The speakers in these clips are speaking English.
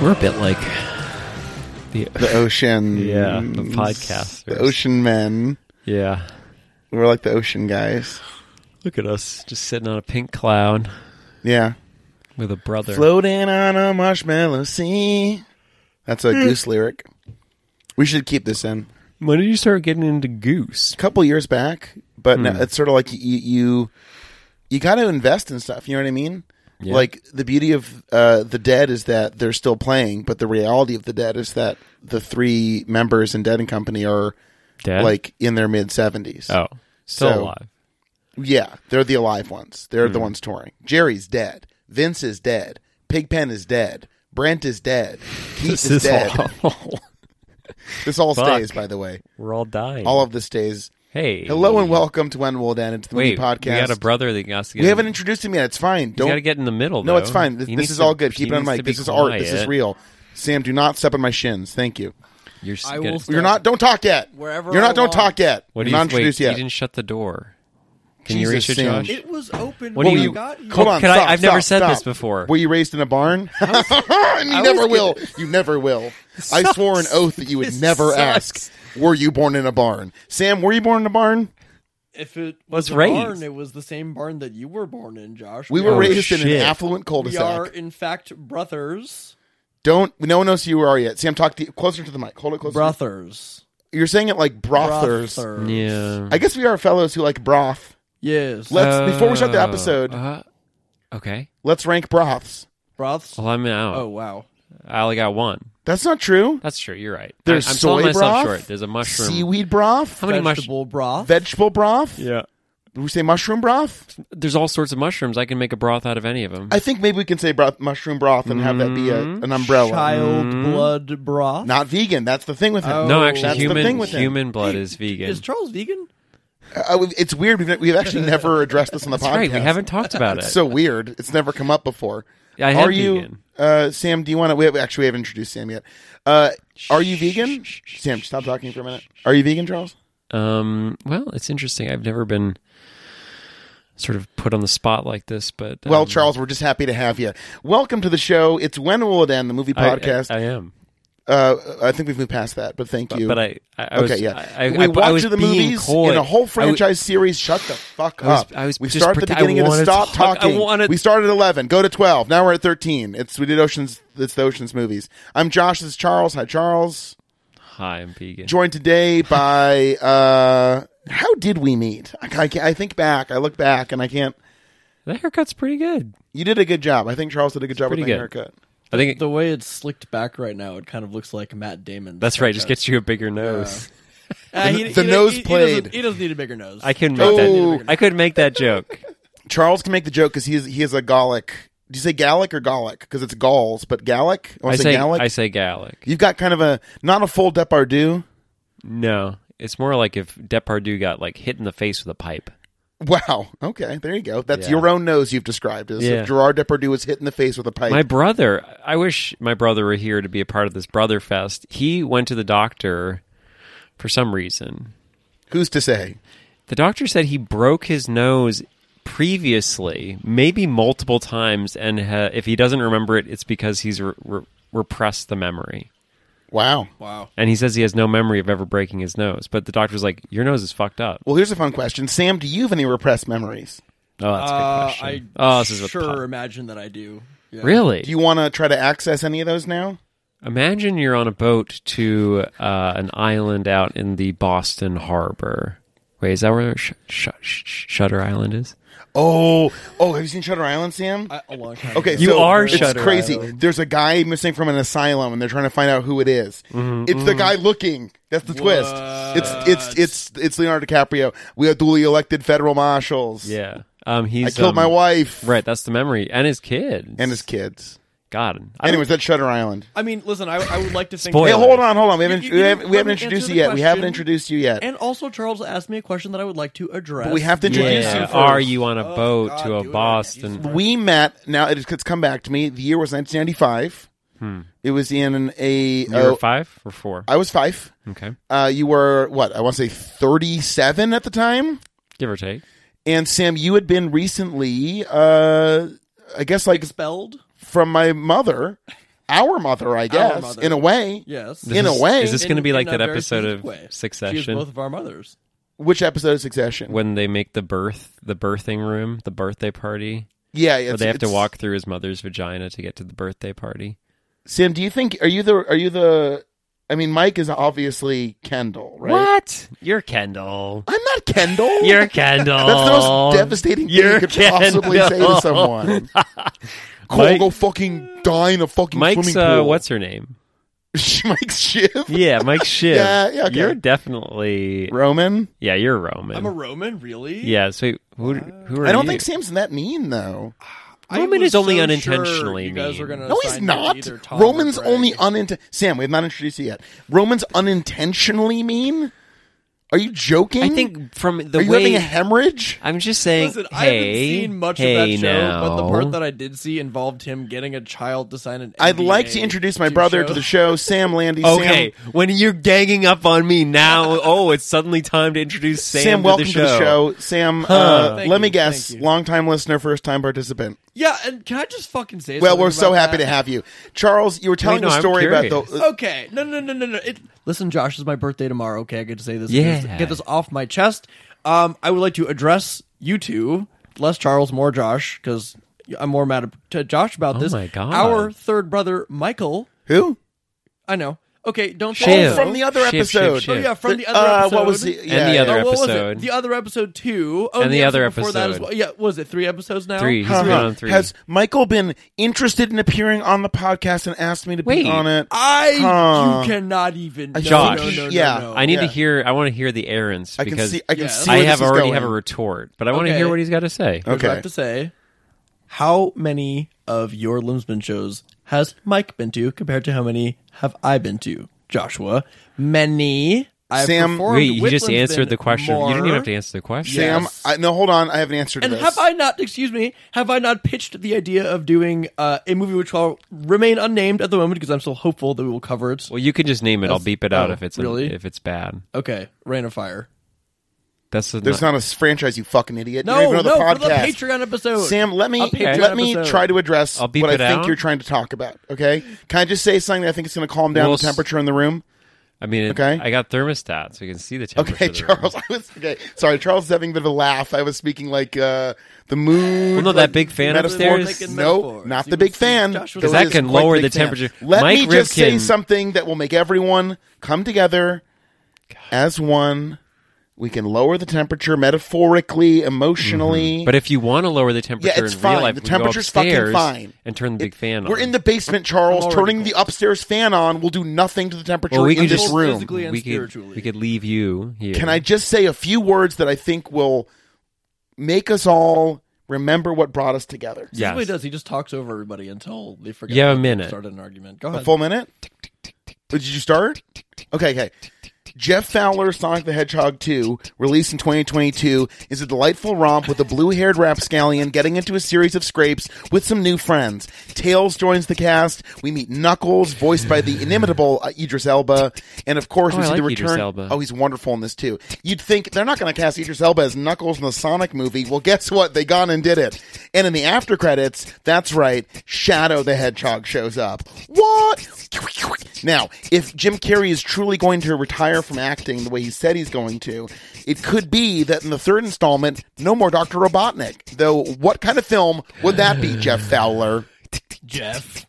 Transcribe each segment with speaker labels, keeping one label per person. Speaker 1: We're a bit like the
Speaker 2: The ocean.
Speaker 1: Yeah, the podcasters.
Speaker 2: The ocean men.
Speaker 1: yeah.
Speaker 2: We're like the ocean guys.
Speaker 1: Look at us just sitting on a pink cloud
Speaker 2: Yeah.
Speaker 1: with a brother.
Speaker 2: Floating on a marshmallow sea. That's
Speaker 1: Hmm.
Speaker 2: a goose lyric. We should keep this in.
Speaker 1: When did you start getting into Goose?
Speaker 2: A couple years back, but
Speaker 1: Hmm.
Speaker 2: now it's sort of like you you, you got to invest in stuff. You know what I mean?
Speaker 1: Yeah.
Speaker 2: Like the beauty of uh, the Dead is that they're still playing, but the reality of the Dead is that the three members in Dead and Company are
Speaker 1: Dead?
Speaker 2: like in their mid seventies.
Speaker 1: oh, still
Speaker 2: so-
Speaker 1: alive.
Speaker 2: Yeah, they're the alive ones. They're
Speaker 1: Hmm.
Speaker 2: the ones touring. Jerry's dead. Vince is dead. Pigpen is dead. Brent is dead. Keith
Speaker 1: This
Speaker 2: is
Speaker 1: is
Speaker 2: dead.
Speaker 1: all.
Speaker 2: This all
Speaker 1: Fuck.
Speaker 2: stays, by the way.
Speaker 1: We're all dying.
Speaker 2: All of this stays.
Speaker 1: hey,
Speaker 2: Hello and welcome to When Will It End? It's the
Speaker 1: Wait,
Speaker 2: movie podcast.
Speaker 1: we got a brother that has to get.
Speaker 2: We haven't introduced him yet. It's fine.
Speaker 1: You
Speaker 2: Don't
Speaker 1: got to get in the middle.
Speaker 2: No,
Speaker 1: though.
Speaker 2: it's fine. This,
Speaker 1: He
Speaker 2: this
Speaker 1: needs
Speaker 2: is
Speaker 1: to-
Speaker 2: all good.
Speaker 1: he
Speaker 2: Keep it on
Speaker 1: needs to
Speaker 2: mic.
Speaker 1: be
Speaker 2: This is art. This is
Speaker 1: quiet.
Speaker 2: real. Sam, do not step on my shins. Thank you.
Speaker 1: You're just
Speaker 3: I
Speaker 1: gonna-
Speaker 3: will
Speaker 2: You're not. Don't talk yet.
Speaker 3: Wherever
Speaker 2: You're
Speaker 3: I
Speaker 2: not. Don't
Speaker 3: walk.
Speaker 2: talk yet.
Speaker 1: What do
Speaker 2: You're
Speaker 1: you wait?
Speaker 2: not introduced yet.
Speaker 1: You didn't shut the door. Can
Speaker 2: Jesus,
Speaker 1: you reach it,
Speaker 2: Sam.
Speaker 1: Josh?
Speaker 3: It was open
Speaker 1: What
Speaker 3: when
Speaker 1: do
Speaker 3: you,
Speaker 1: you-
Speaker 3: got here.
Speaker 2: Oh, Hold on.
Speaker 1: Can I-
Speaker 2: stop,
Speaker 1: I've never
Speaker 2: stop,
Speaker 1: said this
Speaker 2: stop.
Speaker 1: before.
Speaker 2: Were you raised in a barn? and you never will. You never will. I
Speaker 1: Sucks.
Speaker 2: swore an oath that you would
Speaker 1: This
Speaker 2: never
Speaker 1: sucks.
Speaker 2: ask. Were you born in a barn? Sam, were you born in a barn?
Speaker 3: If it
Speaker 1: Was
Speaker 3: was a
Speaker 1: raised.
Speaker 3: barn, it was the same barn that you were born in, Josh.
Speaker 2: We were
Speaker 1: Oh,
Speaker 2: raised in an
Speaker 1: shit.
Speaker 2: affluent
Speaker 3: We
Speaker 2: cul-de-sac.
Speaker 3: are, in fact, brothers.
Speaker 2: Don't. No one knows who you are yet. Sam, talk to, closer to the mic. Hold it closer.
Speaker 3: Brothers.
Speaker 2: You're saying it like brothers.
Speaker 3: Brothers.
Speaker 1: Yeah.
Speaker 2: I guess we are fellows who like broth.
Speaker 3: Yes.
Speaker 2: Let's before we start the
Speaker 1: Oh,
Speaker 2: episode,
Speaker 1: uh, okay.
Speaker 2: let's rank broths.
Speaker 3: Broths.
Speaker 1: Well, I'm out.
Speaker 3: Oh, wow.
Speaker 1: I only got one.
Speaker 2: That's not true.
Speaker 1: That's true. You're right.
Speaker 2: There's
Speaker 1: I, I'm
Speaker 2: soy
Speaker 1: selling myself
Speaker 2: broth,
Speaker 1: short. There's a mushroom.
Speaker 2: seaweed broth,
Speaker 1: How many mushrooms?
Speaker 3: Vegetable broth.
Speaker 2: vegetable broth.
Speaker 1: Yeah.
Speaker 2: Did we say mushroom broth?
Speaker 1: There's all sorts of mushrooms. I can make a broth out of any of them.
Speaker 2: I think maybe we can say broth, mushroom broth and have that be a,
Speaker 1: Mm-hmm.
Speaker 2: an umbrella.
Speaker 3: Child blood broth.
Speaker 2: Not vegan. That's the thing with him.
Speaker 3: Oh.
Speaker 1: no,
Speaker 2: That's
Speaker 1: actually,
Speaker 2: the
Speaker 1: human
Speaker 2: thing with him.
Speaker 1: human blood is vegan.
Speaker 3: Is Charles vegan?
Speaker 2: Uh, it's weird. We've, we've actually never addressed this on the
Speaker 1: That's
Speaker 2: podcast.
Speaker 1: right. We haven't talked about it.
Speaker 2: It's so weird. It's never come up before.
Speaker 1: Yeah, I am
Speaker 2: are you,
Speaker 1: vegan.
Speaker 2: uh, Sam? Do you want to? We have, actually we haven't introduced Sam yet. Uh, are you vegan, Sam? Stop talking for a minute. Are you vegan, Charles?
Speaker 1: Um, well, it's interesting. I've never been sort of put on the spot like this, but um,
Speaker 2: Well, Charles, we're just happy to have you. Welcome to the show. It's When Will It End, the movie
Speaker 1: I- I-
Speaker 2: podcast.
Speaker 1: I, am.
Speaker 2: uh, I think we've moved past that, but thank you.
Speaker 1: But I, I, I was,
Speaker 2: okay, yeah.
Speaker 1: I, I,
Speaker 2: we
Speaker 1: I,
Speaker 2: walked
Speaker 1: I was
Speaker 2: to the
Speaker 1: being
Speaker 2: movies
Speaker 1: coy.
Speaker 2: in a whole
Speaker 1: I was-
Speaker 2: franchise series. Shut the fuck
Speaker 1: I was-
Speaker 2: up.
Speaker 1: I was
Speaker 2: we
Speaker 1: just
Speaker 2: start at the
Speaker 1: prete- I
Speaker 2: beginning and
Speaker 1: wanted to
Speaker 2: stop
Speaker 1: talk. I
Speaker 2: talking.
Speaker 1: wanted-
Speaker 2: We started at eleven. Go to twelve. Now we're at thirteen. It's we did oceans. It's the oceans movies. I'm Josh. This is Charles. Hi, Charles.
Speaker 1: Hi, I'm vegan.
Speaker 2: Joined today by uh, how did we meet? I, I, can't- I think back. I look back and I can't.
Speaker 1: The haircut's pretty good.
Speaker 2: You did a good job. I think Charles did a good job with
Speaker 1: pretty
Speaker 2: my
Speaker 1: good.
Speaker 2: haircut.
Speaker 1: I think
Speaker 3: The way it's slicked back right now, it kind of looks like Matt Damon.
Speaker 1: that's right. Just gets you a bigger nose.
Speaker 3: Uh, he-
Speaker 2: the
Speaker 3: he-
Speaker 2: nose
Speaker 3: he- he
Speaker 2: played.
Speaker 3: doesn't- He doesn't need a bigger nose.
Speaker 1: I can make
Speaker 2: Oh.
Speaker 1: that. I could make that joke.
Speaker 2: Charles can make the joke because he is he is a Gallic. Do you say Gallic or Gallic? Because it's Gauls, but Gallic.
Speaker 1: I
Speaker 2: wanna
Speaker 1: say
Speaker 2: Gallic.
Speaker 1: I say Gallic.
Speaker 2: You've got kind of a not a full Depardieu.
Speaker 1: No, it's more like if Depardieu got like hit in the face with a pipe.
Speaker 2: Wow. Okay. There you go. That's
Speaker 1: Yeah.
Speaker 2: your own nose you've described. Is
Speaker 1: Yeah.
Speaker 2: if Gerard Depardieu was hit in the face with a pipe.
Speaker 1: My brother, I wish my brother were here to be a part of this brother fest. He went to the doctor for some reason.
Speaker 2: Who's to say?
Speaker 1: The doctor said he broke his nose previously, maybe multiple times, and ha- if he doesn't remember it, it's because he's re- re- repressed the memory.
Speaker 2: Wow.
Speaker 3: Wow.
Speaker 1: And he says he has no memory of ever breaking his nose. But the doctor was like, "Your nose is fucked up."
Speaker 2: Well, here's a fun question. Sam, do you have any repressed memories?
Speaker 1: Oh, that's a good
Speaker 3: Uh,
Speaker 1: question.
Speaker 3: I
Speaker 1: oh, this is a
Speaker 3: sure
Speaker 1: po-
Speaker 3: imagine that I do. Yeah.
Speaker 1: really.
Speaker 2: Do you want to try to access any of those now?
Speaker 1: Imagine you're on a boat to uh, an island out in the Boston Harbor. Wait, is that where sh- sh- sh- Shutter Island is?
Speaker 2: Oh, oh, have you seen Shutter Island, Sam?
Speaker 3: I, a long time
Speaker 2: Okay,
Speaker 3: ago.
Speaker 1: You
Speaker 2: so
Speaker 1: are
Speaker 2: it's
Speaker 1: Shutter
Speaker 2: crazy.
Speaker 1: Island.
Speaker 2: There's a guy missing from an asylum, and they're trying to find out who it is. It's the guy looking. That's the twist. It's it's it's it's Leonardo DiCaprio. We are duly elected federal marshals.
Speaker 1: Yeah. Um,
Speaker 2: I
Speaker 1: he's
Speaker 2: killed
Speaker 1: um,
Speaker 2: my wife
Speaker 1: Right, that's the memory, and his kids,
Speaker 2: and his kids.
Speaker 1: God. I don't-
Speaker 2: Anyways, that's Shutter Island.
Speaker 3: I mean, listen, I, I would like to think.
Speaker 1: Spoiler.
Speaker 2: Hey, hold on, hold on. We haven't
Speaker 3: You- you
Speaker 2: we
Speaker 3: didn't
Speaker 2: haven't, we
Speaker 3: let
Speaker 2: haven't
Speaker 3: me
Speaker 2: introduced
Speaker 3: answer
Speaker 2: you
Speaker 3: the
Speaker 2: yet. We haven't
Speaker 3: question.
Speaker 2: introduced you yet.
Speaker 3: And also, Charles asked me a question that I would like to address.
Speaker 2: But we have to introduce
Speaker 1: yeah.
Speaker 2: you. First.
Speaker 1: Are you on a boat
Speaker 3: Oh, God,
Speaker 1: to a
Speaker 3: do it.
Speaker 1: Boston?
Speaker 2: we met. Now it's, it's come back to me. The year was 1995.
Speaker 3: Hmm.
Speaker 2: It was in a.
Speaker 1: You were
Speaker 2: oh,
Speaker 1: five or four?
Speaker 2: I was five.
Speaker 1: Okay,
Speaker 2: Uh, you were what? I want to say 37 at the time.
Speaker 1: give or take.
Speaker 2: And Sam, you had been recently, uh, I guess, like
Speaker 3: expelled.
Speaker 2: from my mother, our mother, I guess,
Speaker 3: mother.
Speaker 2: in a way.
Speaker 3: Yes.
Speaker 1: This
Speaker 2: In a
Speaker 1: is-
Speaker 2: way.
Speaker 1: is this going to
Speaker 3: In-
Speaker 1: be like
Speaker 3: in a
Speaker 1: that
Speaker 3: very
Speaker 1: episode
Speaker 3: specific
Speaker 1: of
Speaker 3: way. She is
Speaker 1: Succession
Speaker 3: both of our mothers.
Speaker 2: Which episode of Succession?
Speaker 1: when they make the birth, the birthing room, the birthday party,
Speaker 2: yeah,
Speaker 1: where
Speaker 2: it's-
Speaker 1: they have to
Speaker 2: it's-
Speaker 1: walk through his mother's vagina to get to the birthday party?
Speaker 2: Sam, do you think are you the are you the? I mean, Mike is obviously Kendall, right?
Speaker 1: What? You're Kendall.
Speaker 2: I'm not Kendall.
Speaker 1: You're Kendall.
Speaker 2: That's the most devastating thing you
Speaker 1: You're
Speaker 2: could possibly say to
Speaker 1: Kendall.
Speaker 2: someone. Cole,
Speaker 1: Mike-
Speaker 2: go fucking die in a fucking
Speaker 1: Mike's
Speaker 2: swimming
Speaker 1: uh,
Speaker 2: pool.
Speaker 1: what's her name?
Speaker 2: Mike's Shiv?
Speaker 1: Yeah, Mike Shiv.
Speaker 2: Yeah, yeah, okay.
Speaker 1: You're definitely
Speaker 2: Roman?
Speaker 1: yeah. You're Roman.
Speaker 3: I'm a Roman, really?
Speaker 1: Mm. yeah. So who who are
Speaker 2: Uh, I don't
Speaker 1: you?
Speaker 2: think Sam's that mean though.
Speaker 1: Uh,
Speaker 3: I
Speaker 1: Roman
Speaker 3: was
Speaker 1: is only
Speaker 3: so
Speaker 1: unintentionally
Speaker 3: sure you guys
Speaker 1: mean.
Speaker 3: were gonna
Speaker 2: No, he's
Speaker 3: assign me
Speaker 2: not.
Speaker 3: either Tom or
Speaker 2: Roman's
Speaker 3: Greg.
Speaker 2: only uninten. Sam, we have not introduced you yet. Roman's unintentionally mean. Are you joking?
Speaker 1: I think from the
Speaker 2: Are you having
Speaker 1: way
Speaker 2: a hemorrhage?
Speaker 1: I'm just saying.
Speaker 3: Listen, I haven't
Speaker 1: hey,
Speaker 3: seen much
Speaker 1: hey
Speaker 3: of that
Speaker 1: now.
Speaker 3: show, but the part that I did see involved him getting a child to sign an.
Speaker 2: I'd like
Speaker 3: NDA
Speaker 2: to introduce my brother to the show, Sam Landy.
Speaker 1: Okay,
Speaker 2: Sam,
Speaker 1: when you're ganging up on me now, oh, it's suddenly time to introduce Sam,
Speaker 2: Sam,
Speaker 1: to
Speaker 2: welcome
Speaker 1: the
Speaker 2: to the show. Sam, uh,
Speaker 3: Thank
Speaker 2: let me
Speaker 3: you,
Speaker 2: guess,
Speaker 3: thank you.
Speaker 2: longtime listener, first time participant.
Speaker 3: Yeah, and can I just fucking say?
Speaker 2: Well,
Speaker 3: something
Speaker 2: we're so
Speaker 3: about
Speaker 2: happy
Speaker 3: that?
Speaker 2: to have you, Charles. You were telling
Speaker 1: no,
Speaker 2: a
Speaker 1: I'm
Speaker 2: story about
Speaker 1: curious.
Speaker 2: the. Uh,
Speaker 3: Okay, no, no, no, no, no. It, listen, Josh, it's my birthday tomorrow. Okay, I get to say this.
Speaker 1: Yeah.
Speaker 3: get this- get this off my chest. Um, I would like to address you two, less Charles, more Josh, because I'm more mad at- to Josh about this.
Speaker 1: Oh my God.
Speaker 3: Our third brother, Michael.
Speaker 2: Who?
Speaker 3: I know. Okay, don't
Speaker 1: Shiv.
Speaker 3: say
Speaker 2: Oh, from the other
Speaker 1: Shiv, shiv,
Speaker 2: episode.
Speaker 1: shiv.
Speaker 3: Oh yeah, from the
Speaker 2: Uh,
Speaker 3: other episode.
Speaker 2: What was the, yeah,
Speaker 1: the
Speaker 2: yeah.
Speaker 1: other
Speaker 3: Oh, what was it?
Speaker 1: episode.
Speaker 3: The other episode two. Oh,
Speaker 1: And the other
Speaker 3: before that as
Speaker 1: episode.
Speaker 3: well. Yeah, was it three episodes now?
Speaker 1: Three. He's
Speaker 2: Huh.
Speaker 1: been on three.
Speaker 2: Has Michael been interested in appearing on the podcast and asked me to
Speaker 1: Wait.
Speaker 2: be on it?
Speaker 3: I
Speaker 2: Huh.
Speaker 3: you cannot even. No,
Speaker 1: Josh.
Speaker 3: no, no, no,
Speaker 2: Oh, Yeah.
Speaker 3: no.
Speaker 1: I need to
Speaker 2: Yeah.
Speaker 1: hear. I want to hear the errands
Speaker 2: I can
Speaker 1: because
Speaker 2: see. I can
Speaker 3: yeah.
Speaker 2: see.
Speaker 1: I
Speaker 2: Where
Speaker 1: have
Speaker 2: this is
Speaker 1: already
Speaker 2: going.
Speaker 1: have a retort, but I want to
Speaker 3: Okay.
Speaker 1: hear what he's got to say.
Speaker 3: Here's what I
Speaker 2: Okay.
Speaker 3: have to say. How many of your Limsman shows has Mike been to compared to how many have I been to, Joshua? Many. I've
Speaker 2: Sam-
Speaker 3: performed
Speaker 1: Wait, you
Speaker 3: with
Speaker 1: just
Speaker 3: Limsman
Speaker 1: answered the question. You didn't
Speaker 3: more.
Speaker 1: even have to answer the question.
Speaker 3: Yeah.
Speaker 2: Sam,
Speaker 3: Yes.
Speaker 2: I, no, hold on. I have an answer to
Speaker 3: And
Speaker 2: this.
Speaker 3: have I not? Excuse me. Have I not pitched the idea of doing uh, a movie which will remain unnamed at the moment because I'm still hopeful that we will cover it?
Speaker 1: Well, you can just name it. I'll beep it out
Speaker 3: oh,
Speaker 1: if it's
Speaker 3: really?
Speaker 1: if it's bad.
Speaker 3: Okay, Rain of Fire.
Speaker 1: That's a,
Speaker 2: There's not a s- franchise, you fucking idiot. you
Speaker 3: No,
Speaker 2: don't even know
Speaker 3: no,
Speaker 2: the
Speaker 3: for the
Speaker 2: podcast.
Speaker 3: Patreon episode.
Speaker 2: Sam, let me
Speaker 3: A Patreon
Speaker 2: let me
Speaker 3: episode.
Speaker 2: try to address
Speaker 1: I'll beep
Speaker 2: what I
Speaker 1: it
Speaker 2: think
Speaker 1: out.
Speaker 2: you're trying to talk about. Okay, can I just say something that I think is going to calm down
Speaker 1: We'll
Speaker 2: the
Speaker 1: s-
Speaker 2: temperature in the room?
Speaker 1: I mean, it,
Speaker 2: Okay.
Speaker 1: I got thermostat, so you can see the temperature.
Speaker 2: Okay,
Speaker 1: of the room.
Speaker 2: Charles, I was okay. Sorry, Charles is having a bit of a laugh. I was speaking like uh, the moon.
Speaker 1: Well, no, that
Speaker 2: like,
Speaker 1: big fan
Speaker 2: metaphor.
Speaker 1: upstairs-
Speaker 3: Making
Speaker 2: No,
Speaker 3: metaphors.
Speaker 2: not
Speaker 3: You
Speaker 2: the
Speaker 3: can
Speaker 2: big
Speaker 3: see
Speaker 2: fan.
Speaker 3: Joshua-
Speaker 2: though
Speaker 1: 'Cause that
Speaker 2: it is
Speaker 1: can
Speaker 2: quite
Speaker 1: lower
Speaker 2: big
Speaker 1: the
Speaker 2: fan.
Speaker 1: temperature.
Speaker 2: Let
Speaker 1: Mike
Speaker 2: me just say
Speaker 1: Rifkin-
Speaker 2: something that will make everyone come together as one. We can lower the temperature metaphorically, emotionally.
Speaker 1: But if you want to lower the temperature
Speaker 2: it's
Speaker 1: in
Speaker 2: fine.
Speaker 1: real life,
Speaker 2: The
Speaker 1: we can go
Speaker 2: temperature's fucking
Speaker 1: upstairs
Speaker 2: fine.
Speaker 1: And turn the big fan on.
Speaker 2: We're in the basement, Charles.
Speaker 3: already
Speaker 2: Turning
Speaker 3: cold.
Speaker 2: the upstairs fan on will do nothing to the temperature
Speaker 1: Well, we
Speaker 2: in
Speaker 1: can
Speaker 2: this
Speaker 1: just-
Speaker 2: room.
Speaker 3: Physically and
Speaker 1: we could,
Speaker 3: spiritually.
Speaker 1: we could leave you here.
Speaker 2: Can I just say a few words that I think will make us all remember what brought us together?
Speaker 3: This is
Speaker 1: Yes.
Speaker 3: what he does. He just talks over everybody until they forget.
Speaker 1: You have a
Speaker 3: that they
Speaker 1: minute.
Speaker 3: Started an argument. Go
Speaker 2: A
Speaker 3: ahead.
Speaker 2: full minute? Oh, Did you start? Okay, okay. Jeff Fowler's Sonic the Hedgehog 2, released in 2022, is a delightful romp with a blue haired rapscallion getting into a series of scrapes with some new friends. Tails joins the cast. We meet Knuckles, voiced by the inimitable uh, Idris Elba. And of course,
Speaker 1: Oh,
Speaker 2: we
Speaker 1: I
Speaker 2: see the
Speaker 1: like Idris
Speaker 2: return.
Speaker 1: Elba.
Speaker 2: Oh, he's wonderful in this too. You'd think they're not going to cast Idris Elba as Knuckles in the Sonic movie. Well, guess what? They gone and did it. And in the after credits, that's right, Shadow the Hedgehog shows up. What? Now, if Jim Carrey is truly going to retire from acting the way he said he's going to, it could be that in the third installment, no more Dr. Robotnik. Though, what kind of film would that be, Jeff Fowler?
Speaker 3: Jeff.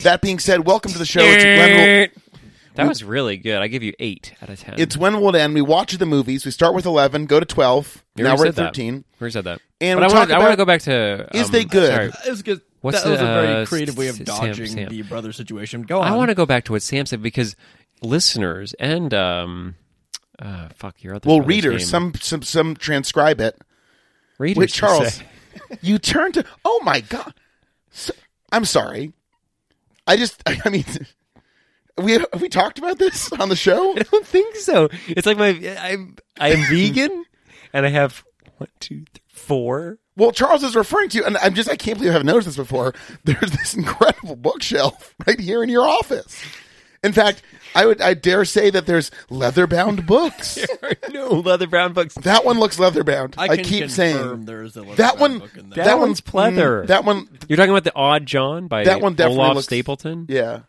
Speaker 2: That being said, welcome to the show. It's Glenn Wil-
Speaker 1: That was really good. I give you eight out of ten.
Speaker 2: It's when will it end. We watch the movies. We start with eleven, go to twelve.
Speaker 1: You
Speaker 2: now
Speaker 1: already
Speaker 2: we're at
Speaker 1: said that.
Speaker 2: thirteen.
Speaker 1: We already said that.
Speaker 2: And
Speaker 1: but
Speaker 2: we
Speaker 1: I
Speaker 2: talk
Speaker 1: want, I want
Speaker 2: about-
Speaker 1: to go back to.
Speaker 2: Is
Speaker 1: um,
Speaker 2: they good?
Speaker 1: Sorry,
Speaker 3: It was good.
Speaker 1: What's
Speaker 3: that was a
Speaker 1: the,
Speaker 3: very
Speaker 1: uh,
Speaker 3: creative way of
Speaker 1: Sam-
Speaker 3: dodging
Speaker 1: Sam?
Speaker 3: the brother situation. Go on.
Speaker 1: I want to go back to what Sam said because listeners and um, uh, fuck your other
Speaker 2: Well,
Speaker 1: brother's
Speaker 2: readers,
Speaker 1: name.
Speaker 2: some some some transcribe it.
Speaker 1: readers.
Speaker 2: Wait,
Speaker 1: you
Speaker 2: Charles,
Speaker 1: say.
Speaker 2: you turn to. Oh my god! So- I'm sorry. I just. I mean, we have we talked about this on the show.
Speaker 1: I don't think so. It's like my I'm I'm vegan, and I have one, two, three, four.
Speaker 2: Well, Charles is referring to, and I'm just. I can't believe I haven't noticed this before. There's this incredible bookshelf right here in your office. In fact, I would I dare say that there's leather-bound books.
Speaker 1: There are no leather brown books.
Speaker 2: That one looks leather-bound. I,
Speaker 3: I, can
Speaker 2: keep
Speaker 3: confirm
Speaker 2: saying
Speaker 3: there is a leather
Speaker 2: that
Speaker 3: bound
Speaker 2: one.
Speaker 3: book in
Speaker 2: That,
Speaker 3: there.
Speaker 1: That
Speaker 2: one's
Speaker 1: one's pleather.
Speaker 2: mm, That one.
Speaker 1: You're talking about the Odd John by
Speaker 2: That one definitely
Speaker 1: Olaf
Speaker 2: looks-
Speaker 1: Stapleton.
Speaker 2: Yeah.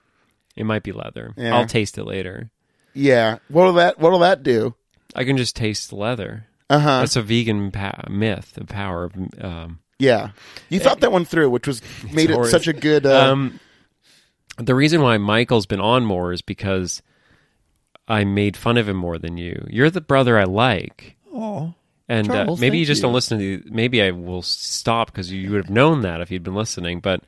Speaker 1: It might be leather.
Speaker 2: Yeah.
Speaker 1: I'll taste it later.
Speaker 2: Yeah. What'll that What'll that do?
Speaker 1: I can just taste leather.
Speaker 2: Uh huh.
Speaker 1: That's a vegan pa- myth. The power of um,
Speaker 2: Yeah. You thought that one through, which was made it
Speaker 1: horrid.
Speaker 2: such a good. Uh,
Speaker 1: um, the reason why Michael's been on more is because I made fun of him more than you. You're the brother I like,
Speaker 3: Oh,
Speaker 1: and
Speaker 3: Charles,
Speaker 1: uh, maybe you
Speaker 3: thank
Speaker 1: just
Speaker 3: you.
Speaker 1: don't listen to. The, maybe I will stop because you, you would have known that if you'd been listening. But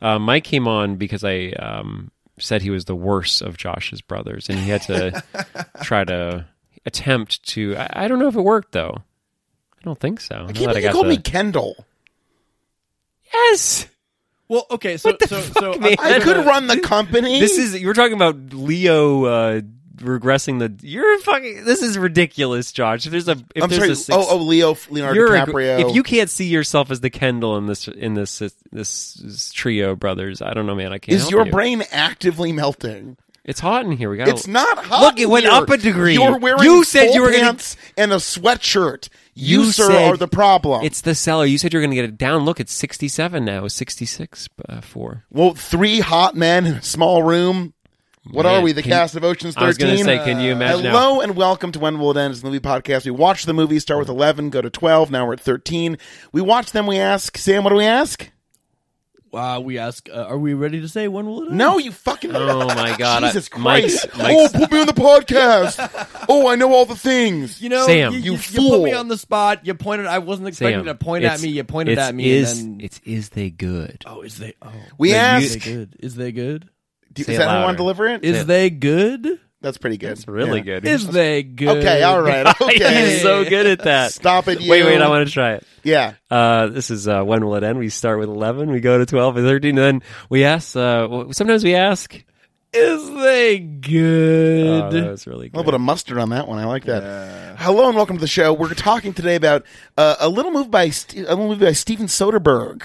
Speaker 1: uh, Mike came on because I um, said he was the worst of Josh's brothers, and he had to try to attempt to. I, I don't know if it worked though. I don't think so. I
Speaker 2: I
Speaker 1: know
Speaker 2: can't
Speaker 1: that I
Speaker 2: believe you
Speaker 1: got
Speaker 2: called
Speaker 1: the-
Speaker 2: me Kendall.
Speaker 1: yes.
Speaker 3: well, okay. So, so, so, uh,
Speaker 1: man?
Speaker 2: I
Speaker 1: Kendall.
Speaker 2: could run the company.
Speaker 1: This is you were talking about Leo uh, regressing the. You're fucking. This is ridiculous, Josh. If there's a, if
Speaker 2: I'm
Speaker 1: there's
Speaker 2: sorry.
Speaker 1: a six,
Speaker 2: oh, oh, Leo Leonardo
Speaker 1: you're a-
Speaker 2: DiCaprio.
Speaker 1: if you can't see yourself as the Kendall in this in this this, this trio brothers, I don't know, man. I can't.
Speaker 2: is
Speaker 1: help
Speaker 2: your
Speaker 1: you.
Speaker 2: brain actively melting?
Speaker 1: It's hot in here. We got.
Speaker 2: It's not hot.
Speaker 1: Look, it went
Speaker 2: here.
Speaker 1: up a degree.
Speaker 2: You're wearing
Speaker 1: You said you were gonna-
Speaker 2: pants and a sweatshirt. You,
Speaker 1: You
Speaker 2: sir,
Speaker 1: said-
Speaker 2: are the problem.
Speaker 1: It's the cellar. You said you were going to get it down. Look, it's 67 now. It's 66 uh, four.
Speaker 2: well, three hot men in a small room. What
Speaker 1: Man,
Speaker 2: are we? The
Speaker 1: can-
Speaker 2: cast of Ocean's
Speaker 1: I
Speaker 2: Thirteen.
Speaker 1: was going to say, can you imagine? how-
Speaker 2: Hello and welcome to When Will It End? It's the movie podcast. We watch the movie, start with 11, go to 12, now we're at 13. We watch them, we ask, Sam, what do we ask?
Speaker 3: uh, we ask, uh, are we ready to say when will it end?
Speaker 2: No, you fucking.
Speaker 1: Oh my God! I-
Speaker 2: Jesus
Speaker 1: Mike's-
Speaker 2: Christ.
Speaker 1: Mike's-
Speaker 2: oh, put me on the podcast. oh, I know all the things.
Speaker 3: You know,
Speaker 1: Sam,
Speaker 3: you,
Speaker 2: you
Speaker 3: put me
Speaker 2: fool.
Speaker 3: on the spot. You pointed. I wasn't expecting
Speaker 1: Sam,
Speaker 3: you to point at
Speaker 1: it's-
Speaker 3: me. You pointed
Speaker 1: it's
Speaker 3: at me.
Speaker 1: Is
Speaker 3: and then,
Speaker 1: it's is they good?
Speaker 3: oh, is they? Oh,
Speaker 2: We
Speaker 3: is they
Speaker 2: ask.
Speaker 3: good? Is they good?
Speaker 2: Do- is
Speaker 1: Say it
Speaker 2: that how you want
Speaker 1: louder.
Speaker 2: to deliver it?
Speaker 3: Is they good?
Speaker 2: That's pretty good.
Speaker 1: It's really
Speaker 2: Yeah.
Speaker 1: good.
Speaker 3: Is they good?
Speaker 2: Okay, all right.
Speaker 1: He's
Speaker 2: Okay.
Speaker 1: so good at that.
Speaker 2: Stop it, you.
Speaker 1: Wait, wait, I want to try it.
Speaker 2: Yeah.
Speaker 1: Uh, this is uh, when will it end? We start with eleven, we go to twelve and thirteen, and then we ask. Uh, w- sometimes we ask.
Speaker 3: Is they
Speaker 1: Oh,
Speaker 3: good?
Speaker 1: that was really
Speaker 2: A little bit
Speaker 1: good.
Speaker 2: of mustard on that one. I like that. Hello and welcome to the show. We're talking today about uh, a little move by Ste a little movie by Steven Soderbergh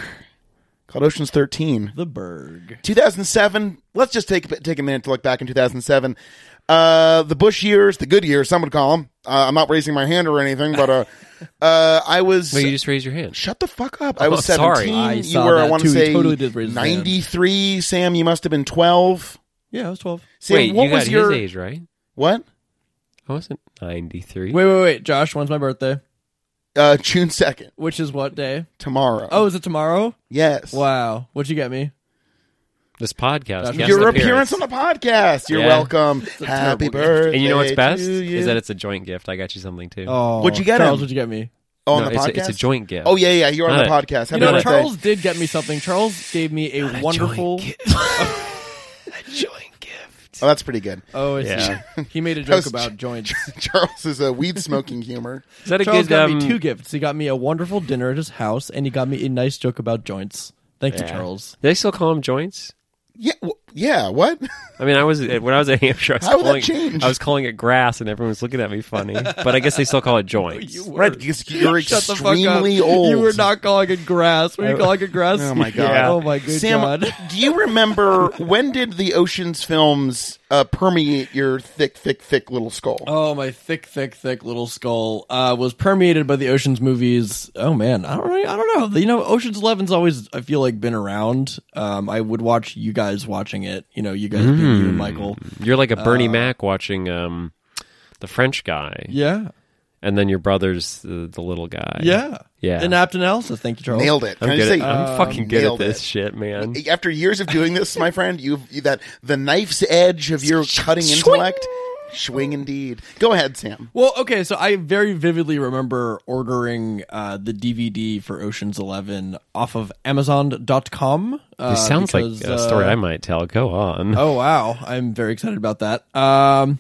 Speaker 2: called Ocean's Thirteen.
Speaker 3: the Berg.
Speaker 2: 2007. Let's just take take a minute to look back in 2007. Uh, the Bush years, the good years, some would call them. Uh, I'm not raising my hand or anything, but uh, uh, I was.
Speaker 1: No, you just raise your hand.
Speaker 2: Shut the fuck up! I was
Speaker 1: Oh, sorry.
Speaker 2: 17.
Speaker 3: I
Speaker 2: you
Speaker 3: saw
Speaker 2: were, I
Speaker 3: that
Speaker 2: want to
Speaker 3: too. He
Speaker 2: say,
Speaker 3: totally did raise his hand.
Speaker 2: 93. Sam, you must have been 12.
Speaker 3: Yeah, I was twelve.
Speaker 2: Sam,
Speaker 1: wait,
Speaker 2: what
Speaker 1: you
Speaker 2: was
Speaker 1: got
Speaker 2: your
Speaker 1: his age right?
Speaker 2: what?
Speaker 1: I wasn't ninety three.
Speaker 3: Wait, wait, wait, Josh. When's my birthday?
Speaker 2: Uh, June 2nd,
Speaker 3: Which is what day?
Speaker 2: tomorrow.
Speaker 3: Oh, is it tomorrow?
Speaker 2: yes.
Speaker 3: Wow. What'd you get me?
Speaker 1: This podcast,
Speaker 3: That's
Speaker 1: guest
Speaker 2: uh, your appearance on the podcast. You're
Speaker 1: Yeah.
Speaker 2: welcome. Happy
Speaker 3: terrible
Speaker 2: birthday.
Speaker 1: and you know what's
Speaker 2: to
Speaker 1: best
Speaker 2: you.
Speaker 1: is that it's a joint gift. I got you something too.
Speaker 3: Oh,
Speaker 2: What'd you get
Speaker 3: Charles?
Speaker 2: him?
Speaker 3: What'd you get me?
Speaker 2: on
Speaker 1: No,
Speaker 2: the
Speaker 1: it's,
Speaker 2: podcast?
Speaker 1: a, it's a joint gift.
Speaker 2: Oh yeah, yeah. You're on the
Speaker 1: Not a-
Speaker 2: podcast. Happy
Speaker 3: You know,
Speaker 2: birthday.
Speaker 3: Charles did get me something. Charles gave me a wonderful.
Speaker 1: joint gift.
Speaker 2: Oh, that's pretty good.
Speaker 3: Oh, I see.
Speaker 1: Yeah.
Speaker 3: He made a
Speaker 2: That
Speaker 3: joke
Speaker 2: was-
Speaker 3: about joints.
Speaker 2: Charles is a weed smoking humor.
Speaker 1: Is that a
Speaker 3: Charles
Speaker 1: good?
Speaker 3: got
Speaker 1: um,
Speaker 3: me two gifts. He got me a wonderful dinner at his house, and he got me a nice joke about joints. Thank you,
Speaker 1: yeah.
Speaker 3: Charles.
Speaker 1: Do they still call them joints?
Speaker 2: Yeah, w- yeah. What?
Speaker 1: I mean, I was eh, when I was at Hampshire, I was
Speaker 2: How would that
Speaker 1: calling
Speaker 2: change?
Speaker 1: I was calling it grass, and everyone was looking at me funny. But I guess they still call it joints.
Speaker 2: right? Because you're
Speaker 3: Shut the fuck up.
Speaker 2: extremely old.
Speaker 3: You were not calling it grass. Were you calling it grass?
Speaker 2: Oh, my God.
Speaker 1: Yeah.
Speaker 3: Oh my good
Speaker 2: Sam,
Speaker 3: god.
Speaker 2: do you remember when did the oceans films uh, permeate your thick, thick, thick little skull?
Speaker 3: Oh, my thick, thick, thick little skull uh, was permeated by the Ocean's movies. Oh man, I don't, really, I don't know. You know, Ocean's Eleven's always, I feel like, been around. Um, I would watch you guys watching it. You know, you guys, being you
Speaker 1: Mm.
Speaker 3: and Michael.
Speaker 1: You're like a Bernie Mac watching um, the French guy,
Speaker 3: Yeah,
Speaker 1: and then your brother's the, the little guy.
Speaker 3: yeah,
Speaker 1: Yeah.
Speaker 3: Inapt analysis. Thank you, Charles.
Speaker 2: Nailed it.
Speaker 1: I'm
Speaker 2: Can I
Speaker 1: good.
Speaker 2: just
Speaker 1: At,
Speaker 2: say- um,
Speaker 1: I'm fucking good at
Speaker 2: nailed
Speaker 1: this
Speaker 2: it.
Speaker 1: shit, man.
Speaker 2: after years of doing this, my friend, you've you, that the knife's edge of your cutting intellect. Swing indeed. Go ahead, Sam.
Speaker 3: Well, okay, so I very vividly remember ordering uh, the DVD for Ocean's Eleven off of Amazon.com. Uh,
Speaker 1: This sounds like
Speaker 3: because,
Speaker 1: a story
Speaker 3: uh,
Speaker 1: I might tell. Go on.
Speaker 3: Oh wow, I'm very excited about that. Um,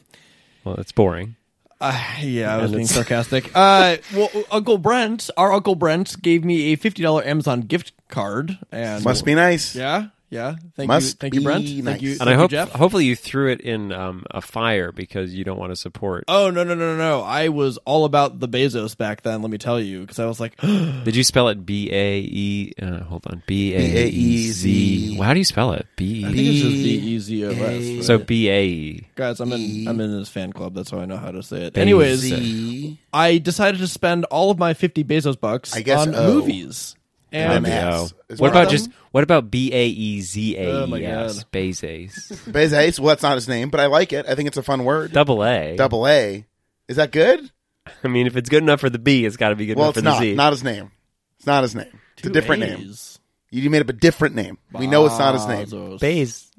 Speaker 1: Well, it's boring.
Speaker 3: Uh, yeah, I was being sarcastic. Uh, well, Uncle Brent, our Uncle Brent, gave me a fifty dollars Amazon gift card, and
Speaker 2: Must be nice.
Speaker 3: yeah, Yeah. Thank you.
Speaker 2: Must
Speaker 3: Thank you,
Speaker 2: be
Speaker 3: Brent.
Speaker 2: nice.
Speaker 3: Thank you.
Speaker 2: And
Speaker 1: And
Speaker 3: thank
Speaker 1: I
Speaker 3: you,
Speaker 1: hope
Speaker 3: Jeff.
Speaker 1: hopefully you threw it in um, a fire because you don't want to support.
Speaker 3: Oh no no no no no! I was all about the Bezos back then. Let me tell you, because I was like,
Speaker 1: Did you spell it B A E? uh, Hold on, B A E
Speaker 2: B-A-E-Z.
Speaker 1: Z. Well, how do you spell it? B
Speaker 3: I
Speaker 1: E.
Speaker 3: think it's just the easy of us.
Speaker 1: So B A E.
Speaker 3: guys, I'm in I'm in this fan club. That's how I know how to say it. Anyways,
Speaker 2: Z.
Speaker 3: I decided to spend all of my fifty Bezos bucks
Speaker 2: I guess oh.
Speaker 3: on
Speaker 2: O.
Speaker 3: movies. And
Speaker 2: Dumbass.
Speaker 1: Oh.
Speaker 2: Is
Speaker 1: What
Speaker 2: one of
Speaker 1: about
Speaker 2: them?
Speaker 1: just what about B A E Z
Speaker 3: Oh
Speaker 1: A
Speaker 3: my
Speaker 1: E S?
Speaker 3: God.
Speaker 1: Bezos.
Speaker 2: Bezace. Well, that's not his name, but I like it. I think it's a fun word.
Speaker 1: Double A.
Speaker 2: Double A. Is that good?
Speaker 1: I mean, if it's good enough for the B, it's got to be good
Speaker 2: well,
Speaker 1: enough
Speaker 2: it's
Speaker 1: for the
Speaker 2: not.
Speaker 1: Z.
Speaker 2: Not his name. It's not his name. It's a
Speaker 3: two
Speaker 2: different
Speaker 3: A's.
Speaker 2: name. You made up a different name. We know it's not his name.
Speaker 3: Bezos.
Speaker 1: Bez.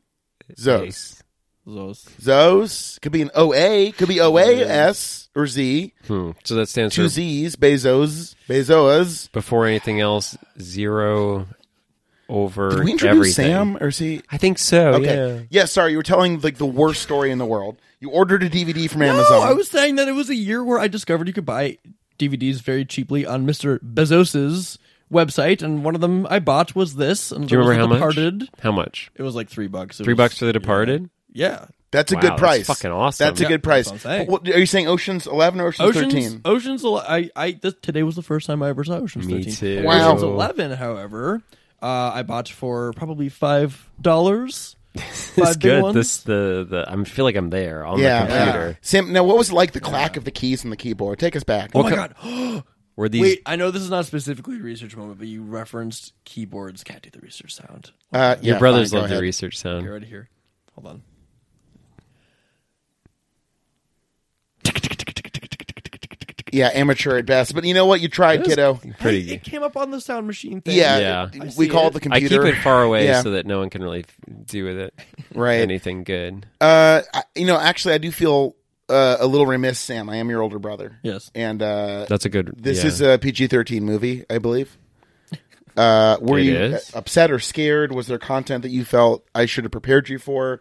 Speaker 2: Zos.
Speaker 3: Bezos.
Speaker 2: Zos could be an OA, could be OAS or Z.
Speaker 1: Hmm. So that stands
Speaker 2: Two
Speaker 1: for
Speaker 2: Z's, Bezos, Bezoas.
Speaker 1: before anything else, zero over
Speaker 2: Did we introduce
Speaker 1: everything.
Speaker 2: Sam or is he?
Speaker 1: I think so.
Speaker 2: Okay.
Speaker 1: Yeah.
Speaker 2: Yeah. sorry, you were telling like the worst story in the world. You ordered a DVD from
Speaker 3: No,
Speaker 2: Amazon.
Speaker 3: I was saying that it was a year where I discovered you could buy DVDs very cheaply on Mr. Bezos's website, and one of them I bought was this. And
Speaker 1: Do you
Speaker 3: it was
Speaker 1: remember how
Speaker 3: The
Speaker 1: much?
Speaker 3: Departed.
Speaker 1: How much?
Speaker 3: It was like three bucks. It
Speaker 1: Three
Speaker 3: was-
Speaker 1: bucks for The Departed.
Speaker 3: Yeah.
Speaker 2: that's a
Speaker 1: Wow,
Speaker 2: good
Speaker 1: that's
Speaker 2: price.
Speaker 1: fucking awesome.
Speaker 2: That's a
Speaker 1: Yeah,
Speaker 2: good price.
Speaker 3: that's what I'm saying.
Speaker 2: What- are you saying Ocean's Eleven or Ocean's
Speaker 3: Oceans.
Speaker 2: Thirteen?
Speaker 3: Oceans. Ele- I. I. This, today was the first time I ever saw Oceans.
Speaker 1: Me
Speaker 3: 13.
Speaker 1: too.
Speaker 2: Wow.
Speaker 3: Oceans Eleven, however, uh, I bought for probably five dollars.
Speaker 1: It's
Speaker 3: Five big
Speaker 1: good.
Speaker 3: ones.
Speaker 1: This the the I feel like I'm there on
Speaker 2: Yeah,
Speaker 1: the computer.
Speaker 2: yeah. Sam. Now, what was like the clack of the keys on the keyboard? Take us back.
Speaker 3: Oh my god!
Speaker 1: Were these
Speaker 3: Wait, I know this is not specifically a research moment, but you referenced keyboards. Can't do the research sound.
Speaker 2: Uh,
Speaker 1: your
Speaker 2: yeah,
Speaker 1: brothers
Speaker 2: fine, go
Speaker 1: love the
Speaker 2: ahead.
Speaker 1: research sound?
Speaker 3: You're right here. Hold on.
Speaker 2: Yeah, amateur at best. But you know what? You tried, kiddo.
Speaker 1: Pretty
Speaker 3: Hey,
Speaker 1: good.
Speaker 3: it came up on the sound machine thing.
Speaker 2: Yeah,
Speaker 1: Yeah.
Speaker 2: it-
Speaker 3: I see
Speaker 2: we call
Speaker 3: it.
Speaker 2: it the
Speaker 1: I keep
Speaker 2: computer.
Speaker 1: it far away
Speaker 2: Yeah.
Speaker 1: so that no one can really do with it
Speaker 2: right.
Speaker 1: anything good.
Speaker 2: Uh, I- you know, actually, I do feel uh, a little remiss, Sam. I am your older brother.
Speaker 3: Yes.
Speaker 2: and uh,
Speaker 1: That's a good.
Speaker 2: this
Speaker 1: yeah.
Speaker 2: is a PG thirteen movie, I believe. Uh, were
Speaker 1: It
Speaker 2: you
Speaker 1: is.
Speaker 2: upset or scared? Was there content that you felt I should have prepared you for?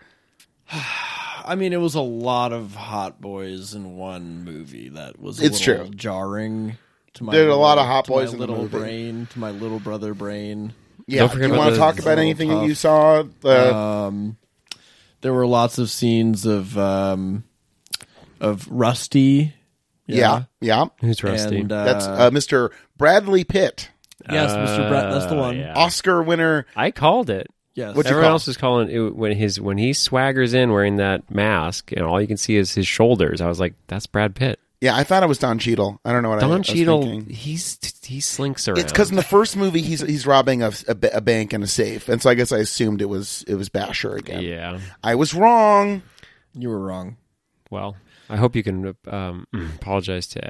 Speaker 3: I mean, it was a lot of hot boys in one movie. That was a
Speaker 2: It's
Speaker 3: little
Speaker 2: true.
Speaker 3: jarring to my
Speaker 2: There are a
Speaker 3: little-
Speaker 2: lot of hot
Speaker 3: to my
Speaker 2: boys in the
Speaker 3: little
Speaker 2: movie.
Speaker 3: brain to my little brother brain.
Speaker 2: Yeah,
Speaker 1: forget
Speaker 2: do you
Speaker 1: about
Speaker 2: want
Speaker 1: the-
Speaker 2: to talk about
Speaker 3: the
Speaker 2: anything that
Speaker 3: puff.
Speaker 2: you saw? Uh,
Speaker 3: Um, there were lots of scenes of um, of Rusty.
Speaker 2: yeah, yeah,
Speaker 1: who's rusty.
Speaker 3: And, uh,
Speaker 2: that's uh, Mr. Bradley Pitt,
Speaker 3: yes, Mr. Brett. That's the
Speaker 1: Uh,
Speaker 3: one.
Speaker 1: yeah.
Speaker 2: Oscar winner.
Speaker 1: I called it.
Speaker 3: Yes.
Speaker 2: What'd you
Speaker 1: Everyone
Speaker 2: call?
Speaker 1: else is calling it when his when he swaggers in wearing that mask and all you can see is his shoulders. I was like, that's Brad Pitt.
Speaker 2: Yeah, I thought it was Don Cheadle. I don't know what I, I
Speaker 1: Don
Speaker 2: was
Speaker 1: Cheadle,
Speaker 2: thinking.
Speaker 1: he's he slinks around.
Speaker 2: It's because in the first movie he's he's robbing a, a, ba- a bank and a safe, and so I guess I assumed it was it was Basher again.
Speaker 1: yeah.
Speaker 2: I was wrong.
Speaker 3: you were wrong.
Speaker 1: Well, I hope you can um, apologize to.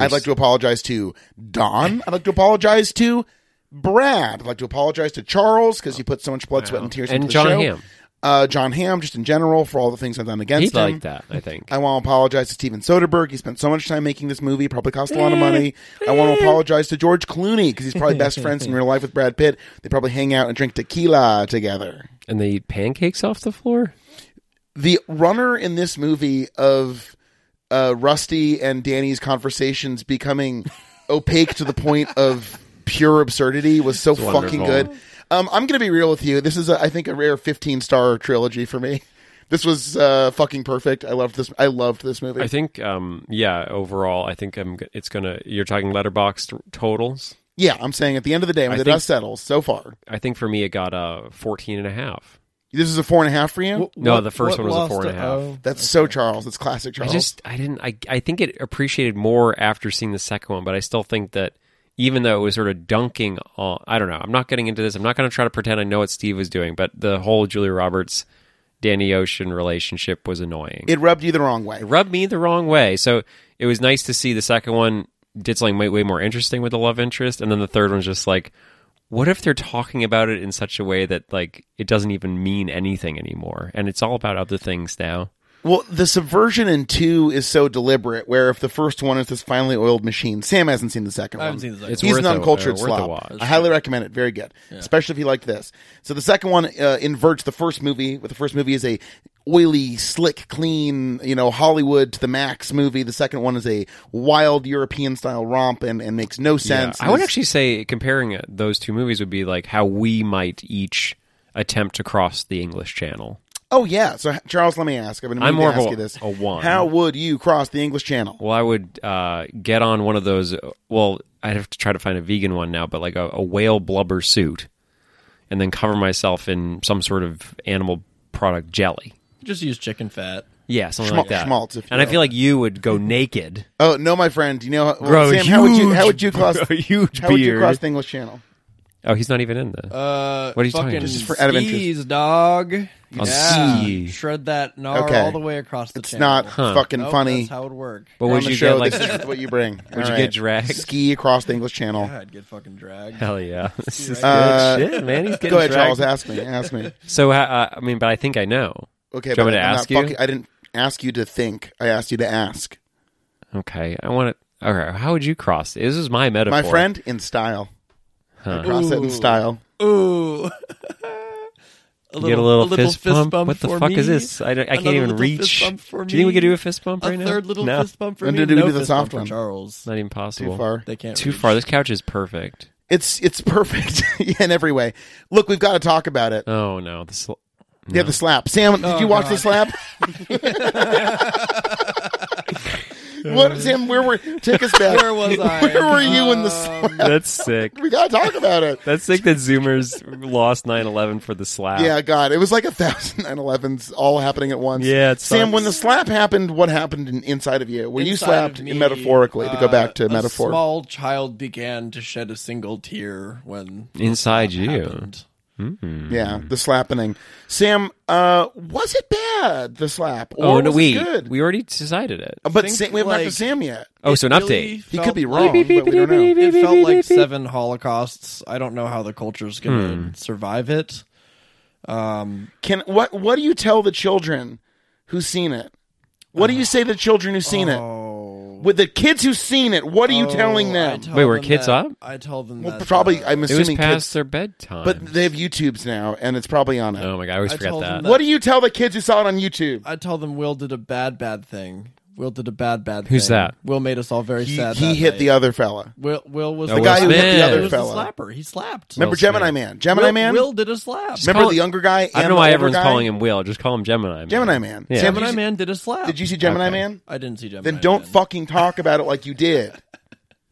Speaker 2: I'd like to apologize to Don. I'd like to apologize to Brad. I'd like to apologize to Charles because he put so much blood, sweat, and tears
Speaker 1: And
Speaker 2: into
Speaker 1: John
Speaker 2: the show.
Speaker 1: Hamm.
Speaker 2: uh, John Ham, just in general, for all the things I've done against
Speaker 1: He'd
Speaker 2: him.
Speaker 1: like that. I think.
Speaker 2: I want to apologize to Steven Soderbergh. He spent so much time making this movie, probably cost a lot of money. I
Speaker 1: Eh.
Speaker 2: want to apologize to George Clooney because he's probably best friends in real life with Brad Pitt. They probably hang out and drink tequila together.
Speaker 1: and they eat pancakes off the floor.
Speaker 2: the runner in this movie of uh, Rusty and Danny's conversations becoming opaque to the point of pure absurdity was so fucking
Speaker 1: wonderful.
Speaker 2: good. Um, I'm gonna be real with you. This is, a, I think, a rare 15 star trilogy for me. This was uh, fucking perfect. I loved this. I loved this movie.
Speaker 1: I think, um, yeah. Overall, I think I'm. g- It's gonna. You're talking letterbox totals.
Speaker 2: yeah, I'm saying at the end of the day, when
Speaker 1: I
Speaker 2: the
Speaker 1: think-
Speaker 2: dust settles, so far,
Speaker 1: I think for me, it got a 14 and a half.
Speaker 2: this is a four and a half for you.
Speaker 1: No,
Speaker 3: What-
Speaker 1: the first one
Speaker 3: what
Speaker 1: was a
Speaker 3: lost
Speaker 1: four and a half.
Speaker 3: oh.
Speaker 2: That's so Charles. That's classic
Speaker 1: I
Speaker 2: Charles.
Speaker 1: just, I didn't. I, I think it appreciated more after seeing the second one, but I still think that even though it was sort of dunking on, I don't know. I'm not getting into this. I'm not going to try to pretend I know what Steve was doing, but the whole Julia Roberts, Danny Ocean relationship was annoying.
Speaker 2: it rubbed you the wrong way.
Speaker 1: rubbed me the wrong way. So it was nice to see the second one did something way, way more interesting with the love interest, and then the third one's just like, what if they're talking about it in such a way that like it doesn't even mean anything anymore, and it's all about other things now?
Speaker 2: Well, the subversion in two is so deliberate. Where if the first one is this finely oiled machine, Sam hasn't seen the second
Speaker 3: I
Speaker 2: one.
Speaker 3: haven't seen the second
Speaker 1: It's
Speaker 2: He's
Speaker 1: worth
Speaker 2: an
Speaker 1: a-
Speaker 2: uncultured
Speaker 1: uh, worth a watch.
Speaker 2: slob. I highly recommend it. Very good, especially if you like this. So the second one uh, inverts the first movie. But the first movie is a oily, slick, clean, you know, Hollywood to the max movie. The second one is a wild European style romp and, and makes no sense.
Speaker 1: I would
Speaker 2: It's-
Speaker 1: actually say comparing it- those two movies would be like how we might each attempt to cross the English Channel.
Speaker 2: Oh yeah. So Charles, let me ask. I've been
Speaker 1: I'm
Speaker 2: meaning
Speaker 1: more
Speaker 2: to ask
Speaker 1: of a-
Speaker 2: you this.
Speaker 1: a one.
Speaker 2: How would you cross the English Channel?
Speaker 1: Well, I would uh, get on one of those. Well, I'd have to try to find a vegan one now, but like a, a whale blubber suit, and then cover myself in some sort of animal product jelly.
Speaker 3: Just use chicken fat.
Speaker 1: Yeah, something
Speaker 2: Schmal-
Speaker 1: like that.
Speaker 2: schmaltz, if you
Speaker 1: and I
Speaker 2: will.
Speaker 1: feel like you would go naked,
Speaker 2: Oh no, my friend. You know, how- well,
Speaker 1: Grow a
Speaker 2: Sam. how would you?
Speaker 1: huge-
Speaker 2: How would you cross?
Speaker 1: a huge
Speaker 2: How would you
Speaker 1: beard.
Speaker 2: cross the English Channel?
Speaker 1: oh, he's not even in the.
Speaker 3: Uh,
Speaker 1: What are you talking
Speaker 3: fucking
Speaker 1: about? Just
Speaker 2: for- out of interest.
Speaker 3: skis, dog.
Speaker 1: ski.
Speaker 3: shred that gnar
Speaker 2: Okay.
Speaker 3: all the way across the.
Speaker 2: It's
Speaker 3: channel.
Speaker 2: not fucking
Speaker 3: Nope,
Speaker 2: funny.
Speaker 3: That's how it work.
Speaker 1: but
Speaker 2: We're
Speaker 1: would
Speaker 2: on the
Speaker 1: you
Speaker 2: show,
Speaker 1: get like?
Speaker 2: this is what you bring? Would
Speaker 1: you get dragged?
Speaker 2: Ski across the English Channel.
Speaker 3: I'd get fucking dragged.
Speaker 1: Hell yeah! This is
Speaker 2: Uh,
Speaker 1: good shit, man. He's getting
Speaker 2: Go ahead,
Speaker 1: dragged.
Speaker 2: Charles. Ask me. Ask me.
Speaker 1: So uh, I mean, but I think I know. Do
Speaker 2: Okay,
Speaker 1: you
Speaker 2: but
Speaker 1: want me to
Speaker 2: I'm not
Speaker 1: ask you?
Speaker 2: fucking- I didn't ask you to think. I asked you to ask.
Speaker 1: Okay, I want to. All right, how would you cross? This is my metaphor.
Speaker 2: My friend in style. I Cross it in style.
Speaker 3: Ooh. a little,
Speaker 1: You get a little, fist, bump. What the
Speaker 3: for
Speaker 1: fuck is
Speaker 3: me.
Speaker 1: this? I, don't, I can't
Speaker 3: Another
Speaker 1: even
Speaker 3: little
Speaker 1: reach.
Speaker 3: fist bump for
Speaker 1: Do you think we
Speaker 3: me.
Speaker 1: could do a fist bump
Speaker 3: A
Speaker 1: right now?
Speaker 3: third little
Speaker 1: no,
Speaker 3: fist bump for
Speaker 2: When
Speaker 3: me.
Speaker 2: did we
Speaker 3: no
Speaker 2: do the
Speaker 3: fist bump
Speaker 2: soft
Speaker 3: for
Speaker 2: one?
Speaker 1: it's
Speaker 3: Charles.
Speaker 1: not even
Speaker 2: Too
Speaker 1: possible.
Speaker 2: far.
Speaker 3: They can't.
Speaker 1: Too
Speaker 3: reach.
Speaker 1: far. This couch is perfect.
Speaker 2: It's it's perfect in every way. Look, we've got to talk about it.
Speaker 1: Oh no, this.
Speaker 2: Yeah, the slap. Sam, did you
Speaker 3: Oh,
Speaker 2: watch the slap? what, Sam? Where were? Take us back.
Speaker 3: Where was I? Um,
Speaker 2: Where were you in the slap?
Speaker 1: That's sick.
Speaker 2: We gotta talk about it.
Speaker 1: That's sick that Zoomers lost 9/11 for the slap.
Speaker 2: Yeah, God, it was like a thousand 9/11s all happening at once.
Speaker 1: Yeah, it
Speaker 2: Sam,
Speaker 1: sucks.
Speaker 2: when the slap happened, what happened in, inside of you? Were you
Speaker 3: Inside
Speaker 2: slapped
Speaker 3: of me,
Speaker 2: metaphorically? to go
Speaker 3: uh,
Speaker 2: back to
Speaker 3: a
Speaker 2: metaphor,
Speaker 3: Small child began to shed a single tear when
Speaker 1: Inside
Speaker 3: it
Speaker 1: you.
Speaker 3: happened.
Speaker 2: yeah,
Speaker 3: Mm.
Speaker 2: the slapping. Sam, uh, was it bad? The slap? Or
Speaker 1: Oh no,
Speaker 2: was
Speaker 1: we
Speaker 2: it good?
Speaker 1: we already decided it.
Speaker 2: Uh, but
Speaker 3: think,
Speaker 2: Sam, we haven't got to
Speaker 3: like-
Speaker 2: Sam yet.
Speaker 1: Oh, so an
Speaker 3: Really
Speaker 1: update.
Speaker 2: He
Speaker 3: felt
Speaker 2: could be
Speaker 3: like-
Speaker 2: wrong, but we don't know.
Speaker 3: It felt like seven holocausts. I don't know how the culture's going
Speaker 1: Hmm.
Speaker 3: to survive it.
Speaker 2: Can what? What do you tell the children who've seen it? What do you say to the children who've seen it? With the kids who've seen it, what are you telling
Speaker 3: Oh. I
Speaker 2: them?
Speaker 3: tell
Speaker 1: Wait, were
Speaker 3: them
Speaker 1: kids
Speaker 3: that-
Speaker 1: up?
Speaker 3: I tell them
Speaker 2: Well,
Speaker 3: that,
Speaker 2: probably,
Speaker 3: uh,
Speaker 2: I'm
Speaker 1: It was
Speaker 2: assuming
Speaker 1: past
Speaker 2: kids,
Speaker 1: their bedtime.
Speaker 2: but they have YouTubes now, and it's probably on it.
Speaker 1: oh my god, I always
Speaker 3: I
Speaker 1: forget
Speaker 3: told
Speaker 1: that.
Speaker 3: them
Speaker 2: What do you tell the kids who saw it on YouTube?
Speaker 3: I tell them Will did a bad, bad thing. Will did a bad, bad thing.
Speaker 1: Who's that?
Speaker 3: Will made us all very
Speaker 2: He,
Speaker 3: sad.
Speaker 2: he
Speaker 3: that
Speaker 2: hit
Speaker 3: night.
Speaker 2: the other fella.
Speaker 3: Will, Will was
Speaker 1: The guy who hit the
Speaker 3: Will
Speaker 1: other
Speaker 3: was
Speaker 2: fella.
Speaker 3: slapper. He slapped.
Speaker 2: Remember
Speaker 1: Smith.
Speaker 2: Gemini Man? Gemini
Speaker 3: Will,
Speaker 2: Man.
Speaker 3: Will did a slap.
Speaker 1: Just
Speaker 2: Remember
Speaker 1: call-
Speaker 2: the younger guy?
Speaker 1: I
Speaker 2: and
Speaker 1: don't know
Speaker 2: the
Speaker 1: why
Speaker 2: older
Speaker 1: everyone's
Speaker 2: guy?
Speaker 1: calling him Will. Just call him Gemini. Man.
Speaker 2: Gemini Man.
Speaker 1: Yeah.
Speaker 2: Sam,
Speaker 3: Gemini
Speaker 2: did you,
Speaker 3: Man did a slap.
Speaker 2: Did you see Gemini Man?
Speaker 3: I didn't see Gemini.
Speaker 2: Then don't
Speaker 3: Man.
Speaker 2: fucking talk about it like you did.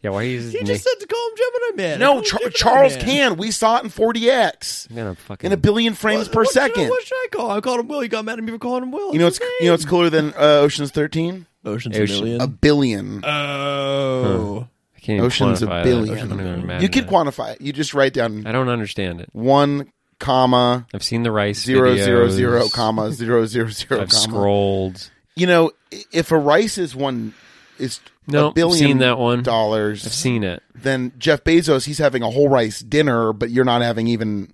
Speaker 1: Yeah, why are you
Speaker 3: He just said to call him Gemini Man. Call
Speaker 2: No,
Speaker 3: him
Speaker 2: Char-
Speaker 3: Gemini
Speaker 2: Charles
Speaker 3: Man.
Speaker 2: can. We saw it in 40x
Speaker 1: I'm gonna fucking
Speaker 2: in a billion frames
Speaker 3: What-
Speaker 2: per
Speaker 3: what should I-
Speaker 2: second.
Speaker 3: what should I call? him? I called him Will. He got mad at me for calling him Will.
Speaker 2: You know it's you know it's cooler than uh, Ocean's 13.
Speaker 3: Ocean's
Speaker 1: Ocean.
Speaker 3: a million.
Speaker 2: A billion.
Speaker 3: Uh, oh.
Speaker 1: I can't even
Speaker 2: Oceans a
Speaker 1: quantify that.
Speaker 2: billion.
Speaker 1: I don't even imagine
Speaker 2: you can
Speaker 1: that.
Speaker 2: quantify it. You just write down
Speaker 1: I don't understand it.
Speaker 2: one comma
Speaker 1: I've seen the rice
Speaker 2: zero
Speaker 1: videos.
Speaker 2: zero zero comma zero zero zero
Speaker 1: I've
Speaker 2: comma.
Speaker 1: scrolled.
Speaker 2: You know i- if a rice is one is
Speaker 1: No,
Speaker 2: a
Speaker 1: I've
Speaker 2: billion
Speaker 1: seen that one.
Speaker 2: dollars.
Speaker 1: I've seen it.
Speaker 2: then Jeff Bezos, he's having a whole rice dinner, but you're not having even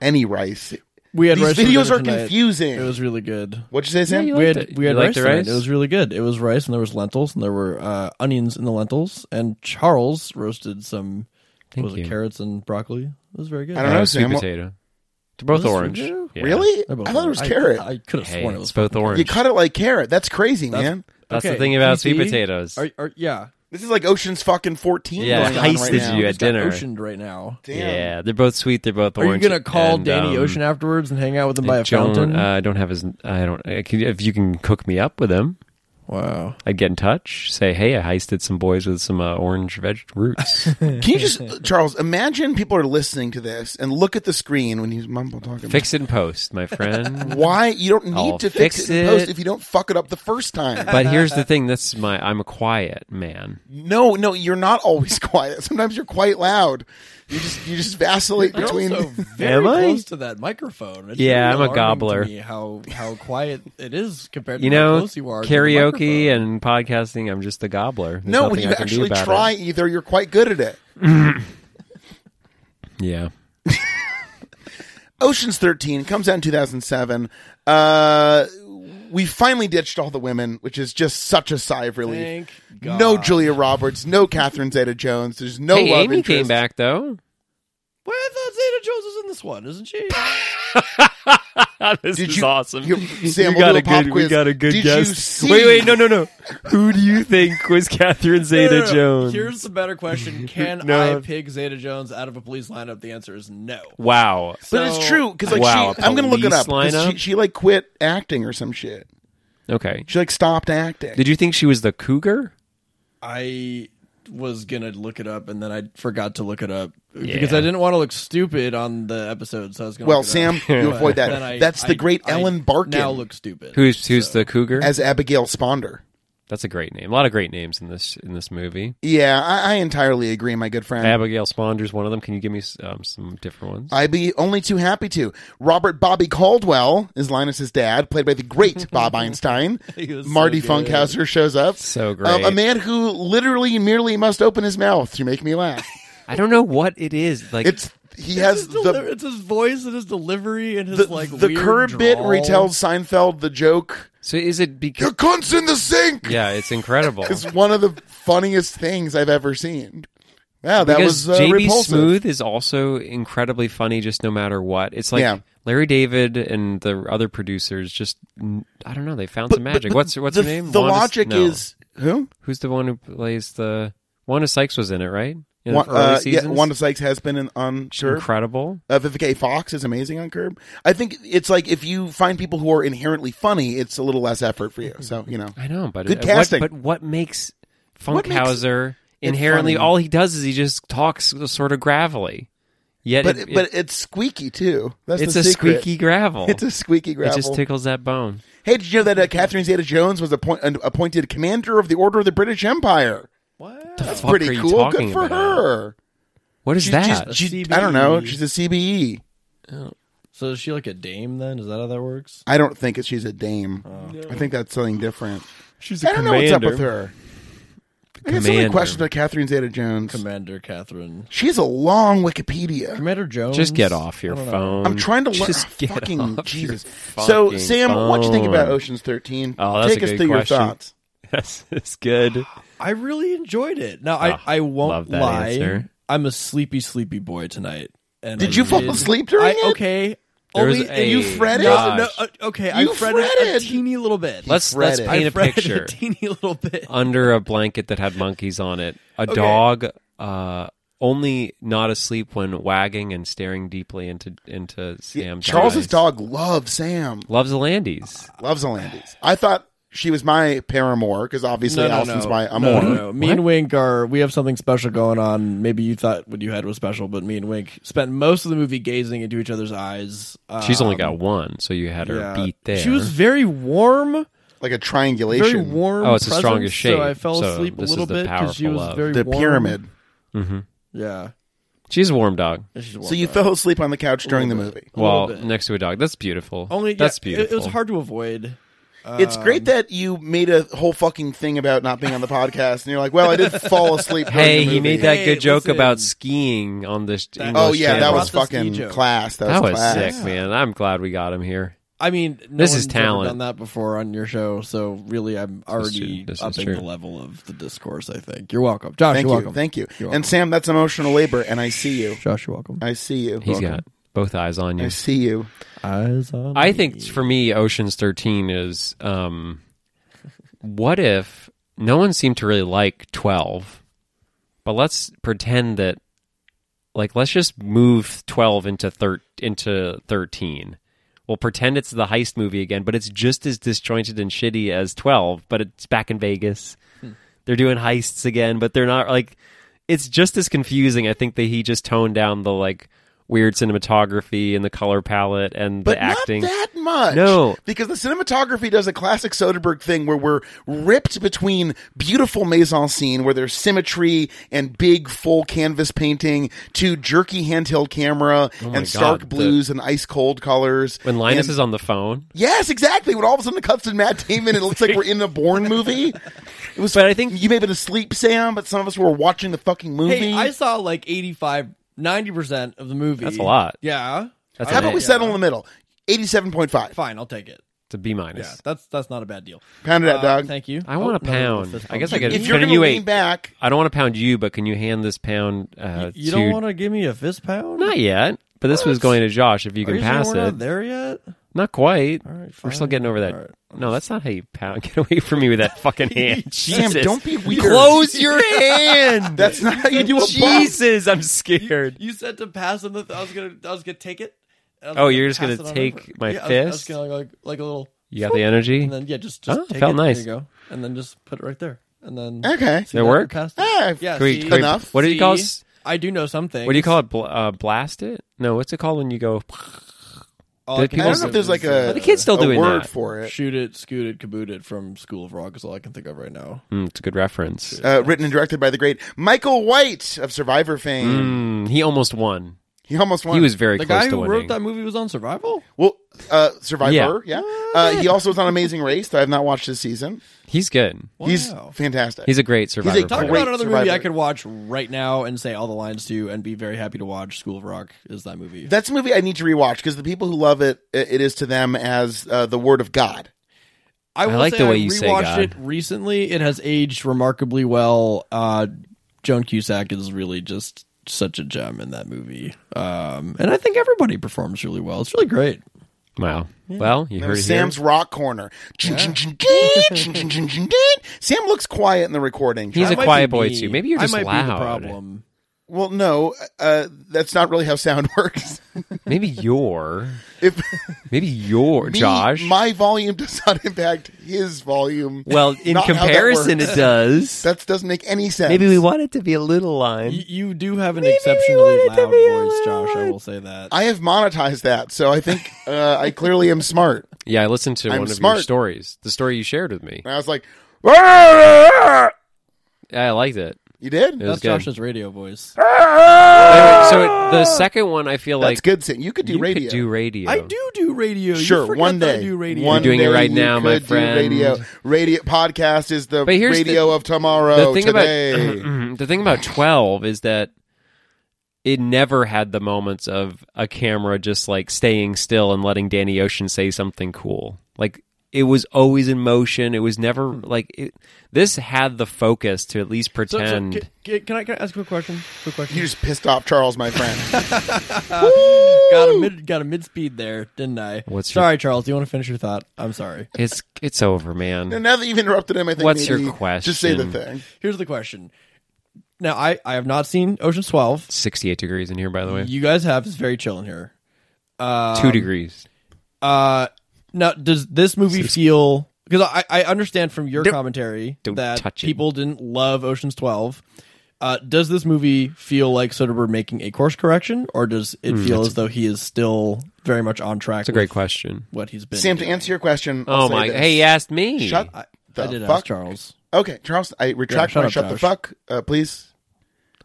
Speaker 2: any rice.
Speaker 3: We had
Speaker 2: These
Speaker 3: rice for
Speaker 2: videos
Speaker 3: dinner
Speaker 2: are
Speaker 3: tonight.
Speaker 2: confusing.
Speaker 3: It was really good.
Speaker 2: What'd you say, Sam?
Speaker 1: you
Speaker 3: We
Speaker 1: liked
Speaker 3: had
Speaker 1: it.
Speaker 3: we had
Speaker 1: You liked
Speaker 3: rice,
Speaker 1: the
Speaker 3: tonight.
Speaker 1: rice?
Speaker 3: It was really good. It was rice and there was lentils and there were uh, onions in the lentils. And Charles roasted some what
Speaker 1: Thank
Speaker 3: was it,
Speaker 1: you.
Speaker 3: carrots and broccoli. It was very good.
Speaker 2: I don't know,
Speaker 1: Uh, sweet
Speaker 2: Sam. What-
Speaker 1: potato. They're both
Speaker 3: Those are
Speaker 1: orange.
Speaker 3: new?
Speaker 1: Yeah.
Speaker 2: really?
Speaker 3: They're both
Speaker 2: I thought it
Speaker 3: orange.
Speaker 2: was carrot.
Speaker 3: I, could have
Speaker 1: Hey,
Speaker 3: sworn it
Speaker 1: it's
Speaker 3: was
Speaker 1: both orange.
Speaker 2: you cut it like carrot. That's crazy, man.
Speaker 1: That's the
Speaker 3: Okay,
Speaker 1: thing about
Speaker 3: PC.
Speaker 1: sweet potatoes.
Speaker 3: Are, are, yeah,
Speaker 2: This is like Ocean's fucking 14
Speaker 1: Yeah,
Speaker 2: going on right
Speaker 1: heisted
Speaker 2: now.
Speaker 1: you at
Speaker 3: It's got
Speaker 1: dinner.
Speaker 3: oceaned right now.
Speaker 2: Damn.
Speaker 1: Yeah, they're both sweet. They're both
Speaker 3: Are you
Speaker 1: orange.
Speaker 3: gonna call
Speaker 1: and,
Speaker 3: Danny
Speaker 1: um,
Speaker 3: Ocean afterwards and hang out with him by a
Speaker 1: Joan-
Speaker 3: fountain?
Speaker 1: uh, I don't have his. I don't. I can, if you can cook me up with him,
Speaker 3: wow.
Speaker 1: I'd get in touch. Say, hey, I heisted some boys with some uh, orange veg roots.
Speaker 2: Can you just, Charles, imagine people are listening to this and look at the screen when he's mumble talking.
Speaker 1: Fix it in post, my friend.
Speaker 2: Why? You don't need
Speaker 1: I'll
Speaker 2: to fix,
Speaker 1: fix
Speaker 2: it in post
Speaker 1: it.
Speaker 2: if you don't fuck it up the first time.
Speaker 1: But here's the thing. That's my. I'm a quiet man.
Speaker 2: no, no, you're not always quiet. Sometimes you're quite loud. You just you just vacillate
Speaker 3: You're
Speaker 2: between
Speaker 3: also very
Speaker 1: Am I?
Speaker 3: close to that microphone. It's
Speaker 1: Yeah,
Speaker 3: really
Speaker 1: I'm a
Speaker 3: alarming
Speaker 1: gobbler.
Speaker 3: To me how how quiet it is compared to
Speaker 1: You
Speaker 3: how
Speaker 1: know,
Speaker 3: close you are. to the
Speaker 1: karaoke
Speaker 3: microphone.
Speaker 1: and podcasting. I'm just the gobbler. There's
Speaker 2: No, when
Speaker 1: nothing
Speaker 2: you
Speaker 1: I can do
Speaker 2: actually
Speaker 1: about
Speaker 2: try
Speaker 1: it.
Speaker 2: either, you're quite good at it.
Speaker 1: Yeah.
Speaker 2: Ocean's 13 comes out in 2007. Uh, we finally ditched all the women, which is just such a sigh of relief.
Speaker 3: Thank God.
Speaker 2: No Julia Roberts, no Catherine Zeta Jones. There's no
Speaker 1: hey,
Speaker 2: love
Speaker 1: Amy
Speaker 2: Oh, interest.
Speaker 1: came back though.
Speaker 3: Well, I thought Indiana Jones is in this one, isn't she?
Speaker 1: this
Speaker 2: Did
Speaker 1: is
Speaker 2: you-
Speaker 1: awesome.
Speaker 2: you- Sam,
Speaker 1: we
Speaker 2: we'll
Speaker 1: got
Speaker 2: do
Speaker 1: a,
Speaker 2: a pop
Speaker 1: good. We
Speaker 2: quiz.
Speaker 1: got a good
Speaker 2: Did you
Speaker 1: guess.
Speaker 2: see-
Speaker 1: Wait, wait, no, no, no. Who do you think was Catherine
Speaker 3: No, no,
Speaker 1: Zeta
Speaker 3: no.
Speaker 1: Jones?
Speaker 3: Here's the better question: Can
Speaker 1: No.
Speaker 3: I pick Zeta Jones out of a police lineup? The answer is no.
Speaker 1: Wow.
Speaker 2: But it's
Speaker 3: So-
Speaker 2: true because like
Speaker 1: Wow,
Speaker 2: she, I'm gonna look it up.
Speaker 1: police
Speaker 2: 'cause She,
Speaker 1: lineup?
Speaker 2: she like quit acting or some shit.
Speaker 1: Okay.
Speaker 2: She like stopped acting.
Speaker 1: Did you think she was the cougar?
Speaker 3: I was gonna look it up and then I forgot to look it up
Speaker 1: Yeah.
Speaker 3: because I didn't want to look stupid on the episode. So I was gonna.
Speaker 2: well,
Speaker 3: look it
Speaker 2: Sam,
Speaker 3: up.
Speaker 2: you
Speaker 3: But
Speaker 2: avoid that.
Speaker 3: then I-
Speaker 2: That's the
Speaker 3: I-
Speaker 2: great
Speaker 3: I
Speaker 2: Ellen Barkin
Speaker 3: Now look stupid.
Speaker 1: Who's who's the cougar?
Speaker 2: as Abigail Sponder.
Speaker 1: That's a great name. A lot of great names in this in this movie.
Speaker 2: Yeah, I, I entirely agree, my good friend.
Speaker 1: Abigail Sponder's one of them. Can you give me s- um, some different ones?
Speaker 2: I'd be only too happy to. Robert Bobby Caldwell is Linus's dad, played by the great Bob Einstein.
Speaker 3: He was so
Speaker 2: Marty
Speaker 3: good.
Speaker 2: Funkhauser shows up.
Speaker 1: So
Speaker 2: Um,
Speaker 1: great.
Speaker 2: a man who literally merely must open his mouth to make me laugh.
Speaker 1: I don't know what it is. Like
Speaker 2: It's he
Speaker 3: It's
Speaker 2: has
Speaker 3: his, deli-
Speaker 2: the
Speaker 3: it's his voice and his delivery and his
Speaker 2: the,
Speaker 3: like
Speaker 2: the
Speaker 3: weird
Speaker 2: curb bit where he
Speaker 3: drawl.
Speaker 2: tells Seinfeld the joke.
Speaker 1: so is it
Speaker 2: Your
Speaker 1: because
Speaker 2: cunt's in the sink.
Speaker 1: Yeah, it's incredible.
Speaker 2: It's one of the funniest things I've ever seen. Wow, that
Speaker 1: because
Speaker 2: was uh,
Speaker 1: JB
Speaker 2: repulsive.
Speaker 1: Smooth is also incredibly funny, just no matter what. It's like
Speaker 2: Yeah.
Speaker 1: Larry David and the other producers just I don't know. They found some magic. what's what's
Speaker 2: the,
Speaker 1: her name?
Speaker 2: The
Speaker 1: Wanda S-
Speaker 2: logic
Speaker 1: no.
Speaker 2: is who?
Speaker 1: who's the one who plays the Wanda Sykes was in it, right? In
Speaker 2: Wa-
Speaker 1: the early
Speaker 2: uh, yeah,
Speaker 1: seasons?
Speaker 2: Wanda Sykes has been in, on Curb.
Speaker 1: incredible.
Speaker 2: Uh, Vivica A. Fox is amazing on Curb. I think it's like if you find people who are inherently funny, it's a little less effort for you. So you know,
Speaker 1: I know, but
Speaker 2: Good
Speaker 1: it-
Speaker 2: casting.
Speaker 1: What, but what makes
Speaker 2: What makes
Speaker 1: Funkhauser inherently
Speaker 2: funny?
Speaker 1: all he does is he just talks sort of gravelly. Yet,
Speaker 2: but
Speaker 1: it-
Speaker 2: but
Speaker 1: it-
Speaker 2: it's squeaky too. That's
Speaker 1: it's
Speaker 2: the
Speaker 1: a
Speaker 2: secret.
Speaker 1: squeaky gravel.
Speaker 2: It's a squeaky
Speaker 1: it
Speaker 2: gravel.
Speaker 1: just tickles that bone.
Speaker 2: hey, did you know that uh, Catherine Zeta-Jones was appoint- an- appointed commander of the Order of the British Empire?
Speaker 3: What?
Speaker 1: Fuck are
Speaker 2: Pretty
Speaker 1: you
Speaker 2: cool.
Speaker 1: talking
Speaker 2: Good for
Speaker 1: about? E.
Speaker 2: her.
Speaker 1: What is
Speaker 2: She's,
Speaker 1: that?
Speaker 2: she's-
Speaker 3: A
Speaker 2: she's-
Speaker 3: CBE.
Speaker 2: I don't know. She's a E. CBE.
Speaker 3: So is she like a dame then? Is that how that works?
Speaker 2: I don't think that she's a dame. I think that's something different.
Speaker 1: she's
Speaker 2: I don't know what's up with her. I got so many
Speaker 1: Commander.
Speaker 2: questions about Catherine Zeta-Jones.
Speaker 3: Commander Catherine.
Speaker 2: she has a long Wikipedia.
Speaker 3: Commander Jones.
Speaker 1: Just get off your
Speaker 3: I don't know.
Speaker 1: phone.
Speaker 2: I'm trying to learn.
Speaker 1: Um, Just get
Speaker 2: fucking
Speaker 1: off your
Speaker 2: Jesus. so,
Speaker 1: fucking
Speaker 2: Sam, what do you think
Speaker 1: phone.
Speaker 2: about Ocean's Thirteen?
Speaker 1: Oh, that's
Speaker 2: Take
Speaker 1: a
Speaker 2: us
Speaker 1: good
Speaker 2: through
Speaker 1: question.
Speaker 2: your thoughts.
Speaker 1: Yes, it's good.
Speaker 3: I really enjoyed it. Now
Speaker 1: Ah,
Speaker 3: I, I won't
Speaker 1: love that
Speaker 3: lie.
Speaker 1: answer.
Speaker 3: I'm a sleepy, sleepy boy tonight. And
Speaker 2: Did
Speaker 3: I
Speaker 2: you fall asleep during
Speaker 3: I,
Speaker 2: it?
Speaker 3: Okay.
Speaker 1: There was
Speaker 3: only
Speaker 1: a-
Speaker 2: You fretted?
Speaker 3: No, no,
Speaker 1: Gosh.
Speaker 3: uh, okay,
Speaker 2: You
Speaker 3: I fretted,
Speaker 2: fretted.
Speaker 3: a teeny little bit.
Speaker 1: Let's
Speaker 2: read
Speaker 1: let's
Speaker 2: it.
Speaker 1: paint
Speaker 3: I
Speaker 1: a
Speaker 3: fretted
Speaker 1: picture
Speaker 3: a teeny little bit.
Speaker 1: under a blanket that had monkeys on it. A
Speaker 3: Okay.
Speaker 1: dog, uh, only not asleep when wagging and staring deeply into into Sam's
Speaker 2: Charles's
Speaker 1: eyes.
Speaker 2: dog loves Sam.
Speaker 1: loves the Landys.
Speaker 2: Loves Alandis. I thought she was my paramour because obviously Allison's my
Speaker 3: no,
Speaker 2: amour.
Speaker 3: no, no. Me and Wink are we have something special going on. Maybe you thought what you had was special, but me and Wink spent most of the movie gazing into each other's eyes. Um,
Speaker 1: She's only got one, so you had her
Speaker 3: yeah.
Speaker 1: beat there.
Speaker 3: She was very warm,
Speaker 2: Like a
Speaker 3: very
Speaker 2: triangulation.
Speaker 3: warm.
Speaker 1: Oh, it's the
Speaker 3: presence,
Speaker 1: strongest shape,
Speaker 3: So I fell
Speaker 1: so
Speaker 3: asleep a
Speaker 1: this is
Speaker 3: little
Speaker 1: the
Speaker 3: bit because she
Speaker 1: powerful
Speaker 3: was
Speaker 1: love.
Speaker 3: very
Speaker 2: the
Speaker 3: warm.
Speaker 2: pyramid.
Speaker 3: Yeah.
Speaker 1: Mm-hmm. She's a warm dog.
Speaker 3: And she's
Speaker 2: So
Speaker 3: warm.
Speaker 2: you fell asleep on the couch during the movie.
Speaker 3: A little
Speaker 1: Well,
Speaker 3: bit.
Speaker 1: next to a dog, that's beautiful.
Speaker 3: only
Speaker 1: that's
Speaker 3: yeah, it-
Speaker 1: beautiful.
Speaker 3: It, was hard to avoid.
Speaker 2: It's great that you made a whole fucking thing about not being on the podcast, and you're like, "Well, I did fall asleep." During
Speaker 1: Hey,
Speaker 2: the
Speaker 1: he
Speaker 2: movie.
Speaker 1: made that
Speaker 3: Hey,
Speaker 1: good joke
Speaker 3: listen.
Speaker 1: about skiing on this. English
Speaker 2: Oh yeah,
Speaker 1: channel.
Speaker 2: that
Speaker 3: Brought
Speaker 2: was
Speaker 3: the ski
Speaker 2: fucking
Speaker 3: joke.
Speaker 2: class. That was,
Speaker 1: That was
Speaker 2: class.
Speaker 1: sick, man. I'm glad we got him here.
Speaker 3: I mean, no
Speaker 1: This
Speaker 3: one's
Speaker 1: is
Speaker 3: ever
Speaker 1: talent.
Speaker 3: Done that before on your show, so really, I'm already
Speaker 1: true. This is
Speaker 3: upping
Speaker 1: true.
Speaker 3: the level of the discourse. I think you're welcome, Josh.
Speaker 2: Thank
Speaker 3: you're
Speaker 2: you.
Speaker 3: welcome.
Speaker 2: Thank you.
Speaker 3: You're
Speaker 2: And Sam, that's emotional labor, and I see you.
Speaker 3: Josh, you're welcome.
Speaker 2: I see you.
Speaker 1: He's got both eyes on
Speaker 2: I
Speaker 1: you.
Speaker 2: see you.
Speaker 3: Eyes on.
Speaker 1: I think for me, Ocean's Thirteen is um, what if no one seemed to really like Twelve, but let's pretend that, like, let's just move Twelve into thir- into Thirteen. We'll pretend it's the heist movie again, but it's just as disjointed and shitty as Twelve, but it's back in Vegas.
Speaker 3: Hmm.
Speaker 1: They're doing heists again, but they're not like. It's just as confusing. I think that he just toned down the like weird cinematography and the color palette and
Speaker 2: But
Speaker 1: the acting.
Speaker 2: not that much.
Speaker 1: No.
Speaker 2: Because the cinematography does a classic Soderbergh thing where we're ripped between beautiful mise en scene where there's symmetry and big full canvas painting to jerky handheld camera
Speaker 1: Oh my
Speaker 2: and
Speaker 1: God,
Speaker 2: stark
Speaker 1: the-
Speaker 2: blues and ice cold colors.
Speaker 1: When Linus
Speaker 2: And-
Speaker 1: is on the phone.
Speaker 2: Yes, exactly. When all of a sudden it cuts to Matt Damon, it looks like we're in a Bourne movie. It was
Speaker 1: But I think-
Speaker 2: you may have been asleep, Sam, but some of us were watching the fucking movie.
Speaker 3: Hey, I saw like 85, 90 percent of the movie.
Speaker 1: That's a lot.
Speaker 3: Yeah.
Speaker 1: That's
Speaker 2: How
Speaker 1: an
Speaker 2: about
Speaker 1: A.
Speaker 2: we settle in the middle? Eighty-seven point five.
Speaker 3: Fine, I'll take it.
Speaker 1: It's a B
Speaker 3: Yeah,
Speaker 1: minus.
Speaker 3: that's that's not a bad deal.
Speaker 2: Pound it out,
Speaker 3: Uh,
Speaker 2: dog.
Speaker 3: Thank you.
Speaker 1: I want a
Speaker 3: another
Speaker 1: pound.
Speaker 3: fist
Speaker 1: I guess
Speaker 3: bump.
Speaker 1: I could-
Speaker 2: If you're
Speaker 1: Can
Speaker 2: gonna
Speaker 1: you
Speaker 2: lean
Speaker 1: wait?
Speaker 2: back,
Speaker 1: I don't want to pound you, but can you hand this pound? Uh,
Speaker 3: You
Speaker 1: to...
Speaker 3: don't want to give me a fist pound?
Speaker 1: Not yet. But this was going to Josh. If you
Speaker 3: Are
Speaker 1: can
Speaker 3: you saying
Speaker 1: pass
Speaker 3: we're
Speaker 1: it,
Speaker 3: Not there yet.
Speaker 1: not quite.
Speaker 3: All right,
Speaker 1: We're still
Speaker 3: fine.
Speaker 1: getting over that.
Speaker 3: All right.
Speaker 1: No, that's not how you pound. Get away from me with that fucking hand.
Speaker 2: Sam,
Speaker 1: Jesus.
Speaker 2: don't be weird.
Speaker 1: Close your hand.
Speaker 2: That's not how you do a bump.
Speaker 1: Jesus, I'm scared.
Speaker 3: You said to pass him. The th- I was gonna. I was gonna take it. I was
Speaker 1: Oh, you're just
Speaker 3: pass
Speaker 1: gonna
Speaker 3: it on
Speaker 1: take
Speaker 3: over.
Speaker 1: my
Speaker 3: Yeah, I was- I was
Speaker 1: fist?
Speaker 3: gonna, like, like a little,
Speaker 1: You got the energy?
Speaker 3: and then yeah, just just
Speaker 1: Oh,
Speaker 3: take
Speaker 1: felt
Speaker 3: it.
Speaker 1: nice.
Speaker 3: There you go, and then just put it right there, and then
Speaker 2: Okay.
Speaker 1: Did it work?
Speaker 3: Passed it.
Speaker 2: Ah,
Speaker 3: Yeah,
Speaker 1: Can we-
Speaker 3: see,
Speaker 1: can we-
Speaker 2: Enough.
Speaker 1: What do you call
Speaker 3: see,
Speaker 1: it?
Speaker 3: I do know something.
Speaker 1: What do you call it? Bl- uh, blast it? No, what's it called when you go?
Speaker 3: All I
Speaker 1: Did
Speaker 3: can
Speaker 1: people-
Speaker 2: I don't know
Speaker 3: think
Speaker 2: if there's
Speaker 3: of
Speaker 2: like
Speaker 3: is, uh,
Speaker 2: a
Speaker 1: the kid's still
Speaker 2: a
Speaker 1: doing
Speaker 2: word
Speaker 1: that.
Speaker 2: for it.
Speaker 3: shoot it, scoot it, kaboot it from School of Rock is all I can think of right now.
Speaker 1: Mm, it's a good reference.
Speaker 2: Uh, written and directed by the great Michael White of Survivor fame.
Speaker 1: Mm, he almost won.
Speaker 2: He almost won.
Speaker 1: He was very
Speaker 3: The
Speaker 1: close
Speaker 3: guy
Speaker 1: to
Speaker 3: who
Speaker 1: winning.
Speaker 3: wrote that movie was on Survival.
Speaker 2: well, uh, Survivor. Yeah. Uh, he also was on Amazing Race. That I have not watched this season.
Speaker 1: He's good.
Speaker 2: He's
Speaker 3: Wow.
Speaker 2: fantastic.
Speaker 1: He's a great survivor.
Speaker 3: Talk
Speaker 1: player.
Speaker 2: Great
Speaker 3: about another movie
Speaker 2: Survivor.
Speaker 3: I could watch right now and say all the lines to and be very happy to watch. School of Rock is that movie.
Speaker 2: That's a movie I need to rewatch because the people who love it, i- it is to them as uh, the word of God.
Speaker 1: I like the way you say
Speaker 3: rewatched
Speaker 1: God.
Speaker 3: it recently. It has aged remarkably well. Uh, Joan Cusack is really just such a gem in that movie, um, and I think everybody performs really well. It's really great.
Speaker 1: Wow. Well, you
Speaker 2: That
Speaker 1: heard
Speaker 2: was
Speaker 1: it
Speaker 2: Sam's
Speaker 1: here.
Speaker 2: Rock Corner. Chin, chin, chin, chin, chin, chin, chin, chin. Sam looks quiet in the recording.
Speaker 1: He's
Speaker 3: That
Speaker 1: a
Speaker 3: might be
Speaker 1: quiet boy
Speaker 3: me.
Speaker 1: too. Maybe you're
Speaker 3: I
Speaker 1: just
Speaker 3: might be the
Speaker 1: loud.
Speaker 3: problem.
Speaker 2: well, no, uh, that's not really how sound works.
Speaker 1: Maybe you're.
Speaker 2: If
Speaker 1: Maybe you're
Speaker 2: me-
Speaker 1: Josh.
Speaker 2: my volume does not impact his volume.
Speaker 1: well, in
Speaker 2: Not how that
Speaker 1: comparison,
Speaker 2: works.
Speaker 1: it does.
Speaker 2: that doesn't make any sense.
Speaker 1: Maybe we want it to be a little line.
Speaker 3: You, you do have an
Speaker 1: Maybe we
Speaker 3: exceptionally
Speaker 1: wanted to
Speaker 3: loud
Speaker 1: be a
Speaker 3: voice,
Speaker 1: little
Speaker 3: Josh. I
Speaker 1: loud.
Speaker 3: will say that.
Speaker 2: I have monetized that, so I think uh, I clearly am smart.
Speaker 1: Yeah, I listened to
Speaker 2: I'm
Speaker 1: one of
Speaker 2: smart.
Speaker 1: your stories. The story you shared with me.
Speaker 2: And I was like, "Arr!"
Speaker 1: I liked it.
Speaker 2: you did?
Speaker 1: It
Speaker 3: That's
Speaker 1: was good.
Speaker 3: Josh's radio voice.
Speaker 1: Anyway, so it- the second one, I feel
Speaker 2: Ah. That's
Speaker 1: like
Speaker 2: good. Sam. You could do
Speaker 1: you
Speaker 2: radio.
Speaker 1: could do radio.
Speaker 3: I do do radio. You
Speaker 2: Sure,
Speaker 3: forget
Speaker 2: one
Speaker 3: that
Speaker 2: day.
Speaker 3: I do radio.
Speaker 2: One
Speaker 1: You're doing it
Speaker 2: day
Speaker 1: right
Speaker 2: you
Speaker 1: now, my
Speaker 2: could do Radio,
Speaker 1: friend.
Speaker 2: radio podcast is the
Speaker 1: But here's the-
Speaker 2: radio of tomorrow.
Speaker 1: The thing
Speaker 2: today.
Speaker 1: about the thing about twelve is that it never had the moments of a camera just like staying still and letting Danny Ocean say something cool. Like it was always in motion. It was never
Speaker 2: Hmm.
Speaker 1: like it, this had the focus to at least
Speaker 3: So- so
Speaker 1: pretend.
Speaker 3: ca- ca- can, I, can I ask a quick question? Quick question.
Speaker 2: you just pissed off Charles, my friend.
Speaker 3: got a mid got a mid speed there, didn't I?
Speaker 1: What's your-
Speaker 3: sorry, Charles? Do you want to finish your thought? I'm sorry.
Speaker 1: it's it's over, man.
Speaker 2: and now that you've interrupted him, I think
Speaker 1: What's your
Speaker 2: maybe Just say the
Speaker 1: question?
Speaker 2: thing.
Speaker 3: Here's the question. Now I I have not seen Ocean's Twelve.
Speaker 1: Sixty eight degrees in here, by the way.
Speaker 3: You guys have it's very chill in here.
Speaker 2: Um,
Speaker 1: Two degrees.
Speaker 3: Uh, now does this movie feel? Because I I understand from your commentary
Speaker 1: don't
Speaker 3: that
Speaker 1: touch it.
Speaker 3: people didn't love Ocean's Twelve. Uh, does this movie feel like Soderbergh making a course correction, or does it feel as though he is still very much on track?
Speaker 1: Hmm, That's a great question.
Speaker 3: What he's been.
Speaker 2: Sam, to
Speaker 3: doing?
Speaker 2: answer your question. I'll
Speaker 1: Oh
Speaker 2: say
Speaker 1: my!
Speaker 2: this.
Speaker 1: Hey, you asked me.
Speaker 2: Shut
Speaker 3: I,
Speaker 2: the
Speaker 3: I did
Speaker 2: fuck.
Speaker 3: ask Charles.
Speaker 2: Okay, Charles, I retract
Speaker 3: shut
Speaker 2: my
Speaker 3: up,
Speaker 2: shut the
Speaker 3: Josh.
Speaker 2: fuck, uh, please.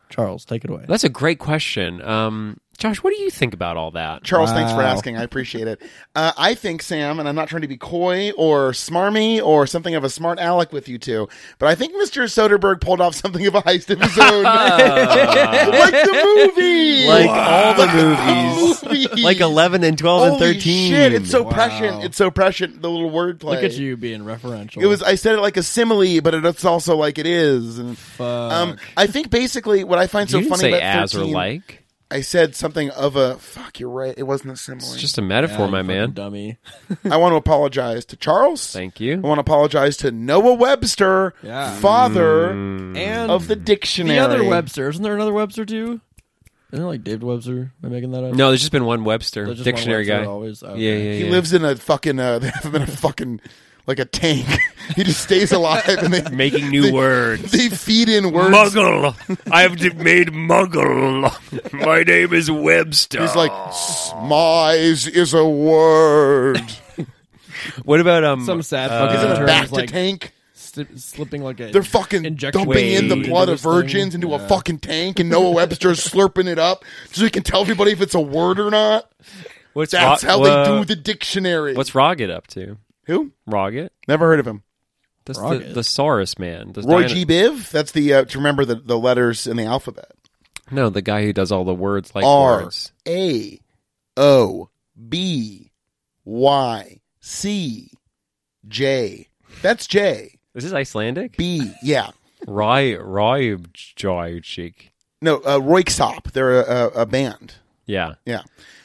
Speaker 3: Charles, take it away.
Speaker 1: That's a great question, um, Josh. What do you think about all that?
Speaker 2: Charles, thanks for
Speaker 3: Wow.
Speaker 2: asking. I appreciate it. Uh, I think, Sam, and I'm not trying to be coy or smarmy or something of a smart aleck with you two, but I think Mr. Soderbergh pulled off something of a heist of his own. like the movie!
Speaker 1: Like all the movies.
Speaker 2: the movie!
Speaker 1: like 11 and 12 and
Speaker 2: Holy
Speaker 1: 13.
Speaker 2: shit, it's so
Speaker 3: Wow.
Speaker 2: prescient. It's so prescient, the little wordplay.
Speaker 3: Look at you being referential.
Speaker 2: It was. I said it like a simile, but it- it's also like it is. And, um, I think basically what I find so
Speaker 1: you didn't
Speaker 2: funny
Speaker 1: say
Speaker 2: about
Speaker 1: as or
Speaker 2: 13
Speaker 1: like.
Speaker 2: I said something of a fuck. You're right. It wasn't a simile.
Speaker 1: It's just a metaphor,
Speaker 3: Yeah,
Speaker 1: my
Speaker 3: you fucking
Speaker 1: man.
Speaker 3: Dummy.
Speaker 2: I want to apologize to Charles.
Speaker 1: Thank
Speaker 2: I
Speaker 1: you.
Speaker 2: want to apologize to Noah Webster,
Speaker 3: Yeah.
Speaker 2: father
Speaker 1: Mm. Hmm.
Speaker 3: And
Speaker 2: of the
Speaker 3: the
Speaker 2: dictionary.
Speaker 3: other Webster. Isn't there another Webster too? Isn't there like David Webster? Am I making that up?
Speaker 1: No, there's just been one Webster,
Speaker 3: There's just one
Speaker 1: dictionary
Speaker 3: Webster
Speaker 1: guy.
Speaker 3: Always. Oh,
Speaker 1: Yeah,
Speaker 3: okay.
Speaker 1: yeah, yeah.
Speaker 2: He lives in a fucking. Uh, they have him in a fucking like a tank. he just stays alive, and they
Speaker 1: Making new words.
Speaker 2: they feed in words.
Speaker 1: Muggle. I've d- made Muggle. My name is Webster.
Speaker 2: He's like, smize is a word.
Speaker 1: what about um?
Speaker 3: Some sad
Speaker 1: uh,
Speaker 3: fucking term
Speaker 2: Back
Speaker 3: is
Speaker 2: to
Speaker 3: like
Speaker 2: tank.
Speaker 3: sti- slipping like a.
Speaker 2: They're fucking
Speaker 3: Injection
Speaker 2: dumping
Speaker 3: Wait.
Speaker 2: in the blood of
Speaker 3: This thing.
Speaker 2: virgins into a
Speaker 3: Yeah.
Speaker 2: fucking tank, and Noah Webster's slurping it up so he can tell everybody if it's a word or not.
Speaker 1: what's
Speaker 2: That's
Speaker 1: Ro-
Speaker 2: how
Speaker 1: wha-
Speaker 2: they do the dictionary.
Speaker 1: uh, What's Roggett up to?
Speaker 2: who?
Speaker 1: Roggett.
Speaker 2: Never heard of him.
Speaker 1: That's
Speaker 3: Roggett?
Speaker 1: the the Saurus man. The
Speaker 2: Roy
Speaker 1: dino-
Speaker 2: G. Biv. That's the uh, to remember the, the letters in the alphabet.
Speaker 1: No, the guy who does all the words like
Speaker 2: R
Speaker 1: words.
Speaker 2: A O B Y C J. That's J
Speaker 1: Is this Icelandic?
Speaker 2: B. Yeah.
Speaker 1: Roy Roy Joy cheek.
Speaker 2: No, uh, Royksop. They're a, a, a band.
Speaker 1: Yeah.
Speaker 2: Yeah.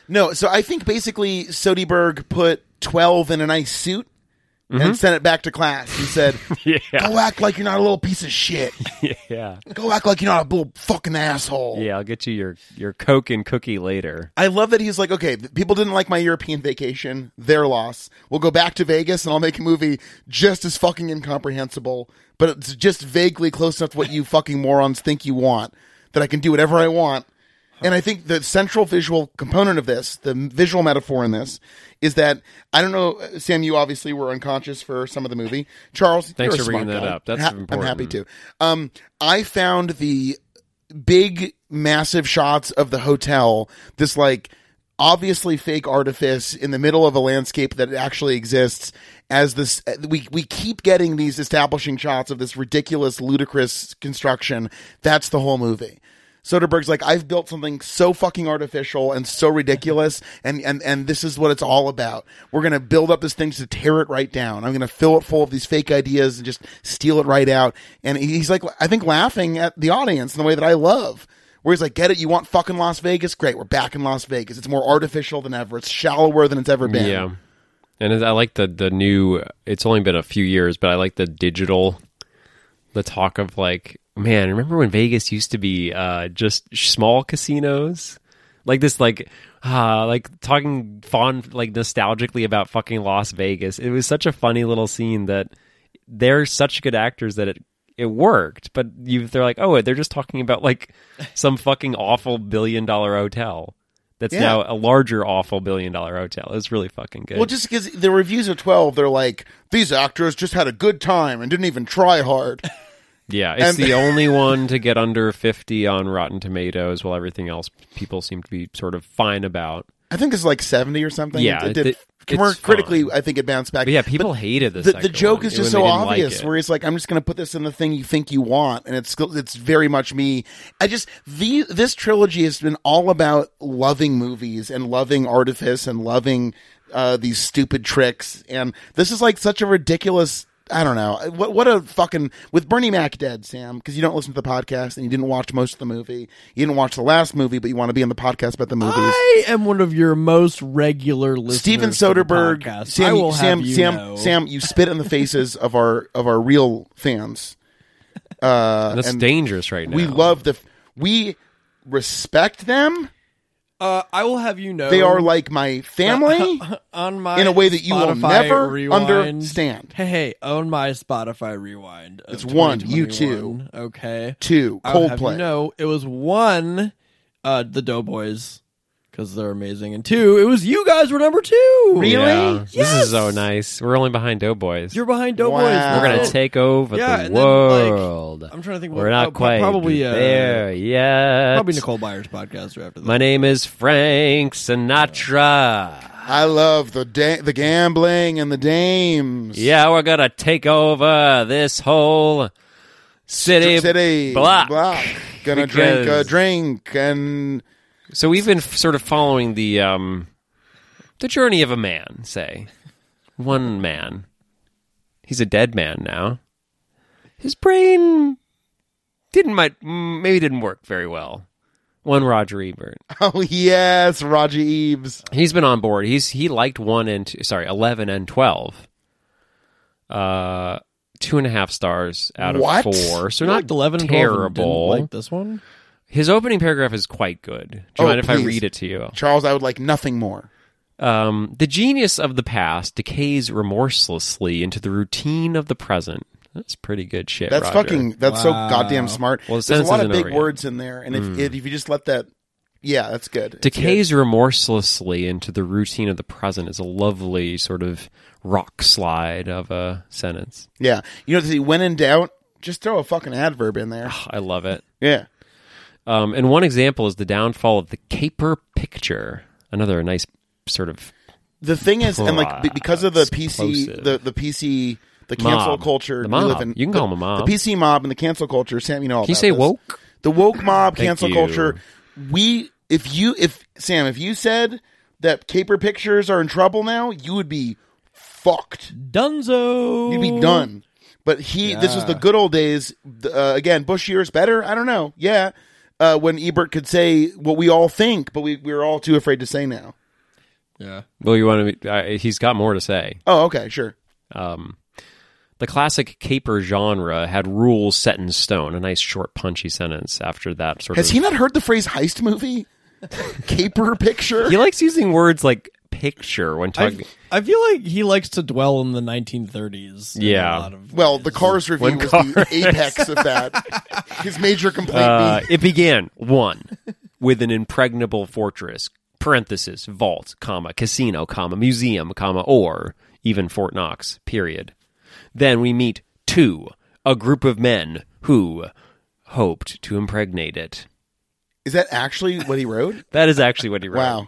Speaker 2: No, so I think basically Soderbergh put 12 in a nice suit and sent it back to class. He said,
Speaker 1: Mm-hmm. Yeah.
Speaker 2: Go act like you're not a little piece of shit.
Speaker 1: Yeah.
Speaker 2: Go act like you're not a little fucking asshole.
Speaker 1: Yeah, I'll get you your your Coke and cookie later.
Speaker 2: I love that he's like, okay, th- people didn't like my European vacation. Their loss. We'll go back to Vegas and I'll make a movie just as fucking incomprehensible, but it's just vaguely close enough to what you fucking morons think you want that I can do whatever I want. And I think the central visual component of this, the m- visual metaphor in this, is that I don't know, uh, Sam. You obviously were unconscious for some of the movie. Charles,
Speaker 1: Thanks
Speaker 2: you're a
Speaker 1: for bringing
Speaker 2: smart
Speaker 1: that
Speaker 2: guy.
Speaker 1: up. That's
Speaker 2: I'm happy
Speaker 1: important.
Speaker 2: to. Um, I found the big, massive shots of the hotel, this like obviously fake artifice in the middle of a landscape that actually exists as this we we keep getting these establishing shots of this ridiculous ludicrous construction that's the whole movie Soderbergh's like I've built something so fucking artificial and so ridiculous and and and this is what it's all about we're going to build up this thing to tear it right down I'm going to fill it full of these fake ideas and just steal it right out and he's like I think laughing at the audience in the way that I love where he's like, get it, you want fucking Las Vegas? Great, we're back in Las Vegas. It's more artificial than ever. It's shallower than it's ever been.
Speaker 1: Yeah. And I like the the new it's only been a few years, but I like the digital the talk of like, man, remember when Vegas used to be uh just small casinos? Like this like ah like talking fond like nostalgically about fucking Las Vegas. It was such a funny little scene that they're such good actors that it it worked, but you they're like, "Oh, they're just talking about like some fucking awful billion dollar hotel." That's
Speaker 2: Yeah.
Speaker 1: now a larger awful billion dollar hotel. It's really fucking good.
Speaker 2: Well, just because the reviews are 12, they're like, these actors just had a good time and didn't even try hard.
Speaker 1: Yeah, it's
Speaker 2: And-
Speaker 1: the only one to get under 50 on Rotten Tomatoes, while everything else people seem to be sort of fine about.
Speaker 2: I think it's like 70 or something.
Speaker 1: Yeah,
Speaker 2: It did-
Speaker 1: it- it's
Speaker 2: more critically,
Speaker 1: fine.
Speaker 2: I think it bounced back.
Speaker 1: But yeah, people hated this.
Speaker 2: the, the joke is just so obvious
Speaker 1: Like
Speaker 2: where
Speaker 1: it.
Speaker 2: he's like i'm just going to put this in the thing you think you want and it's it's very much me i just the this trilogy has been all about loving movies and loving artifice and loving uh, these stupid tricks and this is like such a ridiculous I don't know what what a fucking with Bernie Mac dead Sam because you don't listen to the podcast and you didn't watch most of the movie you didn't watch the last movie but you want to be on the podcast about the movies
Speaker 3: I am one of your most regular listeners.
Speaker 2: Steven
Speaker 3: to the
Speaker 2: Soderbergh,
Speaker 3: podcast.
Speaker 2: Sam,
Speaker 3: I will
Speaker 2: Sam,
Speaker 3: have you
Speaker 2: Sam,
Speaker 3: know.
Speaker 2: Sam, you spit in the faces of our of our real fans. Uh,
Speaker 1: That's
Speaker 2: and
Speaker 1: dangerous right now.
Speaker 2: we love the we respect them.
Speaker 3: Uh, I will have you know
Speaker 2: They are like my family
Speaker 3: on my
Speaker 2: in a way that you will
Speaker 3: Spotify
Speaker 2: never
Speaker 3: rewind.
Speaker 2: understand.
Speaker 3: Hey, hey, own my Spotify rewind. of
Speaker 2: It's one, you two.
Speaker 3: 2021. Okay.
Speaker 2: too.
Speaker 3: I would Oh, have you
Speaker 2: Coldplay.
Speaker 3: know, it was one, uh, the Doughboys, because they're amazing, and two, it was you guys were number two.
Speaker 2: Really?
Speaker 1: Yeah. This
Speaker 3: Yes!
Speaker 1: is so nice. We're only behind Doughboys.
Speaker 3: You're behind Doughboys.
Speaker 2: Wow.
Speaker 1: We're gonna
Speaker 2: Oh.
Speaker 3: That's it.
Speaker 1: take over
Speaker 3: Yeah,
Speaker 1: the
Speaker 3: and then, like,
Speaker 1: world.
Speaker 3: I'm trying to think.
Speaker 1: We're
Speaker 3: what-
Speaker 1: not
Speaker 3: oh,
Speaker 1: quite
Speaker 3: probably uh,
Speaker 1: there yet.
Speaker 3: Probably Nicole Byers podcast or after that.
Speaker 1: My name is Frank Sinatra.
Speaker 2: I love the da- the gambling and the dames.
Speaker 1: Yeah, we're gonna take over this whole city,
Speaker 2: City
Speaker 1: block.
Speaker 2: Gonna
Speaker 1: Because-
Speaker 2: drink a drink and
Speaker 1: So we've been f- sort of following the um, the journey of a man, say, one man. He's a dead man now. His brain didn't might mm, maybe didn't work very well. One Roger Ebert.
Speaker 2: oh yes, Roger Eves.
Speaker 1: He's been on board. He's he liked one and two, sorry eleven and twelve. Uh, two and a half stars out of
Speaker 2: What?
Speaker 1: four. So
Speaker 3: You
Speaker 1: not
Speaker 3: liked 11 and 12 and didn't
Speaker 1: terrible.
Speaker 3: like this one.
Speaker 1: His opening paragraph is quite good. Do you
Speaker 2: Oh,
Speaker 1: mind if I
Speaker 2: please.
Speaker 1: read it to you?
Speaker 2: Charles, I would like nothing more.
Speaker 1: Um, the genius of the past decays remorselessly into the routine of the present. That's pretty good shit.
Speaker 2: That's
Speaker 1: Roger.
Speaker 2: fucking. That's so
Speaker 3: Wow.
Speaker 2: goddamn smart.
Speaker 1: Well, the
Speaker 2: There's a
Speaker 1: sentence
Speaker 2: lot of
Speaker 1: isn't
Speaker 2: big
Speaker 1: over Mm. yet.
Speaker 2: words in there, and if, if if you just let that, yeah, that's good. It's
Speaker 1: decays remorselessly into the routine of the present is a lovely sort of rock slide of a sentence.
Speaker 2: good. Yeah, you know, see, when in doubt, just throw a fucking adverb in there.
Speaker 1: Ah, I love it.
Speaker 2: Yeah,
Speaker 1: Um, and one example is the downfall of the caper picture. Another nice sort of
Speaker 2: the thing is, and like be- because of the PC,
Speaker 1: Explosive.
Speaker 2: the the PC, the cancel
Speaker 1: Mob.
Speaker 2: culture,
Speaker 1: The
Speaker 2: we live
Speaker 1: mob.
Speaker 2: in-
Speaker 1: You can
Speaker 2: the-
Speaker 1: call 'em a mob.
Speaker 2: The PC mob and the cancel culture. Sam, you know, all
Speaker 1: Can you
Speaker 2: about
Speaker 1: say
Speaker 2: this.
Speaker 1: woke?
Speaker 2: The woke mob, cancel
Speaker 1: you.
Speaker 2: culture. We, if you, if Sam, if you said that caper pictures are in trouble now, you would be fucked.
Speaker 3: Dunzo.
Speaker 2: You'd be done. But he, this was the good old days. Uh, again, Bush years better. I don't know. Yeah, uh, when Ebert could say what we all think, but we, we're all too afraid to say now.
Speaker 3: Yeah.
Speaker 1: Well, you want to? Uh, he's got more to say.
Speaker 2: Oh, okay, sure.
Speaker 1: Um, the classic caper genre had rules set in stone. A nice short, punchy sentence after that sort
Speaker 2: Has
Speaker 1: of.
Speaker 2: he not heard the phrase heist movie? Caper picture?
Speaker 1: he likes using words like picture when
Speaker 3: I,
Speaker 1: talking.
Speaker 3: I feel like he likes to dwell in the 1930s. in a
Speaker 1: Yeah.
Speaker 3: lot of
Speaker 2: Well,
Speaker 3: ways.
Speaker 2: the Cars review
Speaker 1: When
Speaker 2: was the
Speaker 1: Cars-
Speaker 2: apex of that. His major complaint
Speaker 1: Uh,
Speaker 2: being
Speaker 1: it began one with an impregnable fortress (parenthesis vault, comma casino, comma museum, comma or even Fort Knox). Period. Then we meet two, a group of men who hoped to impregnate it.
Speaker 2: is that actually what he wrote?
Speaker 1: That is actually what he wrote.
Speaker 2: Wow.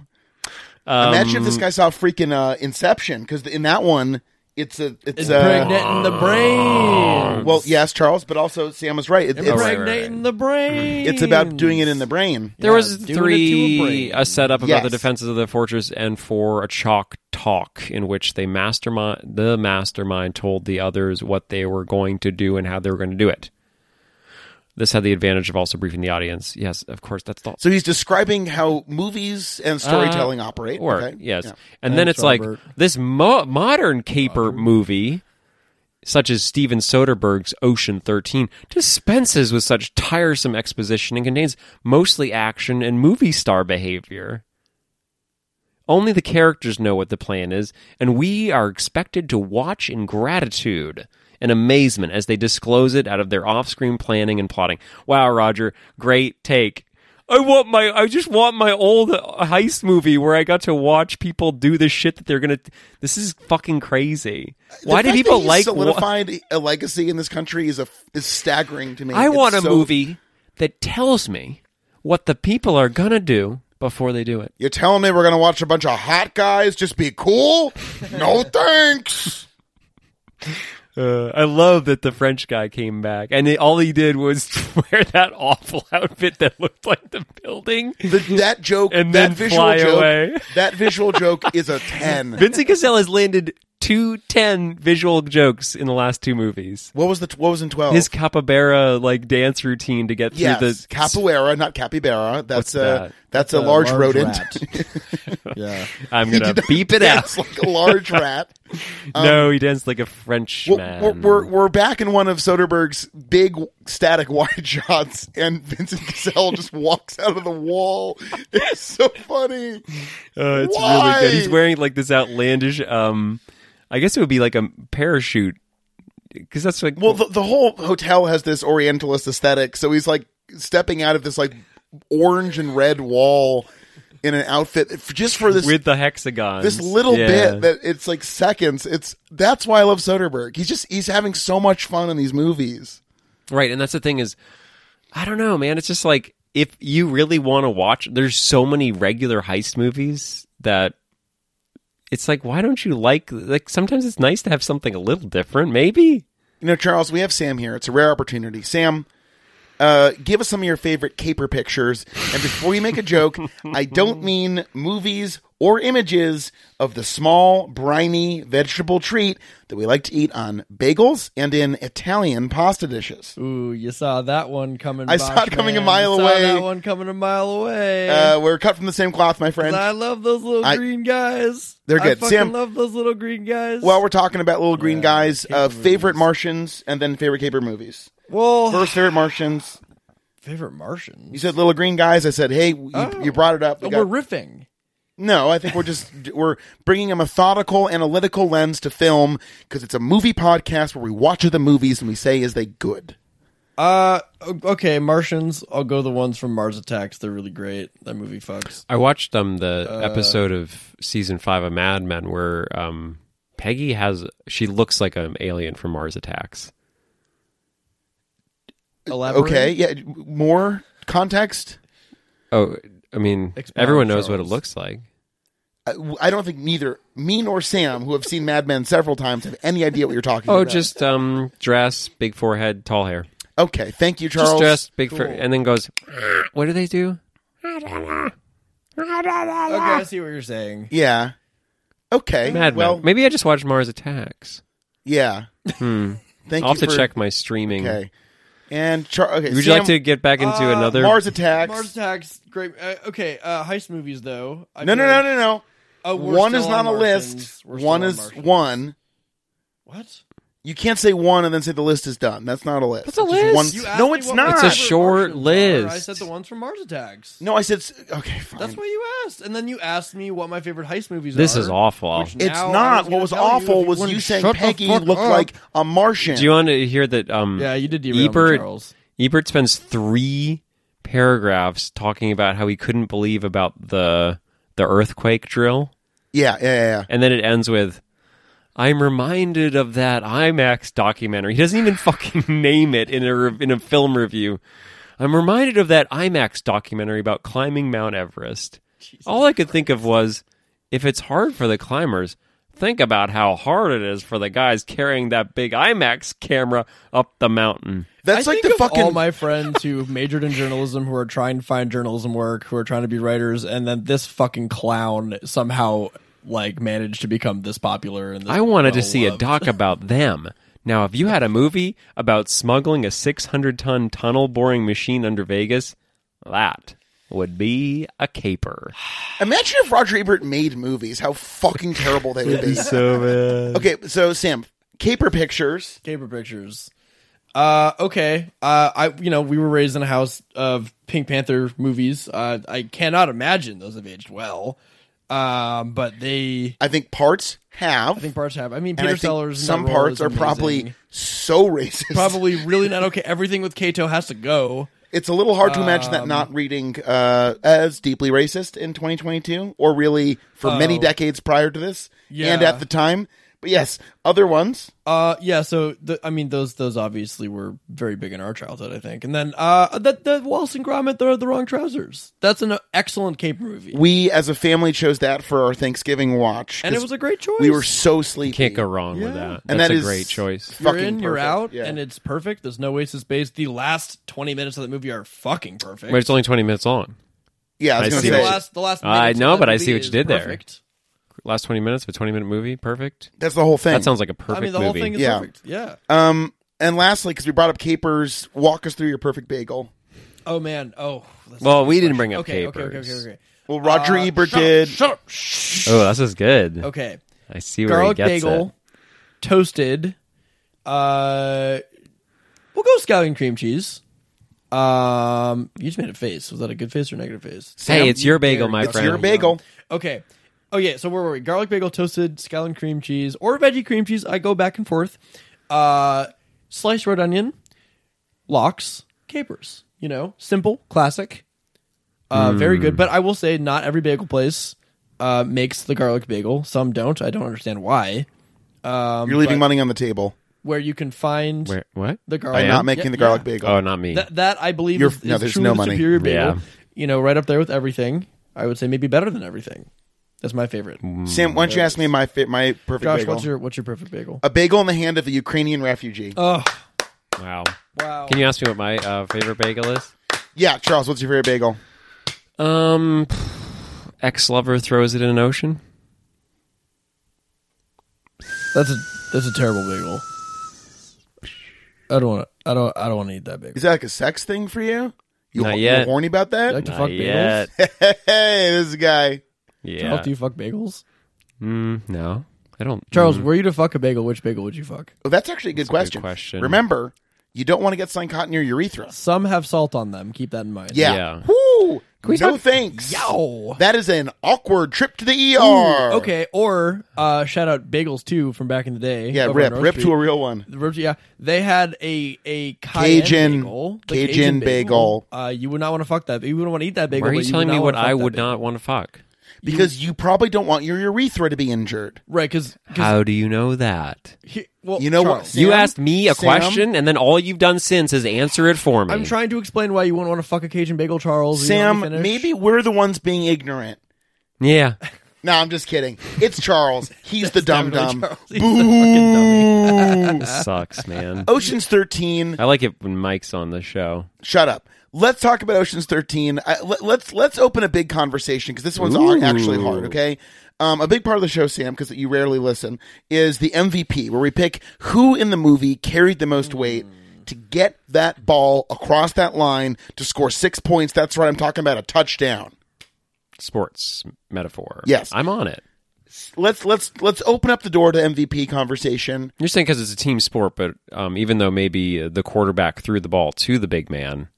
Speaker 2: Imagine if this
Speaker 1: Um,
Speaker 2: guy saw freaking uh, Inception, because in that one, it's a it's a
Speaker 3: Impregnate in the brain.
Speaker 2: well, yes, Charles, but also Sam was right. It- it's
Speaker 1: right,
Speaker 3: Impregnate in the brain.
Speaker 2: it's about doing it in the brain.
Speaker 1: There
Speaker 3: Yeah,
Speaker 1: was
Speaker 3: doing it to a
Speaker 1: three
Speaker 3: brain.
Speaker 1: a setup about
Speaker 2: Yes.
Speaker 1: the defenses of the fortress and for a chalk talk in which they mastermind the mastermind told the others what they were going to do and how they were going to do it. This had the advantage of also briefing the audience. Yes, of course, that's the
Speaker 2: So he's describing how movies and storytelling
Speaker 1: Uh,
Speaker 2: operate.
Speaker 1: work.
Speaker 2: okay?
Speaker 1: Yes,
Speaker 2: Yeah.
Speaker 1: and then
Speaker 3: Thanks,
Speaker 1: it's
Speaker 3: Robert.
Speaker 1: like this mo- modern caper movie, such as Steven Soderbergh's Ocean Thirteen, dispenses with such tiresome exposition and contains mostly action and movie star behavior. Only the characters know what the plan is, and we are expected to watch in gratitude and amazement as they disclose it out of their off-screen planning and plotting. Wow, Roger, great take. I want my I just want my old heist movie where I got to watch people do the shit that they're going to This is fucking crazy.
Speaker 2: The
Speaker 1: Why do
Speaker 2: fact that
Speaker 1: people
Speaker 2: he's
Speaker 1: like wa-
Speaker 2: solidified a legacy in this country is a is staggering to me.
Speaker 1: I
Speaker 2: It's
Speaker 1: want a
Speaker 2: so-
Speaker 1: movie that tells me what the people are going to do before they do it.
Speaker 2: You're telling me we're gonna watch a bunch of hot guys just be cool? No thanks.
Speaker 1: Uh, I love that the French guy came back, and it, all he did was wear that awful outfit that looked like the building.
Speaker 2: The, that joke,
Speaker 1: And
Speaker 2: that
Speaker 1: then
Speaker 2: visual
Speaker 1: fly
Speaker 2: joke,
Speaker 1: away.
Speaker 2: that visual joke is a ten.
Speaker 1: Vincent Cassell has landed two ten visual jokes in the last two movies.
Speaker 2: What was the what was in twelve?
Speaker 1: His capybara like dance routine to get
Speaker 2: Oh. yes,
Speaker 1: through the
Speaker 2: capoeira, not capybara. That's
Speaker 1: What's
Speaker 2: a
Speaker 1: that?
Speaker 2: that's a large, rodent.
Speaker 3: rat. yeah.
Speaker 1: I'm gonna beep it out.
Speaker 2: That's like a large rat. um,
Speaker 1: no, he danced like a French man.
Speaker 2: We're, we're we're back in one of Soderbergh's big static wide shots, and Vincent Cassell just walks out of the wall. It's so funny.
Speaker 1: Uh, it's
Speaker 2: Why?
Speaker 1: really good. He's wearing like this outlandish. Um, I guess it would be like a parachute because that's like
Speaker 2: Well, the, the whole hotel has this Orientalist aesthetic, so he's like stepping out of this like orange and red wall in an outfit f- just for this
Speaker 1: with the hexagons.
Speaker 2: this little
Speaker 1: Yeah.
Speaker 2: bit that it's like seconds. It's that's why I love Soderbergh. He's just he's having so much fun in these movies.
Speaker 1: Right, and that's the thing is, I don't know, man. It's just like if you really want to watch, there's so many regular heist movies that it's like, why don't you like? Like sometimes it's nice to have something a little different, maybe.
Speaker 2: You know, Charles, we have Sam here. It's a rare opportunity. Sam, uh, give us some of your favorite caper pictures. And before you make a joke, I don't mean movies or images of the small, briny vegetable treat that we like to eat on bagels and in Italian pasta dishes.
Speaker 3: Ooh, you saw that one coming.
Speaker 2: I saw it
Speaker 3: Bosch,
Speaker 2: coming a
Speaker 3: man.
Speaker 2: mile
Speaker 3: You saw
Speaker 2: away.
Speaker 3: That one coming a mile away.
Speaker 2: Uh, we're cut from the same cloth, my friend.
Speaker 3: I love those little
Speaker 2: I-
Speaker 3: green guys.
Speaker 2: They're
Speaker 3: I
Speaker 2: good.
Speaker 3: fucking
Speaker 2: Sam-
Speaker 3: love those little green guys.
Speaker 2: While we're talking about little green guys,
Speaker 3: caper
Speaker 2: uh, favorite
Speaker 3: movies.
Speaker 2: Martians, and then favorite caper movies.
Speaker 3: well,
Speaker 2: First, favorite Martians.
Speaker 3: favorite
Speaker 2: You
Speaker 3: Martians.
Speaker 2: said little green guys. I said, hey, you,
Speaker 3: Oh.
Speaker 2: you brought it up. We
Speaker 3: Oh,
Speaker 2: got-
Speaker 3: we're riffing.
Speaker 2: No, I think we're just we're bringing a methodical, analytical lens to film because it's a movie podcast where we watch the movies and we say is they good.
Speaker 3: Uh, o- okay, Martians. I'll go the ones from Mars Attacks. They're really great. That movie fucks.
Speaker 1: I watched um the episode of season five of Mad Men where um Peggy has she looks like an alien from Mars Attacks.
Speaker 3: Elaborate.
Speaker 2: Okay, yeah, more context.
Speaker 1: Oh, I mean,
Speaker 3: Expound,
Speaker 1: everyone knows what it
Speaker 3: Charles.
Speaker 1: looks like.
Speaker 2: I, I don't think neither me nor Sam, who have seen Mad Men several times, have any idea what you're talking
Speaker 1: Oh,
Speaker 2: about.
Speaker 1: just um dress, big forehead, tall hair.
Speaker 2: okay. Thank you,
Speaker 1: just
Speaker 2: Charles.
Speaker 1: dressed big fur, and then goes. What do they do?
Speaker 3: Okay, I see what you're saying.
Speaker 2: yeah. Okay.
Speaker 1: Mad Men.
Speaker 2: well,
Speaker 1: Maybe I just watched Mars Attacks.
Speaker 2: yeah. Thank
Speaker 1: I'll have
Speaker 2: you
Speaker 1: to
Speaker 2: for-
Speaker 1: check my streaming.
Speaker 2: Okay. And Char- okay,
Speaker 1: Would you
Speaker 2: Sam-
Speaker 1: like to get back into
Speaker 3: Uh,
Speaker 1: another?
Speaker 2: Mars Attacks?
Speaker 3: Mars Attacks, great. Uh, okay, uh, heist movies though. I
Speaker 2: no, no,
Speaker 3: feel
Speaker 2: no,
Speaker 3: like-
Speaker 2: no, no.
Speaker 3: Oh, we're
Speaker 2: one
Speaker 3: still
Speaker 2: is not
Speaker 3: on
Speaker 2: a
Speaker 3: Martians.
Speaker 2: list.
Speaker 3: We're still
Speaker 2: One
Speaker 3: on
Speaker 2: is
Speaker 3: Martians.
Speaker 2: one.
Speaker 3: What?
Speaker 2: You can't say one and then say the list is done. That's not a list.
Speaker 1: That's a
Speaker 2: It's just
Speaker 1: list.
Speaker 2: one-
Speaker 1: You
Speaker 2: No, it's not.
Speaker 1: It's a sh- short
Speaker 3: I
Speaker 1: list.
Speaker 3: said the ones from Mars Attacks.
Speaker 2: no, I said s- okay. Fine.
Speaker 3: That's why you asked, and then you asked me what my favorite heist movies
Speaker 1: This
Speaker 3: are.
Speaker 1: is awful.
Speaker 3: which
Speaker 2: it's
Speaker 3: now I
Speaker 2: not.
Speaker 3: gonna
Speaker 2: what was
Speaker 3: tell you
Speaker 2: awful
Speaker 3: if
Speaker 2: was
Speaker 3: wouldn't
Speaker 2: you saying
Speaker 3: shut the
Speaker 2: Peggy
Speaker 3: fuck
Speaker 2: looked
Speaker 3: up.
Speaker 2: like a Martian.
Speaker 1: Do you want to hear that? Um,
Speaker 3: Yeah, you did derail me,
Speaker 1: Ebert-
Speaker 3: Charles.
Speaker 1: Ebert spends three paragraphs talking about how he couldn't believe about the the earthquake drill,
Speaker 2: yeah, yeah, yeah, yeah.
Speaker 1: and then it ends with, "I'm reminded of that IMAX documentary." He doesn't even fucking name it in a re- in a film review. I'm reminded of that IMAX documentary about climbing Mount Everest. All I could think of was, if it's hard for the climbers. Think about how hard it is for the guys carrying that big IMAX camera up the mountain.
Speaker 2: That's
Speaker 3: I
Speaker 2: like
Speaker 3: think
Speaker 2: the
Speaker 3: of all
Speaker 2: fucking.
Speaker 3: my friends who majored in journalism, who are trying to find journalism work, who are trying to be writers, and then this fucking clown somehow like managed to become this popular. And this
Speaker 1: I wanted to
Speaker 3: well
Speaker 1: see a
Speaker 3: loved.
Speaker 1: doc about them. Now, if you had a movie about smuggling a 600 ton tunnel boring machine under Vegas, that would be a caper.
Speaker 2: imagine if Roger Ebert made movies, how fucking terrible they would be.
Speaker 1: So
Speaker 2: okay, so Sam, Caper Pictures.
Speaker 3: Caper Pictures. Uh, okay. Uh, I you know we were raised in a house of Pink Panther movies. Uh, I cannot imagine those have aged well. Um, but they,
Speaker 2: I think parts have.
Speaker 3: I think parts have. I mean,
Speaker 2: and
Speaker 3: Peter
Speaker 2: I think
Speaker 3: Sellers. in that
Speaker 2: some
Speaker 3: role
Speaker 2: parts
Speaker 3: is
Speaker 2: are
Speaker 3: amazing.
Speaker 2: probably so racist.
Speaker 3: probably really not okay. Everything with Kato has to go.
Speaker 2: It's a little hard to imagine
Speaker 3: Um,
Speaker 2: that not reading uh, as deeply racist in 2022, or really for many decades prior to this and
Speaker 3: Oh. Yeah.
Speaker 2: at the time. But yes, other ones.
Speaker 3: Uh, yeah. So the, I mean, those those obviously were very big in our childhood, I think. And then uh, that the Wallace and Gromit, the the wrong trousers. That's an excellent cape movie,
Speaker 2: We as a family chose that for our Thanksgiving watch.
Speaker 3: and it
Speaker 2: 'cause
Speaker 3: was a great choice.
Speaker 2: we were so sleepy.
Speaker 1: Can't go wrong with
Speaker 3: Yeah.
Speaker 1: that. That's
Speaker 2: And that
Speaker 1: a
Speaker 2: is-
Speaker 1: great choice.
Speaker 3: You're
Speaker 2: fucking
Speaker 3: in, you're
Speaker 2: perfect.
Speaker 3: out,
Speaker 2: Yeah.
Speaker 3: and it's perfect. There's no waste of space. The last 20 minutes of that movie are fucking perfect.
Speaker 1: Wait, it's only 20 minutes long.
Speaker 2: Yeah, I was
Speaker 1: I
Speaker 2: going
Speaker 1: see
Speaker 2: to
Speaker 3: the
Speaker 1: what
Speaker 2: say
Speaker 3: last, the last.
Speaker 1: I
Speaker 3: minutes of
Speaker 1: know,
Speaker 3: that
Speaker 1: but I
Speaker 3: movie
Speaker 1: see what you
Speaker 3: is
Speaker 1: did there.
Speaker 3: perfect.
Speaker 1: Last 20 minutes of a 20 minute movie? Perfect.
Speaker 2: that's the whole thing.
Speaker 1: That sounds like a perfect
Speaker 3: I mean, the
Speaker 1: movie.
Speaker 3: whole thing is
Speaker 2: Yeah.
Speaker 3: perfect. Yeah.
Speaker 2: um, and lastly, because we brought up capers, walk us through your perfect bagel.
Speaker 3: Oh man. Oh. that's-
Speaker 1: well, we didn't bring up
Speaker 3: okay, okay.
Speaker 1: papers.
Speaker 3: Okay. Okay. Okay.
Speaker 2: Well, Roger
Speaker 3: Uh,
Speaker 2: Ebert
Speaker 3: shut up,
Speaker 2: did.
Speaker 3: shut up.
Speaker 1: Oh, this is good.
Speaker 3: Okay.
Speaker 1: I see where
Speaker 3: Garlic
Speaker 1: he gets
Speaker 3: bagel,
Speaker 1: it.
Speaker 3: toasted. Uh, we'll go scallion cream cheese. Um, you just made a face. Was that a good face or a negative face?
Speaker 1: Hey, it's your bagel, my
Speaker 2: It's
Speaker 1: friend.
Speaker 2: your bagel.
Speaker 3: Okay. Oh yeah. So where were we? Garlic bagel, toasted scallon cream cheese, or veggie cream cheese. I go back and forth. Uh, sliced red onion, locks, capers. You know, simple, classic. Uh, Very
Speaker 2: Mm.
Speaker 3: good. But I will say, not every bagel place uh, makes the garlic bagel. Some don't. I don't understand why. Um,
Speaker 2: You're leaving money on the table
Speaker 3: Where you can find
Speaker 1: Where, what?
Speaker 3: the
Speaker 1: I
Speaker 3: garlic,
Speaker 1: am?
Speaker 2: not making
Speaker 3: Yeah,
Speaker 2: the garlic
Speaker 3: yeah.
Speaker 2: bagel.
Speaker 1: Oh, not me.
Speaker 3: That, that I believe
Speaker 2: You're-
Speaker 3: is,
Speaker 2: no,
Speaker 3: is
Speaker 2: there's
Speaker 3: truly
Speaker 2: no
Speaker 3: the
Speaker 2: money.
Speaker 3: superior bagel.
Speaker 1: Yeah.
Speaker 3: You know, right up there with everything. I would say maybe better than everything. That's my favorite.
Speaker 2: Sam, why don't you ask me my fa- my perfect
Speaker 3: Josh,
Speaker 2: bagel?
Speaker 3: what's your what's your perfect bagel?
Speaker 2: a bagel in the hand of a Ukrainian refugee.
Speaker 3: Oh
Speaker 1: wow.
Speaker 3: wow!
Speaker 1: Can you ask me what my uh, favorite bagel is?
Speaker 2: yeah, Charles, what's your favorite bagel?
Speaker 1: Um, ex lover throws it in an ocean.
Speaker 3: that's a that's a terrible bagel. I don't want to. I don't. I don't want to eat that bagel.
Speaker 2: Is that like a sex thing for you? You,
Speaker 1: Not
Speaker 2: you
Speaker 1: yet.
Speaker 2: horny about
Speaker 3: You like
Speaker 2: that?
Speaker 3: to fuck bagels?
Speaker 2: hey, this is a guy.
Speaker 1: Yeah.
Speaker 3: Charles, do you fuck bagels?
Speaker 1: Mm, no, I don't.
Speaker 3: Charles,
Speaker 1: mm.
Speaker 3: were you to fuck a bagel, which bagel would you fuck?
Speaker 2: Oh, that's actually a good,
Speaker 1: That's a
Speaker 2: question.
Speaker 1: good question.
Speaker 2: Remember, you don't want to get something caught in your urethra.
Speaker 3: Some have salt on them. Keep that in mind.
Speaker 2: Yeah.
Speaker 1: Yeah.
Speaker 2: Woo!
Speaker 3: we
Speaker 2: no
Speaker 3: talk-
Speaker 2: thanks.
Speaker 3: Yow.
Speaker 2: That is an awkward trip to the ER.
Speaker 3: Okay. Or uh, shout out bagels too from back in the day.
Speaker 2: Yeah,
Speaker 3: over on
Speaker 2: rip.
Speaker 3: Rose
Speaker 2: Rip
Speaker 3: Street.
Speaker 2: to a real one.
Speaker 3: The ribs- yeah, they had a a Cayenne
Speaker 2: Cajun-
Speaker 3: bagel, the
Speaker 2: Cajun
Speaker 3: Uh, you would not want to fuck that. You wouldn't want to eat that bagel.
Speaker 1: Why are
Speaker 3: but
Speaker 1: you telling
Speaker 3: would
Speaker 1: me
Speaker 3: not
Speaker 1: what
Speaker 3: wanna fuck
Speaker 1: I
Speaker 3: that
Speaker 1: would
Speaker 3: bagel.
Speaker 1: not want to fuck?
Speaker 2: Because you probably don't want your urethra to be injured.
Speaker 3: Right? Because
Speaker 1: How do you know that?
Speaker 3: well,
Speaker 2: You know what?
Speaker 3: Charles,
Speaker 2: Sam?
Speaker 1: you asked me a
Speaker 2: Sam?
Speaker 1: question, and then all you've done since is answer it for me.
Speaker 3: I'm trying to explain why you wouldn't want to fuck a Cajun bagel, Charles. You know, let me
Speaker 2: Sam,
Speaker 3: finish.
Speaker 2: maybe we're the ones being ignorant.
Speaker 1: Yeah.
Speaker 2: No, I'm just kidding. It's Charles. He's the dumb dumb.
Speaker 3: Definitely, Charles, he's a fucking dummy.
Speaker 1: This sucks, man.
Speaker 2: Ocean's 13.
Speaker 1: I like it when Mike's on the show.
Speaker 2: Shut up. Let's talk about Ocean's 13. I, let, let's let's open a big conversation because this one's a- actually hard, okay? Um, a big part of the show, Sam, because you rarely listen, is the MVP, where we pick who in the movie carried the most weight to get that ball across that line to score six points. That's right. I'm talking about a touchdown.
Speaker 1: Sports metaphor.
Speaker 2: Yes.
Speaker 1: I'm on it.
Speaker 2: Let's let's let's open up the door to MVP conversation.
Speaker 1: You're saying because it's a team sport, but um, even though maybe the quarterback threw the ball to the big man,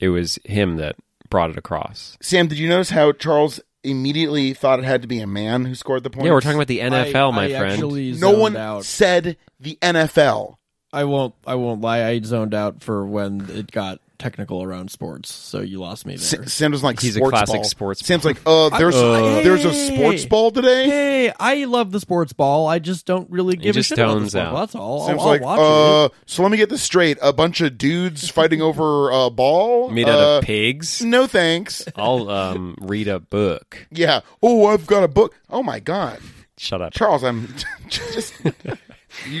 Speaker 1: it was him that brought it across.
Speaker 2: Sam, did you notice how Charles immediately thought it had to be a man who scored the points?
Speaker 1: Yeah, we're talking about the NFL,
Speaker 3: I-
Speaker 1: my
Speaker 3: I
Speaker 1: friend.
Speaker 3: actually
Speaker 2: no
Speaker 3: zoned
Speaker 2: one
Speaker 3: out.
Speaker 2: said the NFL.
Speaker 3: I won't. I won't lie. I zoned out for when it got technical around sports. So you lost me there.
Speaker 2: S- Sam doesn't like
Speaker 1: He's a
Speaker 2: sports
Speaker 1: classic
Speaker 2: ball.
Speaker 1: sports
Speaker 2: Sam's like, uh, there's
Speaker 3: Uh,
Speaker 2: there's a
Speaker 3: hey.
Speaker 2: sports ball today.
Speaker 3: Hey, I love the sports ball. I just don't really give
Speaker 1: just
Speaker 3: a shit about the
Speaker 1: tones
Speaker 3: sports
Speaker 1: out.
Speaker 3: ball. That's all. I'll,
Speaker 2: Sam's
Speaker 3: I'll
Speaker 2: like,
Speaker 3: watch
Speaker 2: uh, so let me get this straight: a bunch of dudes fighting over a ball
Speaker 1: Made out
Speaker 2: Uh,
Speaker 1: of pigs.
Speaker 2: No thanks.
Speaker 1: I'll um, read a book.
Speaker 2: Yeah. Oh, I've got a book. Oh my god,
Speaker 1: Shut up.
Speaker 2: Charles, I'm just you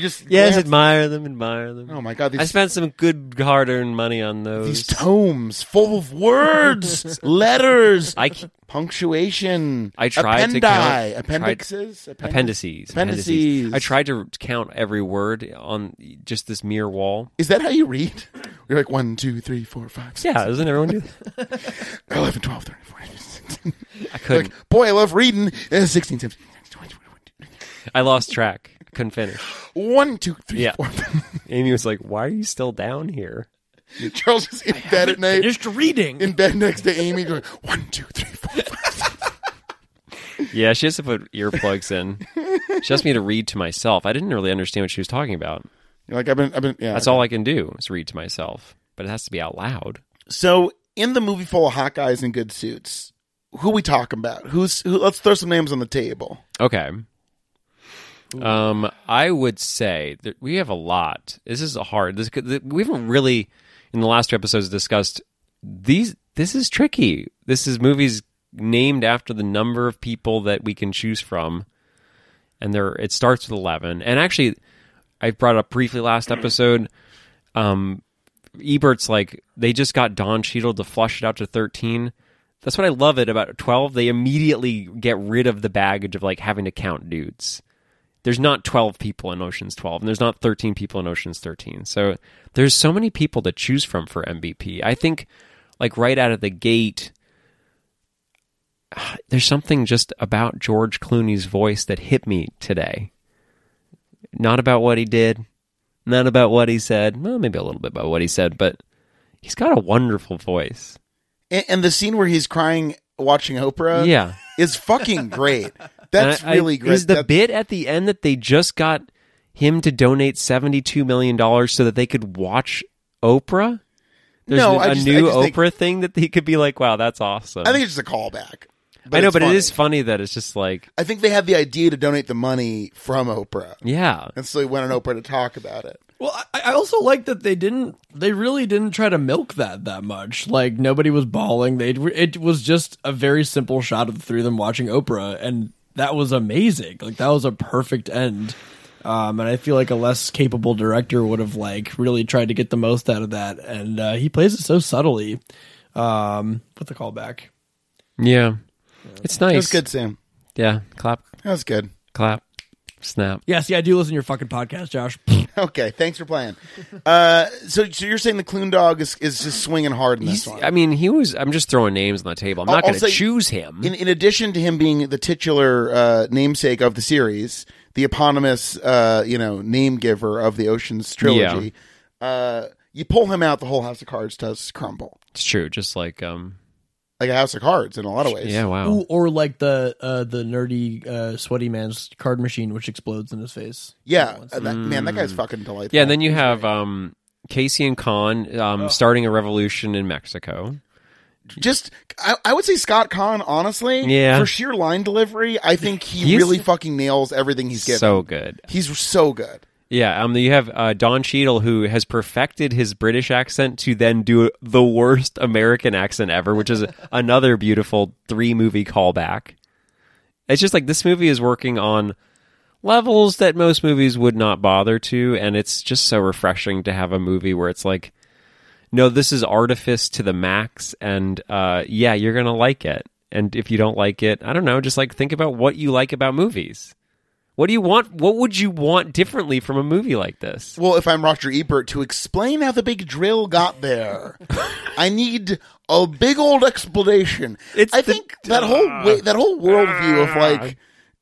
Speaker 2: just
Speaker 1: Yes,
Speaker 2: glanced-
Speaker 1: admire them, admire them.
Speaker 2: Oh my god,
Speaker 1: I
Speaker 2: these
Speaker 1: spent some good hard-earned money on those.
Speaker 2: these tomes full of words, letters,
Speaker 1: I c
Speaker 2: punctuation.
Speaker 1: I tried to count- tried-
Speaker 2: appendixes, Append-
Speaker 1: appendices,
Speaker 2: Appendices.
Speaker 1: I tried to count every word on just this mere wall.
Speaker 2: Is that how you read? You're like one, two, three, four, five, six,
Speaker 1: Yeah, doesn't everyone do that?
Speaker 2: 11, 12, 13, 14, 15, 16.
Speaker 1: I couldn't.
Speaker 2: Like, boy, I love reading. Uh, 16, 17, 20, 21, 22,
Speaker 1: I lost track. Couldn't finish.
Speaker 2: 1, 2, 3,
Speaker 1: Yeah.
Speaker 2: 4.
Speaker 1: Amy was like, "Why are you still down here?"
Speaker 2: Charles is in bed at
Speaker 3: it.
Speaker 2: night.
Speaker 3: Finished reading.
Speaker 2: In bed next to Amy going, one, two, three, four, five.
Speaker 1: Yeah, she has to put earplugs in. She asked me to read to myself. I didn't really understand what she was talking about.
Speaker 2: You're like, I've been, I've been, yeah.
Speaker 1: That's all I can do is read to myself, but it has to be out loud.
Speaker 2: So in the movie full of hot guys in good suits, who we talking about? Who's, who, let's throw some names on the table.
Speaker 1: Okay. Um, I would say that we have a lot. This is a hard. This could- we haven't really in the last two episodes discussed these. This is tricky. This is movies named after the number of people that we can choose from, and there it starts with eleven. And actually, I brought up briefly last episode. Um, Ebert's like they just got Don Cheadle to flush it out to thirteen. That's what I love it about twelve. They immediately get rid of the baggage of like having to count dudes. There's not twelve people in Ocean's Twelve, and there's not thirteen people in Ocean's Thirteen. So there's so many people to choose from for MVP. I think like right out of the gate. There's something just about George Clooney's voice that hit me today. Not about what he did, not about what he said. Well, maybe a little bit about what he said, but he's got a wonderful voice.
Speaker 2: And, and the scene where he's crying watching Oprah
Speaker 1: yeah,
Speaker 2: is fucking great. Uh, That's
Speaker 1: And I- I-
Speaker 2: really great.
Speaker 1: Is the
Speaker 2: That-
Speaker 1: bit at the end that they just got him to donate seventy-two million dollars so that they could watch Oprah? There's
Speaker 2: No,
Speaker 1: a
Speaker 2: I just- I
Speaker 1: new
Speaker 2: just think-
Speaker 1: Oprah thing that he could be like, "Wow, that's awesome."
Speaker 2: I think it's just a callback.
Speaker 1: I know,
Speaker 2: it's
Speaker 1: but
Speaker 2: funny.
Speaker 1: it is funny that it's just like,
Speaker 2: I think they had the idea to donate the money from Oprah,
Speaker 1: yeah,
Speaker 2: and so they went on Oprah to talk about it.
Speaker 3: Well, I, I also like that they didn't. They really didn't try to milk that that much. Like nobody was bawling. They it was just a very simple shot of the three of them watching Oprah, and that was amazing. Like that was a perfect end. Um, and I feel like a less capable director would have like really tried to get the most out of that, and uh, he plays it so subtly. Um, put the call back.
Speaker 1: yeah, it's nice.
Speaker 2: That was good, Sam.
Speaker 1: Yeah, clap,
Speaker 2: That was good.
Speaker 1: clap, snap.
Speaker 3: Yeah, see, I do listen to your fucking podcast, Josh.
Speaker 2: Okay, thanks for playing. Uh, so, so you're saying the Clune Dog is, is just swinging hard in this
Speaker 1: He's-
Speaker 2: one.
Speaker 1: I mean, he was. I'm just throwing names on the table. I'm
Speaker 2: I'll-
Speaker 1: not going
Speaker 2: I'll say-
Speaker 1: to choose him.
Speaker 2: In, in addition to him being the titular uh, namesake of the series, the eponymous, uh, you know, name giver of the Ocean's trilogy, uh, you pull him out, the whole House of Cards does crumble,
Speaker 1: It's true. Just like um.
Speaker 2: like a House of Cards in a lot of ways.
Speaker 1: Yeah. Wow.
Speaker 3: Ooh, or like the uh, the nerdy uh, sweaty man's card machine, which explodes in his face.
Speaker 2: yeah. uh, that- man, that guy's fucking delightful.
Speaker 1: Yeah. And then you have um Casey and Khan um starting a revolution in Mexico.
Speaker 2: just I, I would say Scott Kahn, honestly,
Speaker 1: Yeah.
Speaker 2: for sheer line delivery, I think he
Speaker 1: He's-
Speaker 2: really fucking nails everything he's given.
Speaker 1: So good.
Speaker 2: he's so good.
Speaker 1: Yeah. Um. You have uh, Don Cheadle who has perfected his British accent to then do the worst American accent ever, which is another beautiful three movie callback. It's just like this movie is working on levels that most movies would not bother to and it's just so refreshing to have a movie where it's like no this is artifice to the max and uh, yeah you're gonna like it and if you don't like it i don't know just like think about what you like about movies What do you want? What would you want differently from a movie like this?
Speaker 2: Well, if I'm Roger Ebert, to explain how the big drill got there, I need a big old explanation.
Speaker 1: It's
Speaker 2: I
Speaker 1: the-
Speaker 2: think that whole wa- that whole worldview of like,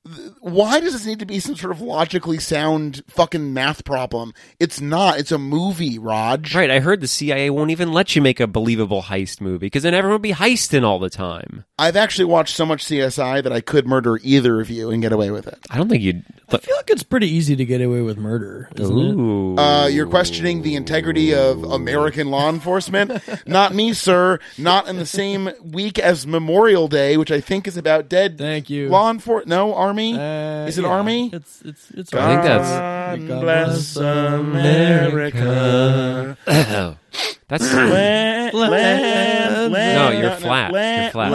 Speaker 2: th- why does this need to be some sort of logically sound fucking math problem? It's not. It's a movie, Raj.
Speaker 1: Right, I heard the CIA won't even let you make a believable heist movie because then everyone would be heisting all the time.
Speaker 2: I've actually watched so much CSI that I could murder either of you and get away with it.
Speaker 1: I don't think you'd.
Speaker 3: I feel like it's pretty easy to get away with murder, isn't it?
Speaker 1: Ooh,
Speaker 2: Uh, you're questioning the integrity of American law enforcement. Not me, sir. Not in the same week as Memorial Day, which I think is about dead.
Speaker 3: Thank you.
Speaker 2: Law enforcement? No, army.
Speaker 3: Uh,
Speaker 2: is it
Speaker 3: yeah.
Speaker 2: army?
Speaker 3: It's it's it's.
Speaker 1: I think that's-
Speaker 3: God
Speaker 2: God
Speaker 3: bless
Speaker 2: bless America.
Speaker 1: that's
Speaker 2: No,
Speaker 1: no. You're flat. You're flat.
Speaker 3: Land,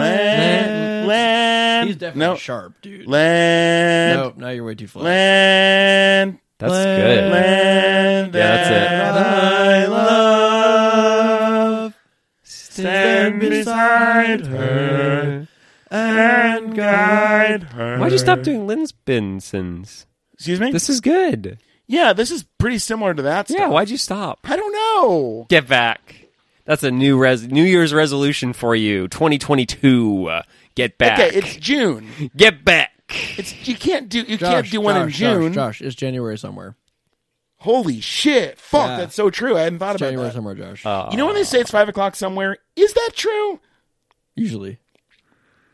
Speaker 3: He's
Speaker 2: Land.
Speaker 3: definitely
Speaker 2: No.
Speaker 3: sharp, dude.
Speaker 2: Land.
Speaker 3: no, now you're way too flat.
Speaker 2: Land.
Speaker 1: That's good.
Speaker 2: Land.
Speaker 1: Yeah, that's it.
Speaker 2: that I love. Stand beside her and guide her.
Speaker 1: Why'd you stop doing Linsbinsons?
Speaker 2: Excuse me?
Speaker 1: This is good.
Speaker 2: yeah, this is pretty similar to that
Speaker 1: Yeah.
Speaker 2: stuff.
Speaker 1: Why'd you stop?
Speaker 2: I don't know.
Speaker 1: Get back. That's a new res- New Year's resolution for you, 2022. Uh, Get back.
Speaker 2: Okay, it's June.
Speaker 1: Get back.
Speaker 2: It's you can't do you
Speaker 3: Josh,
Speaker 2: can't do one in
Speaker 3: Josh,
Speaker 2: June.
Speaker 3: Josh, Josh, it's January somewhere.
Speaker 2: Holy shit! Fuck,
Speaker 3: Yeah.
Speaker 2: that's so true. I hadn't thought about
Speaker 3: January
Speaker 2: that. Uh,
Speaker 3: somewhere, Josh.
Speaker 2: You know when they say it's five o'clock somewhere? Is that true?
Speaker 3: Usually,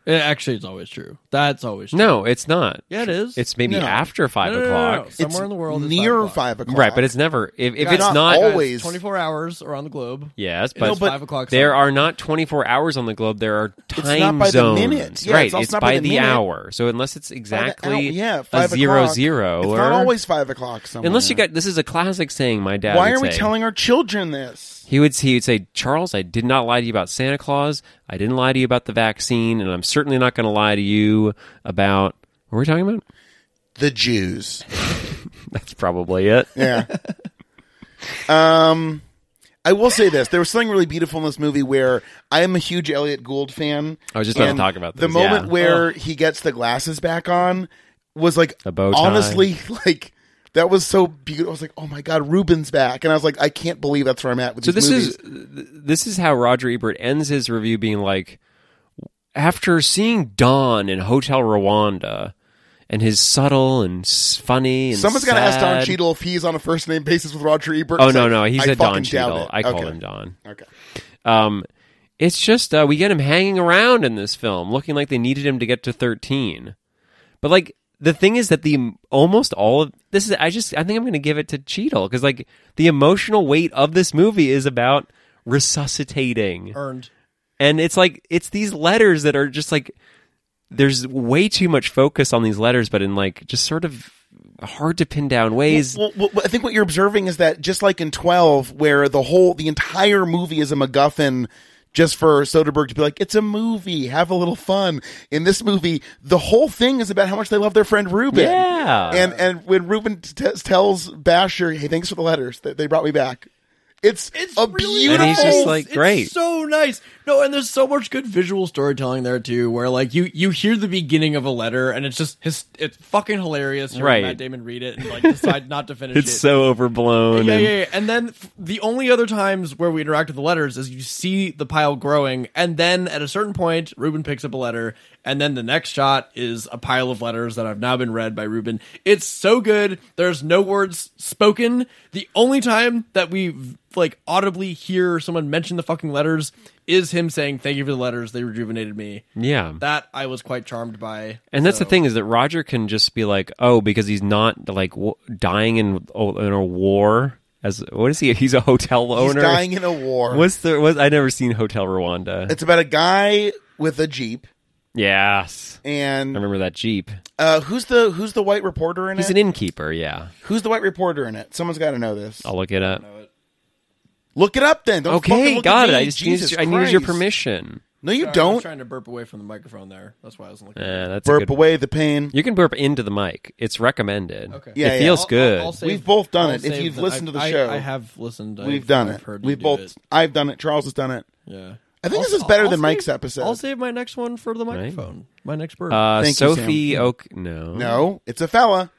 Speaker 3: Yeah, actually, it's always true. That's always true.
Speaker 1: No, it's not.
Speaker 3: Yeah, it is.
Speaker 1: It's maybe
Speaker 2: No.
Speaker 1: after five
Speaker 3: No, no, no, no,
Speaker 1: o'clock.
Speaker 3: no. Somewhere in the world, it's
Speaker 2: near
Speaker 3: o'clock.
Speaker 2: five o'clock.
Speaker 1: Right, but it's never. If, if
Speaker 2: Guys,
Speaker 1: it's
Speaker 2: not
Speaker 1: not,
Speaker 2: always-
Speaker 3: It's 24 hours around the globe.
Speaker 1: yes, but,
Speaker 3: No,
Speaker 2: but-
Speaker 3: five o'clock.
Speaker 1: there
Speaker 3: somewhere.
Speaker 1: are not 24 hours on the globe. There are time
Speaker 2: not by the
Speaker 1: zones.
Speaker 2: minute. Yeah,
Speaker 1: right,
Speaker 2: it's also not by
Speaker 1: by,
Speaker 2: the
Speaker 1: the
Speaker 2: minute.
Speaker 1: hour. So unless it's
Speaker 2: By the hour-
Speaker 1: exactly
Speaker 2: yeah,
Speaker 1: a
Speaker 2: five
Speaker 1: zero
Speaker 2: o'clock.
Speaker 1: zero,
Speaker 2: It's
Speaker 1: or,
Speaker 2: not always five o'clock somewhere.
Speaker 1: unless you got this is a classic saying. My dad.
Speaker 2: Why
Speaker 1: would
Speaker 2: are we
Speaker 1: say.
Speaker 2: telling our children this?
Speaker 1: He would he would say, Charles, I did not lie to you about Santa Claus. I didn't lie to you about the vaccine, and I'm certainly not going to lie to you about. What were we talking about?
Speaker 2: The Jews.
Speaker 1: That's probably it.
Speaker 2: Yeah. um, I will say this: there was something really beautiful in this movie where I am a huge Elliot Gould fan.
Speaker 1: I was just about to
Speaker 2: and
Speaker 1: talk about
Speaker 2: the
Speaker 1: this,
Speaker 2: moment
Speaker 1: yeah.
Speaker 2: where he gets the glasses back on was like
Speaker 1: A bow tie.
Speaker 2: honestly like. That was so beautiful. I was like, "Oh my god, Ruben's back!" And I was like, "I can't believe that's where I'm at with
Speaker 1: So
Speaker 2: these
Speaker 1: this
Speaker 2: movies."
Speaker 1: is th- this is how Roger Ebert ends his review, being like, after seeing Dawn in Hotel Rwanda, and his subtle and s- funny and
Speaker 2: Someone's got to
Speaker 1: sad...
Speaker 2: ask Don Cheadle if he's on a first name basis with Roger Ebert.
Speaker 1: Oh
Speaker 2: It's
Speaker 1: no,
Speaker 2: like,
Speaker 1: no, he
Speaker 2: I
Speaker 1: said Don
Speaker 2: fucking doubt
Speaker 1: Cheadle.
Speaker 2: it.
Speaker 1: I called
Speaker 2: Okay.
Speaker 1: him Don.
Speaker 2: Okay.
Speaker 1: Um, it's just uh, we get him hanging around in this film, looking like they needed him to get to thirteen. But like the thing is that the almost all of this is I just I think I'm going to give it to Cheadle because like the emotional weight of this movie is about resuscitating
Speaker 3: earned.
Speaker 1: and it's like it's these letters that are just like there's way too much focus on these letters, but in like just sort of hard to pin down ways.
Speaker 2: Well, well, well, I think what you're observing is that just like in 12, where the whole, the entire movie is a MacGuffin just for Soderbergh to be like, it's a movie, have a little fun. In this movie, the whole thing is about how much they love their friend Ruben.
Speaker 1: Yeah.
Speaker 2: And, and when Ruben t- tells Basher, hey, thanks for the letters that they brought me back. It's,
Speaker 3: It's
Speaker 2: a
Speaker 3: really
Speaker 2: beautiful.
Speaker 1: And he's just like,
Speaker 3: it's
Speaker 1: great.
Speaker 3: so nice. No, and there's so much good visual storytelling there too, where like you you hear the beginning of a letter, and it's just his, it's fucking hilarious. hearing
Speaker 1: Right.
Speaker 3: Matt Damon read it and like decide not to finish
Speaker 1: it's
Speaker 3: it.
Speaker 1: so overblown.
Speaker 3: yeah,
Speaker 1: and-
Speaker 3: yeah, yeah. And then f- the only other times where we interact with the letters is you see the pile growing, and then at a certain point, Ruben picks up a letter, and then the next shot is a pile of letters that have now been read by Ruben. It's so good. There's no words spoken. The only time that we like audibly hear someone mention the fucking letters is him saying, "Thank you for the letters. They rejuvenated me."
Speaker 1: Yeah.
Speaker 3: That I was quite charmed by.
Speaker 1: And that's
Speaker 3: So-
Speaker 1: the thing is that Roger can just be like, oh, because he's not like w- dying in oh, in a war. As what is he? He's a hotel
Speaker 2: He's
Speaker 1: owner.
Speaker 2: dying in a war.
Speaker 1: What's the? What, I never seen Hotel Rwanda.
Speaker 2: it's about a guy with a Jeep.
Speaker 1: yes, I
Speaker 2: And
Speaker 1: remember that jeep.
Speaker 2: uh, who's the who's the white reporter in
Speaker 1: He's
Speaker 2: it?
Speaker 1: an innkeeper. Yeah,
Speaker 2: who's the white reporter in it? Someone's got to know this.
Speaker 1: I'll look it up.
Speaker 2: Look it up then. Don't fucking
Speaker 1: Okay,
Speaker 2: look
Speaker 1: got
Speaker 2: at
Speaker 1: it.
Speaker 2: me.
Speaker 1: I just
Speaker 2: Jesus
Speaker 1: needed, I needed your
Speaker 2: Christ.
Speaker 1: permission.
Speaker 2: No, you
Speaker 3: Sorry, I was
Speaker 2: don't.
Speaker 3: trying to burp away from the microphone there. That's why I wasn't looking.
Speaker 1: Eh, that's a
Speaker 2: Burp
Speaker 1: good-
Speaker 2: away the pain.
Speaker 1: You can burp into the mic. It's recommended.
Speaker 3: Okay.
Speaker 2: Yeah,
Speaker 1: it
Speaker 2: yeah.
Speaker 1: feels
Speaker 2: I'll-
Speaker 1: good.
Speaker 3: save-
Speaker 2: We've both done
Speaker 3: I'll
Speaker 2: it. If
Speaker 3: save
Speaker 2: you've
Speaker 3: the-
Speaker 2: listened to the
Speaker 3: I-
Speaker 2: show.
Speaker 3: I, I have listened. I've,
Speaker 2: We've done
Speaker 3: I've
Speaker 2: it.
Speaker 3: heard you
Speaker 2: We've
Speaker 3: do
Speaker 2: both.
Speaker 3: it.
Speaker 2: I've done it. Charles has done it.
Speaker 3: Yeah.
Speaker 2: I think this is better than Mike's
Speaker 3: save,
Speaker 2: episode.
Speaker 3: I'll save my next one for the microphone. My next bird.
Speaker 1: Uh,
Speaker 2: Thank you,
Speaker 1: Sophie
Speaker 2: Sam.
Speaker 1: Oak. No.
Speaker 2: No, it's a fella.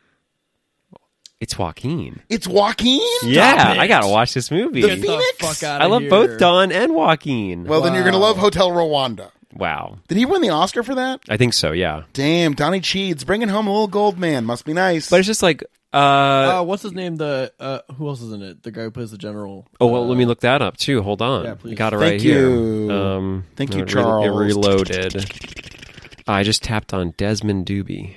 Speaker 1: It's Joaquin.
Speaker 2: It's Joaquin.
Speaker 1: yeah,
Speaker 3: it.
Speaker 1: I gotta watch this movie.
Speaker 2: The
Speaker 3: Get the
Speaker 2: Phoenix?
Speaker 3: fuck outta
Speaker 1: I love
Speaker 3: here.
Speaker 1: both Don and Joaquin.
Speaker 2: Well, then you're gonna
Speaker 3: Wow.
Speaker 2: love Hotel Rwanda.
Speaker 1: wow,
Speaker 2: Did he win the Oscar for that?
Speaker 1: I think so. Yeah,
Speaker 2: Damn, Donnie Chead's bringing home a little gold man. Must be nice.
Speaker 1: but it's just like, uh,
Speaker 3: Uh, what's his name? The uh, who else is in it? The guy who plays the general.
Speaker 1: oh well, let me look that up too. Hold on,
Speaker 3: yeah,
Speaker 1: I
Speaker 3: please.
Speaker 1: got it
Speaker 2: Thank
Speaker 1: right
Speaker 2: you.
Speaker 1: here. Um,
Speaker 2: Thank
Speaker 1: no,
Speaker 2: you,
Speaker 1: it re-
Speaker 2: Charles.
Speaker 1: it reloaded. I just tapped on Desmond Doobie.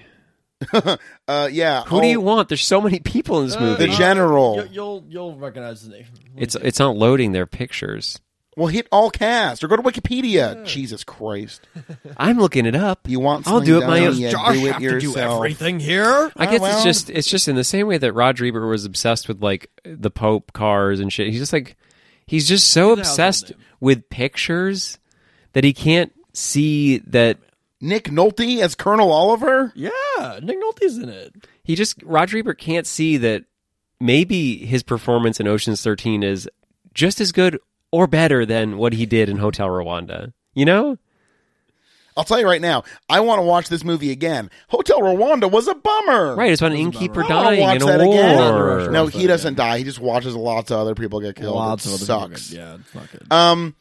Speaker 2: uh, yeah.
Speaker 1: Who do
Speaker 2: oh, Uh,
Speaker 1: you want? There's so many people in this
Speaker 2: The
Speaker 1: movie.
Speaker 2: general.
Speaker 3: You'll, you'll you'll recognize his name.
Speaker 1: it's it's not loading their pictures.
Speaker 2: Well, hit all cast or go to Wikipedia. Jesus Christ.
Speaker 1: I'm looking it up.
Speaker 2: You want
Speaker 1: I'll do it
Speaker 2: something
Speaker 1: my
Speaker 2: done,
Speaker 1: own.
Speaker 2: yeah,
Speaker 3: Josh
Speaker 2: do it
Speaker 3: have
Speaker 2: yourself.
Speaker 3: to do everything here.
Speaker 1: I guess
Speaker 2: Oh, well.
Speaker 1: it's just it's just in the same way that Roger Ebert was obsessed with like the Pope cars and shit. He's just like he's just so
Speaker 3: that was
Speaker 1: obsessed
Speaker 3: his name.
Speaker 1: with pictures that he can't see that
Speaker 2: Nick Nolte as Colonel Oliver.
Speaker 3: Yeah, Nick Nolte's in it.
Speaker 1: he just Roger Ebert can't see that maybe his performance in Ocean's 13 is just as good or better than what he did in Hotel Rwanda. You know?
Speaker 2: I'll tell you right now. I want to watch this movie again. Hotel Rwanda was a bummer.
Speaker 1: Right, it's about an innkeeper
Speaker 2: I wanna
Speaker 1: dying in
Speaker 2: watch
Speaker 1: a
Speaker 2: that
Speaker 1: war.
Speaker 2: again. No, he
Speaker 3: Sure,
Speaker 2: doesn't die. He just watches lots of other people get killed.
Speaker 3: Lots
Speaker 2: it
Speaker 3: of other
Speaker 2: sucks.
Speaker 3: People. Yeah, it's not good.
Speaker 2: Um.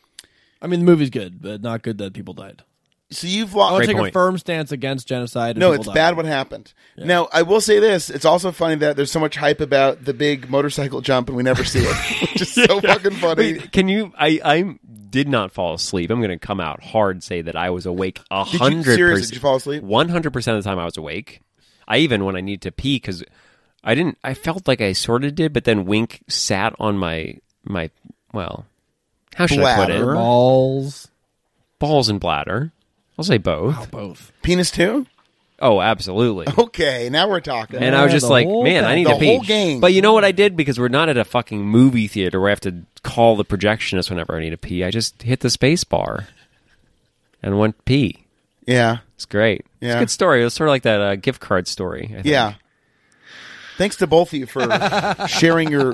Speaker 3: I mean, the movie's good, but not good that people died.
Speaker 2: So you've
Speaker 3: I
Speaker 2: lost.
Speaker 3: would
Speaker 1: Great
Speaker 3: take a
Speaker 1: point.
Speaker 3: firm stance against genocide. and
Speaker 2: No,
Speaker 3: people
Speaker 2: it's
Speaker 3: dying.
Speaker 2: bad what happened. Now, I will say this. It's also funny that there's so much hype about the big motorcycle jump and we never see it, which is so fucking funny.
Speaker 1: Wait, can you? I I did not fall asleep. I'm going to come out hard and say that I was awake a
Speaker 2: you-
Speaker 1: hundred.
Speaker 2: seriously, did you fall asleep?
Speaker 1: One hundred percent of the time I was awake. I even when I need to pee because I didn't. I felt like I sort of did, but then Wink sat on my my well. How should I put
Speaker 2: Bladder.
Speaker 1: it?
Speaker 3: Balls.
Speaker 1: Balls and bladder. I'll say both.
Speaker 3: Both.
Speaker 2: Penis too?
Speaker 1: Oh, absolutely.
Speaker 2: Okay, now we're talking.
Speaker 1: And I was
Speaker 3: Yeah,
Speaker 1: just
Speaker 3: the
Speaker 1: like,
Speaker 3: whole
Speaker 1: man, I
Speaker 3: thing.
Speaker 1: need
Speaker 2: The
Speaker 1: to pee.
Speaker 2: whole game.
Speaker 1: But you know what I did because we're not at a fucking movie theater where I have to call the projectionist whenever I need to pee. I just hit the space bar and went pee.
Speaker 2: yeah,
Speaker 1: It's great. It's
Speaker 2: Yeah.
Speaker 1: a good story. It was sort of like that uh, gift card story. I think.
Speaker 2: yeah. Thanks to both of you for sharing your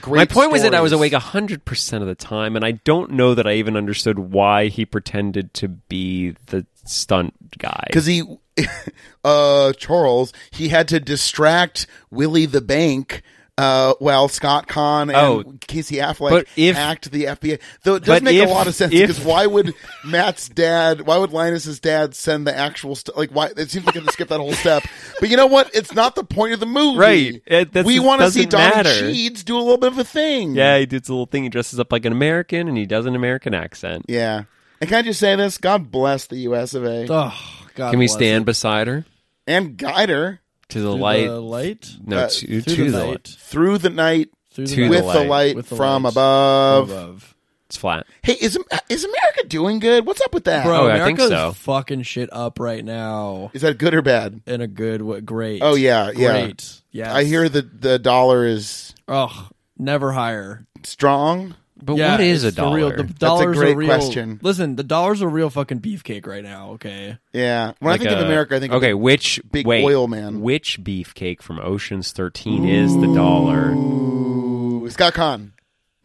Speaker 2: great.
Speaker 1: My point was that I was
Speaker 2: stories.
Speaker 1: awake 100% of the time, and I don't know that I even understood why he pretended to be the stunt guy.
Speaker 2: because he uh charles he had to distract willie the bank uh, well, Scott Kahn and
Speaker 1: Oh.
Speaker 2: Casey Affleck
Speaker 1: But if-
Speaker 2: hacked the FBI. Though it does
Speaker 1: But
Speaker 2: make
Speaker 1: if-
Speaker 2: a lot of sense
Speaker 1: if-
Speaker 2: because why would Matt's dad, why would Linus's dad send the actual st- like why? It seems like I have to skip that whole step. But you know what? It's not the point of the movie,
Speaker 1: Right. It- that's-
Speaker 2: we
Speaker 1: it
Speaker 2: want to see
Speaker 1: doesn't
Speaker 2: Don
Speaker 1: matter.
Speaker 2: Cheeds do a little bit of a thing.
Speaker 1: yeah, he did this little thing. He dresses up like an American, and he does an American accent.
Speaker 2: yeah. And can I just say this? God bless the U.S. of A.
Speaker 3: Oh God.
Speaker 1: Can we
Speaker 3: bless
Speaker 1: stand
Speaker 3: it.
Speaker 1: beside her
Speaker 2: and guide her
Speaker 1: to the
Speaker 3: Through
Speaker 1: light?
Speaker 3: The light.
Speaker 1: no,
Speaker 2: uh,
Speaker 1: to,
Speaker 3: Through
Speaker 1: to
Speaker 3: the
Speaker 1: the light.
Speaker 3: light.
Speaker 2: through the night
Speaker 3: Through
Speaker 1: To
Speaker 3: night.
Speaker 1: the
Speaker 2: with the
Speaker 1: light.
Speaker 2: light
Speaker 3: With the
Speaker 2: from
Speaker 3: lights.
Speaker 2: above.
Speaker 3: above.
Speaker 1: It's flat.
Speaker 2: Hey, is Am- is America doing good? What's up with that? Is
Speaker 3: Bro,
Speaker 1: Oh, I think
Speaker 3: America's
Speaker 1: so.
Speaker 3: fucking shit up right now
Speaker 2: that good or bad?
Speaker 3: in a good way. Great.
Speaker 2: Oh yeah, yeah.
Speaker 3: Great. Yeah.
Speaker 2: I hear the the dollar is
Speaker 3: Oh, never higher.
Speaker 2: strong.
Speaker 1: But
Speaker 3: Yeah,
Speaker 1: what is a
Speaker 3: it's the real-
Speaker 1: dollar?
Speaker 3: the dollar's
Speaker 2: great
Speaker 3: real,
Speaker 2: question.
Speaker 3: Listen, the dollar's a real fucking beefcake right now. Okay.
Speaker 2: Yeah. When I
Speaker 1: Like
Speaker 2: think of
Speaker 1: a-
Speaker 2: America, I think
Speaker 1: okay,
Speaker 2: Of
Speaker 1: which
Speaker 2: big
Speaker 1: wait,
Speaker 2: oil man.
Speaker 1: Which beefcake from Ocean's Thirteen is the dollar?
Speaker 2: Ooh, Scott Kahn.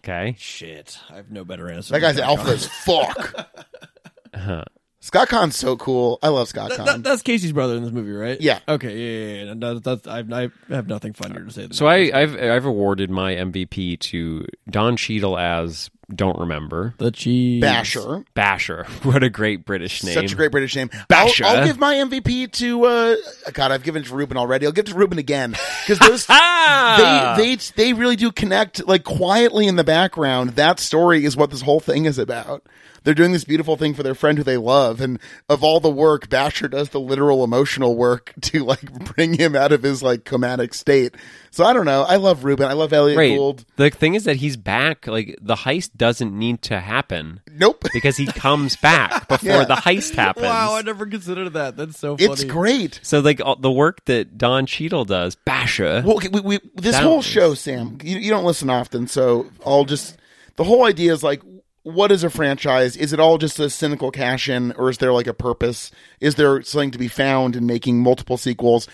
Speaker 1: Okay,
Speaker 3: Shit, I have no better answer.
Speaker 2: That guy's
Speaker 3: than
Speaker 2: alpha as fuck.
Speaker 1: Uh-huh.
Speaker 2: Scott Kahn's so cool. I love Scott
Speaker 3: That-
Speaker 2: Kahn.
Speaker 3: that- that's Casey's brother in this movie, right?
Speaker 2: Yeah.
Speaker 3: Okay. Yeah. yeah, yeah. And that- that's, I've, I have nothing funnier to say. Than
Speaker 1: so I, I've I've awarded my MVP to Don Cheadle as don't remember
Speaker 3: the cheese
Speaker 2: Basher.
Speaker 1: Basher. What a great British name!
Speaker 2: Such a great British name. I'll,
Speaker 1: Basher.
Speaker 2: I'll give my MVP to uh, God. I've given it to Ruben already. I'll give it to Ruben again because those
Speaker 1: Ah!
Speaker 2: they they they really do connect like quietly in the background. That story is what this whole thing is about. They're doing this beautiful thing for their friend who they love, and of all the work, Basher does the literal emotional work to like bring him out of his like comatic state. So I don't know. I love Ruben. I love Elliot
Speaker 1: Right.
Speaker 2: Gould.
Speaker 1: The thing is that he's back. Like the heist doesn't need to happen
Speaker 2: Nope,
Speaker 1: because he comes back before
Speaker 2: Yeah.
Speaker 1: the heist happens.
Speaker 3: Wow, I never considered that. That's so funny.
Speaker 2: it's great.
Speaker 1: so like all, the work that Don Cheadle does, Basher.
Speaker 2: Well, okay, we, we, this
Speaker 1: That-
Speaker 2: whole show, Sam, you, you don't listen often, so I'll just. The whole idea is like, what is a franchise? Is it all just a cynical cash in, or is there like a purpose? Is there something to be found in making multiple sequels?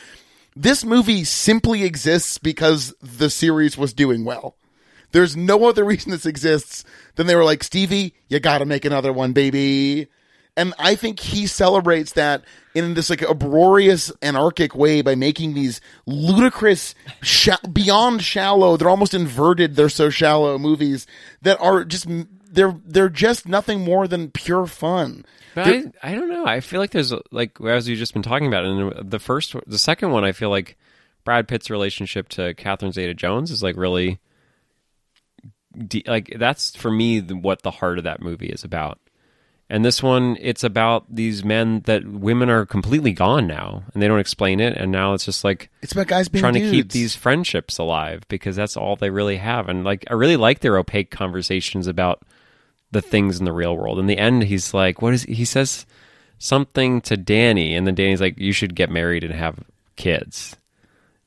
Speaker 2: This movie simply exists because the series was doing well. There's no other reason this exists than they were like, Stevie, you gotta make another one, baby. and I think he celebrates that in this like uproarious anarchic way by making these ludicrous, sha- beyond shallow. They're almost inverted. They're so shallow movies that are just they're they're just nothing more than pure fun.
Speaker 1: But I, I don't know. I feel like there's like as you just been talking about, and the first, the second one, I feel like Brad Pitt's relationship to Catherine Zeta-Jones is like really, de- like that's for me the, what the heart of that movie is about. And this one, it's about these men that women are completely gone now, and they don't explain it. And now it's just like
Speaker 2: It's about guys being
Speaker 1: trying to keep
Speaker 2: dudes.
Speaker 1: these friendships alive because that's all they really have. And like, I really like their opaque conversations about the things in the real world. In the end, he's like, "What is?" He says something to Danny, and then Danny's like, "You should get married and have kids."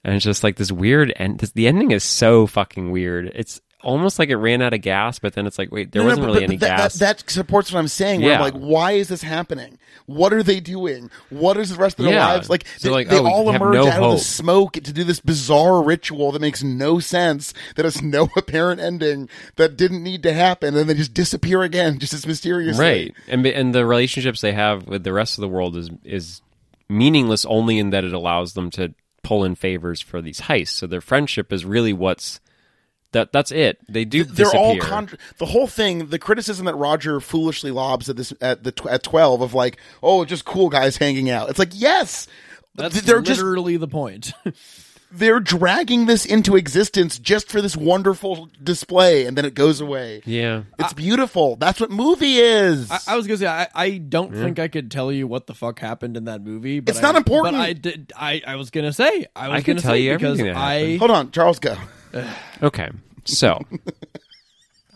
Speaker 1: And it's just like this weird end. This, the ending is so fucking weird. It's almost like it ran out of gas, but then it's like, wait, there
Speaker 2: No, no,
Speaker 1: wasn't
Speaker 2: but-
Speaker 1: really
Speaker 2: but
Speaker 1: any
Speaker 2: that,
Speaker 1: gas.
Speaker 2: That, that supports what I'm saying. Where I'm
Speaker 1: Yeah.
Speaker 2: like, why is this happening? What are they doing? What is the rest of their
Speaker 1: Yeah.
Speaker 2: lives like?
Speaker 1: So
Speaker 2: they
Speaker 1: like,
Speaker 2: they
Speaker 1: oh, we
Speaker 2: all
Speaker 1: have
Speaker 2: emerge
Speaker 1: no
Speaker 2: out of
Speaker 1: hope.
Speaker 2: the smoke to do this bizarre ritual that makes no sense, that has no apparent ending, that didn't need to happen, and they just disappear again, just as mysteriously.
Speaker 1: right and and the relationships they have with the rest of the world is is meaningless only in that it allows them to pull in favors for these heists so their friendship is really what's that that's it they do
Speaker 2: they're all
Speaker 1: disappear.
Speaker 2: contra- the whole thing the criticism that roger foolishly lobs at this at the tw- at 12 of like oh just cool guys hanging out it's like yes
Speaker 3: That's
Speaker 2: th- they're just
Speaker 3: literally the point.
Speaker 2: they're dragging this into existence just for this wonderful display and then it goes away
Speaker 1: yeah
Speaker 2: it's beautiful that's what movie is
Speaker 3: I, I was gonna say I, I don't think I could tell you what the fuck happened in that movie. But
Speaker 2: It's
Speaker 3: I-
Speaker 2: not important.
Speaker 3: But I did. I, I was gonna say I was
Speaker 1: I could
Speaker 3: gonna
Speaker 1: tell
Speaker 3: say
Speaker 1: you
Speaker 3: because
Speaker 1: everything that
Speaker 3: I
Speaker 2: hold on charles go
Speaker 1: okay so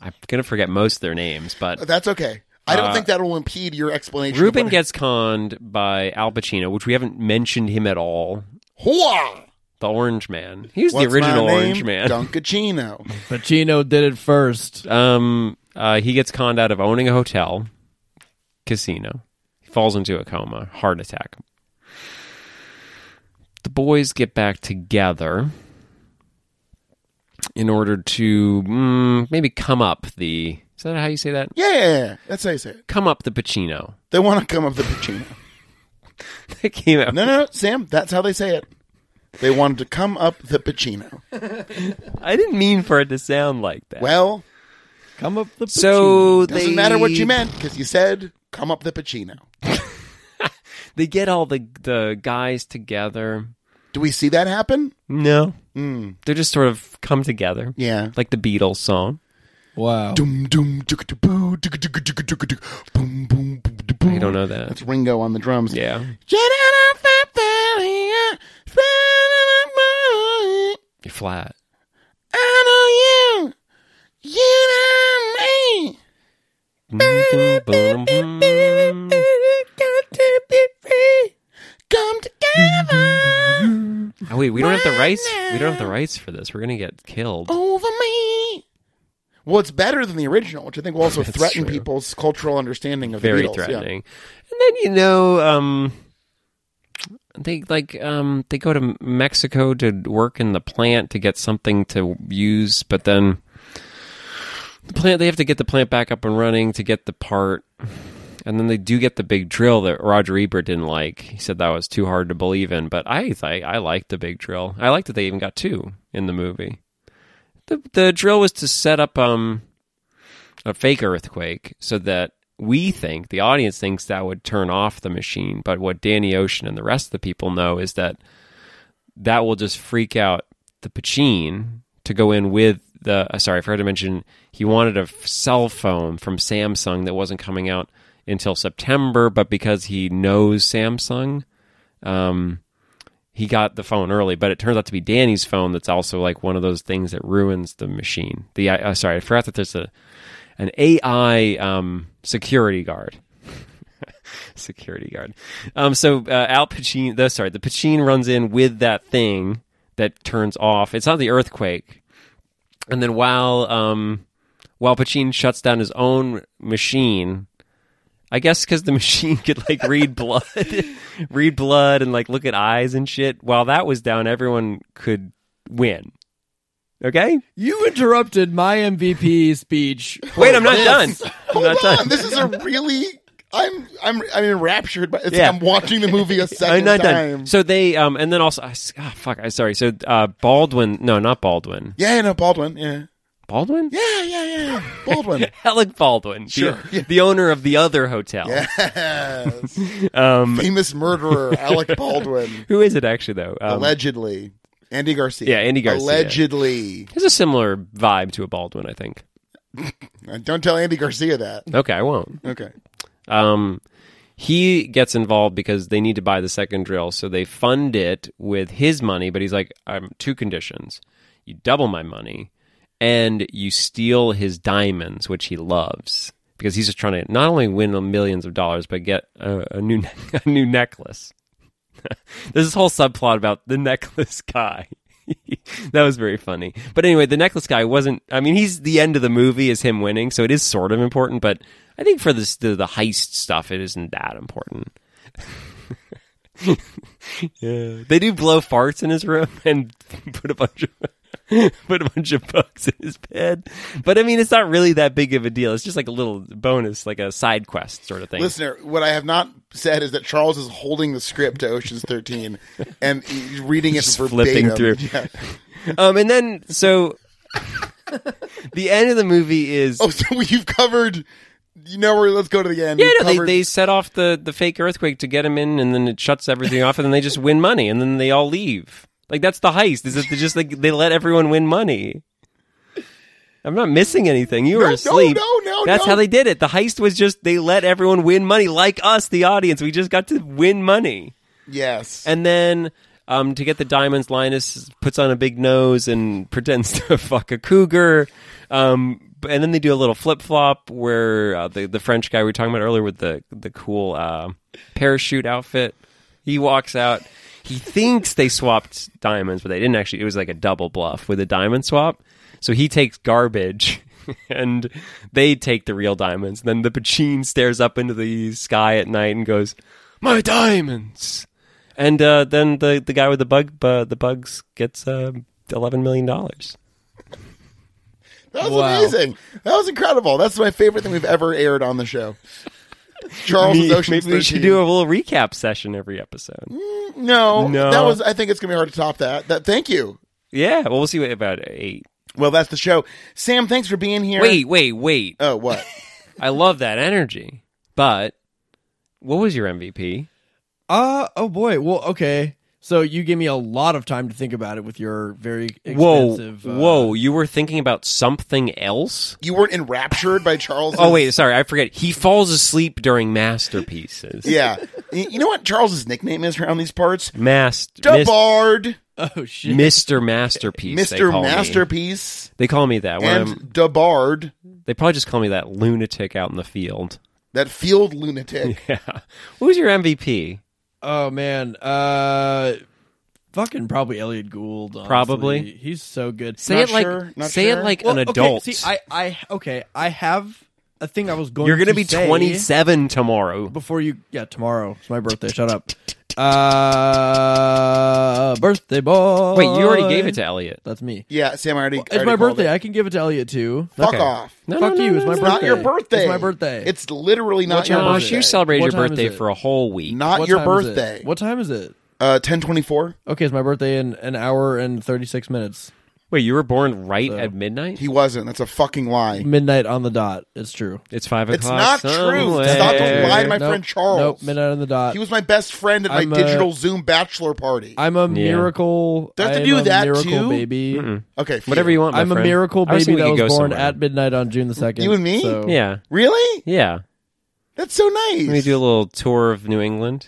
Speaker 1: i'm gonna forget most of their names but
Speaker 2: that's okay i don't think that will impede your explanation
Speaker 1: Uh, Ruben
Speaker 2: of
Speaker 1: gets conned by Al Pacino, which we haven't mentioned him at all.
Speaker 2: what- Hua!
Speaker 1: The Orange Man. He's
Speaker 2: What's
Speaker 1: the original
Speaker 2: my name?
Speaker 1: Orange Man.
Speaker 2: dunkachino
Speaker 3: Pacino did it first.
Speaker 1: Um, uh, he gets conned out of owning a hotel, casino. He falls into a coma, heart attack. The boys get back together in order to mm, maybe come up the. Is that how you say that?
Speaker 2: yeah that's how you say it
Speaker 1: Come up the Pacino.
Speaker 2: they want to come up the pacino
Speaker 1: That came out.
Speaker 2: no no no sam that's how they say it they wanted to come up the pacino
Speaker 1: I didn't mean for it to sound like that.
Speaker 2: well
Speaker 3: Come up the
Speaker 1: so
Speaker 3: Pacino.
Speaker 2: doesn't
Speaker 1: they,
Speaker 2: matter what you meant because you said come up the pacino
Speaker 1: They get all the the guys together.
Speaker 2: do we see that happen
Speaker 1: No, they're just sort of come together.
Speaker 2: Hmm. yeah
Speaker 1: like the Beatles song.
Speaker 3: wow.
Speaker 2: Doom doom ticka boo ticka ticka ticka ticka tick boom boom boom da, boom.
Speaker 1: I don't know that.
Speaker 2: It's Ringo on the drums.
Speaker 1: Yeah.
Speaker 2: I
Speaker 1: You're flat.
Speaker 2: know you. You know me.
Speaker 1: Mm-hmm. I
Speaker 2: Got to be free. Come together
Speaker 1: Oh wait, we don't have the rights. We don't have the rights for this. We're gonna get killed.
Speaker 2: over me. Well, it's better than the original, which I think will also threaten
Speaker 1: true.
Speaker 2: people's cultural understanding of
Speaker 1: Very
Speaker 2: the Beatles. yeah.
Speaker 1: threatening. And then you know, um, they like um they go to Mexico to work in the plant to get something to use, but then the plant they have to get the plant back up and running to get the part. And then they do get the big drill that Roger Ebert didn't like. He said that was too hard to believe in, but I I, I liked the big drill. I liked that they even got two in the movie. The the drill was to set up um a fake earthquake so that we think the audience thinks that would turn off the machine, but what Danny Ocean and the rest of the people know is that that will just freak out the Pachin to go in with the. Uh, sorry, I forgot to mention he wanted a f- cell phone from Samsung that wasn't coming out until September, but because he knows Samsung, um, he got the phone early. But it turns out to be Danny's phone that's also like one of those things that ruins the machine. The uh, sorry, I forgot that there's a an AI um, security guard. security guard. Um, so uh, Al Pacino, though, sorry, the Pacino runs in with that thing that turns off. It's not the earthquake. And then while um, while Pacino shuts down his own machine, I guess because the machine could like read blood, read blood, and like look at eyes and shit. While that was down, everyone could win. Okay.
Speaker 3: You interrupted my MVP speech.
Speaker 1: Wait, I'm not done. I'm
Speaker 2: Hold
Speaker 1: not
Speaker 2: on,
Speaker 1: done.
Speaker 2: this is a really I'm I'm I'm enraptured by it's
Speaker 1: Yeah.
Speaker 2: like I'm watching the movie a
Speaker 1: I'm
Speaker 2: second
Speaker 1: not
Speaker 2: time.
Speaker 1: Oh, done. So they, um, and then also, I s ah, fuck, I sorry. So uh, Baldwin, no, not Baldwin,
Speaker 2: Yeah, yeah, no, Baldwin. Yeah.
Speaker 1: Baldwin,
Speaker 2: Yeah, yeah, yeah. yeah. Baldwin.
Speaker 1: Alec Baldwin,
Speaker 2: Sure.
Speaker 1: the, the owner of the other hotel.
Speaker 2: Yes.
Speaker 1: Um,
Speaker 2: Famous murderer Alec Baldwin.
Speaker 1: who is it actually though? Um,
Speaker 2: allegedly. Andy Garcia.
Speaker 1: Yeah, Andy Garcia.
Speaker 2: Allegedly.
Speaker 1: There's a similar vibe to a Baldwin, I think.
Speaker 2: Uh, Don't tell Andy Garcia that.
Speaker 1: Okay, I won't.
Speaker 2: Okay.
Speaker 1: Um, he gets involved because they need to buy the second drill, so they fund it with his money. But he's like, um, two conditions: you double my money, and you steal his diamonds, which he loves because he's just trying to not only win the millions of dollars but get a, a new a new necklace. There's this whole subplot about the necklace guy. that was very funny. But anyway, the necklace guy wasn't. I mean, he's the end of the movie is him winning, so it is sort of important. But I think for this the, the heist stuff, it isn't that important. yeah, they do blow farts in his room and put a bunch of put a bunch of bugs in his bed. But I mean, it's not really that big of a deal. It's just like a little bonus, like a side quest sort of thing.
Speaker 2: Listener, what I have not said is that Charles is holding the script to Ocean's 13 and he's reading it
Speaker 1: Just flipping
Speaker 2: verbatim.
Speaker 1: through.
Speaker 2: Yeah.
Speaker 1: Um, and then so. the end of the movie is
Speaker 2: Oh, so you've covered. You know where? Let's go to the end.
Speaker 1: Yeah,
Speaker 2: You've
Speaker 1: no, they,
Speaker 2: covered-
Speaker 1: they set off the, the fake earthquake to get him in, and then it shuts everything off, and then they just win money, and then they all leave. Like that's the heist. Is that they just like they let everyone win money? I'm not missing anything. You
Speaker 2: No,
Speaker 1: were
Speaker 2: no,
Speaker 1: asleep.
Speaker 2: no, no,
Speaker 1: That's
Speaker 2: no.
Speaker 1: how they did it. The heist was just they let everyone win money, like us, the audience. We just got to win money,
Speaker 2: Yes.
Speaker 1: and then um, to get the diamonds, Linus puts on a big nose and pretends to fuck a cougar. Um, b- and then they do a little flip flop where uh, the the French guy we were talking about earlier with the the cool uh, parachute outfit, he walks out. He thinks they swapped diamonds, but they didn't actually. It was like a double bluff with a diamond swap. So he takes garbage. And they take the real diamonds. Then the Pachin stares up into the sky at night and goes, "My diamonds!" And uh, then the, the guy with the bug bu- the bugs gets uh, eleven million dollars.
Speaker 2: That was
Speaker 3: Wow.
Speaker 2: amazing. That was incredible. That's my favorite thing we've ever aired on the show. Charles
Speaker 1: Maybe,
Speaker 2: is Ocean's
Speaker 1: maybe we should
Speaker 2: 13.
Speaker 1: do a little recap session every episode.
Speaker 2: no,
Speaker 1: No.
Speaker 2: That was. I think it's gonna be hard to top that. That. Thank you.
Speaker 1: Yeah, well, we'll see what about eight.
Speaker 2: Well, that's the show. Sam, thanks for being here.
Speaker 1: Wait, wait, wait!
Speaker 2: Oh, what?
Speaker 1: I love that energy, but what was your MVP?
Speaker 3: Uh oh boy. Well, okay. So you gave me a lot of time to think about it with your very
Speaker 1: Whoa,
Speaker 3: expensive. uh,
Speaker 1: whoa! You were thinking about something else?
Speaker 2: You weren't enraptured by Charles?
Speaker 1: Oh wait, sorry, I forget. He falls asleep during masterpieces.
Speaker 2: Yeah. Y- You know what Charles's nickname is around these parts?
Speaker 1: Master,
Speaker 2: Debard,
Speaker 3: Oh shit.
Speaker 1: Mister Masterpiece, they
Speaker 2: Mister
Speaker 1: call me.
Speaker 2: Masterpiece,
Speaker 1: They call me that. When I'm-
Speaker 2: and Debard,
Speaker 1: They probably just call me that lunatic out in the field.
Speaker 2: that field lunatic.
Speaker 1: Yeah. Who's your MVP?
Speaker 3: Oh man. Uh, fucking probably Elliot Gould. honestly.
Speaker 1: Probably.
Speaker 3: He's so good.
Speaker 1: Say
Speaker 2: Not
Speaker 1: it like
Speaker 2: sure, not
Speaker 1: say
Speaker 2: sure.
Speaker 1: it like an
Speaker 3: Well,
Speaker 1: adult.
Speaker 3: Okay, see, I, I, okay, I have a thing I was going.
Speaker 1: You're
Speaker 3: going to
Speaker 1: be
Speaker 3: say
Speaker 1: 27 tomorrow.
Speaker 3: before you. Yeah, tomorrow. It's my birthday. Shut up. Uh, birthday boy.
Speaker 1: Wait, you already gave it to Elliot.
Speaker 3: That's me.
Speaker 2: Yeah, Sam, I already.
Speaker 3: It's my birthday. I can give it to Elliot too.
Speaker 2: Fuck
Speaker 1: Okay.
Speaker 2: off.
Speaker 1: No,
Speaker 3: Fuck
Speaker 1: no, no,
Speaker 3: you.
Speaker 1: no,
Speaker 3: it's my
Speaker 1: no,
Speaker 3: birthday.
Speaker 1: no.
Speaker 2: Not your birthday.
Speaker 3: It's my birthday.
Speaker 2: It's literally not
Speaker 3: What's
Speaker 2: your
Speaker 3: your
Speaker 1: Gosh,
Speaker 2: birthday.
Speaker 1: you celebrated
Speaker 3: What
Speaker 1: your
Speaker 3: time is
Speaker 1: birthday
Speaker 3: it?
Speaker 1: for a whole week.
Speaker 2: not
Speaker 3: What
Speaker 2: your
Speaker 3: time is it?
Speaker 2: birthday.
Speaker 3: What time is it?
Speaker 2: Uh, ten twenty four.
Speaker 3: Okay, it's my birthday in an hour and thirty six minutes.
Speaker 1: Wait, you were born right at midnight?
Speaker 2: He wasn't. That's a fucking lie.
Speaker 3: Midnight on the dot. It's true.
Speaker 1: It's five
Speaker 2: It's
Speaker 1: o'clock.
Speaker 2: not true. Stop
Speaker 1: somewhere.
Speaker 2: lying, my
Speaker 3: Nope.
Speaker 2: friend Charles.
Speaker 3: Nope. Midnight on the dot.
Speaker 2: He was my best friend at my
Speaker 3: I'm, uh,
Speaker 2: digital Zoom bachelor party.
Speaker 3: I'm a miracle.
Speaker 2: Don't they
Speaker 3: I'm
Speaker 2: do
Speaker 3: a
Speaker 2: that
Speaker 3: miracle
Speaker 2: too?
Speaker 3: baby.
Speaker 2: okay, phew.
Speaker 1: Whatever you want, my
Speaker 3: I'm a
Speaker 1: friend.
Speaker 3: miracle
Speaker 1: I was thinking
Speaker 3: baby that
Speaker 1: we
Speaker 3: was
Speaker 1: could
Speaker 3: born
Speaker 1: go
Speaker 3: at midnight on June the second.
Speaker 2: You and me?
Speaker 3: so-
Speaker 1: Yeah.
Speaker 2: Really?
Speaker 1: Yeah.
Speaker 2: That's so nice.
Speaker 1: Let me do a little tour of New England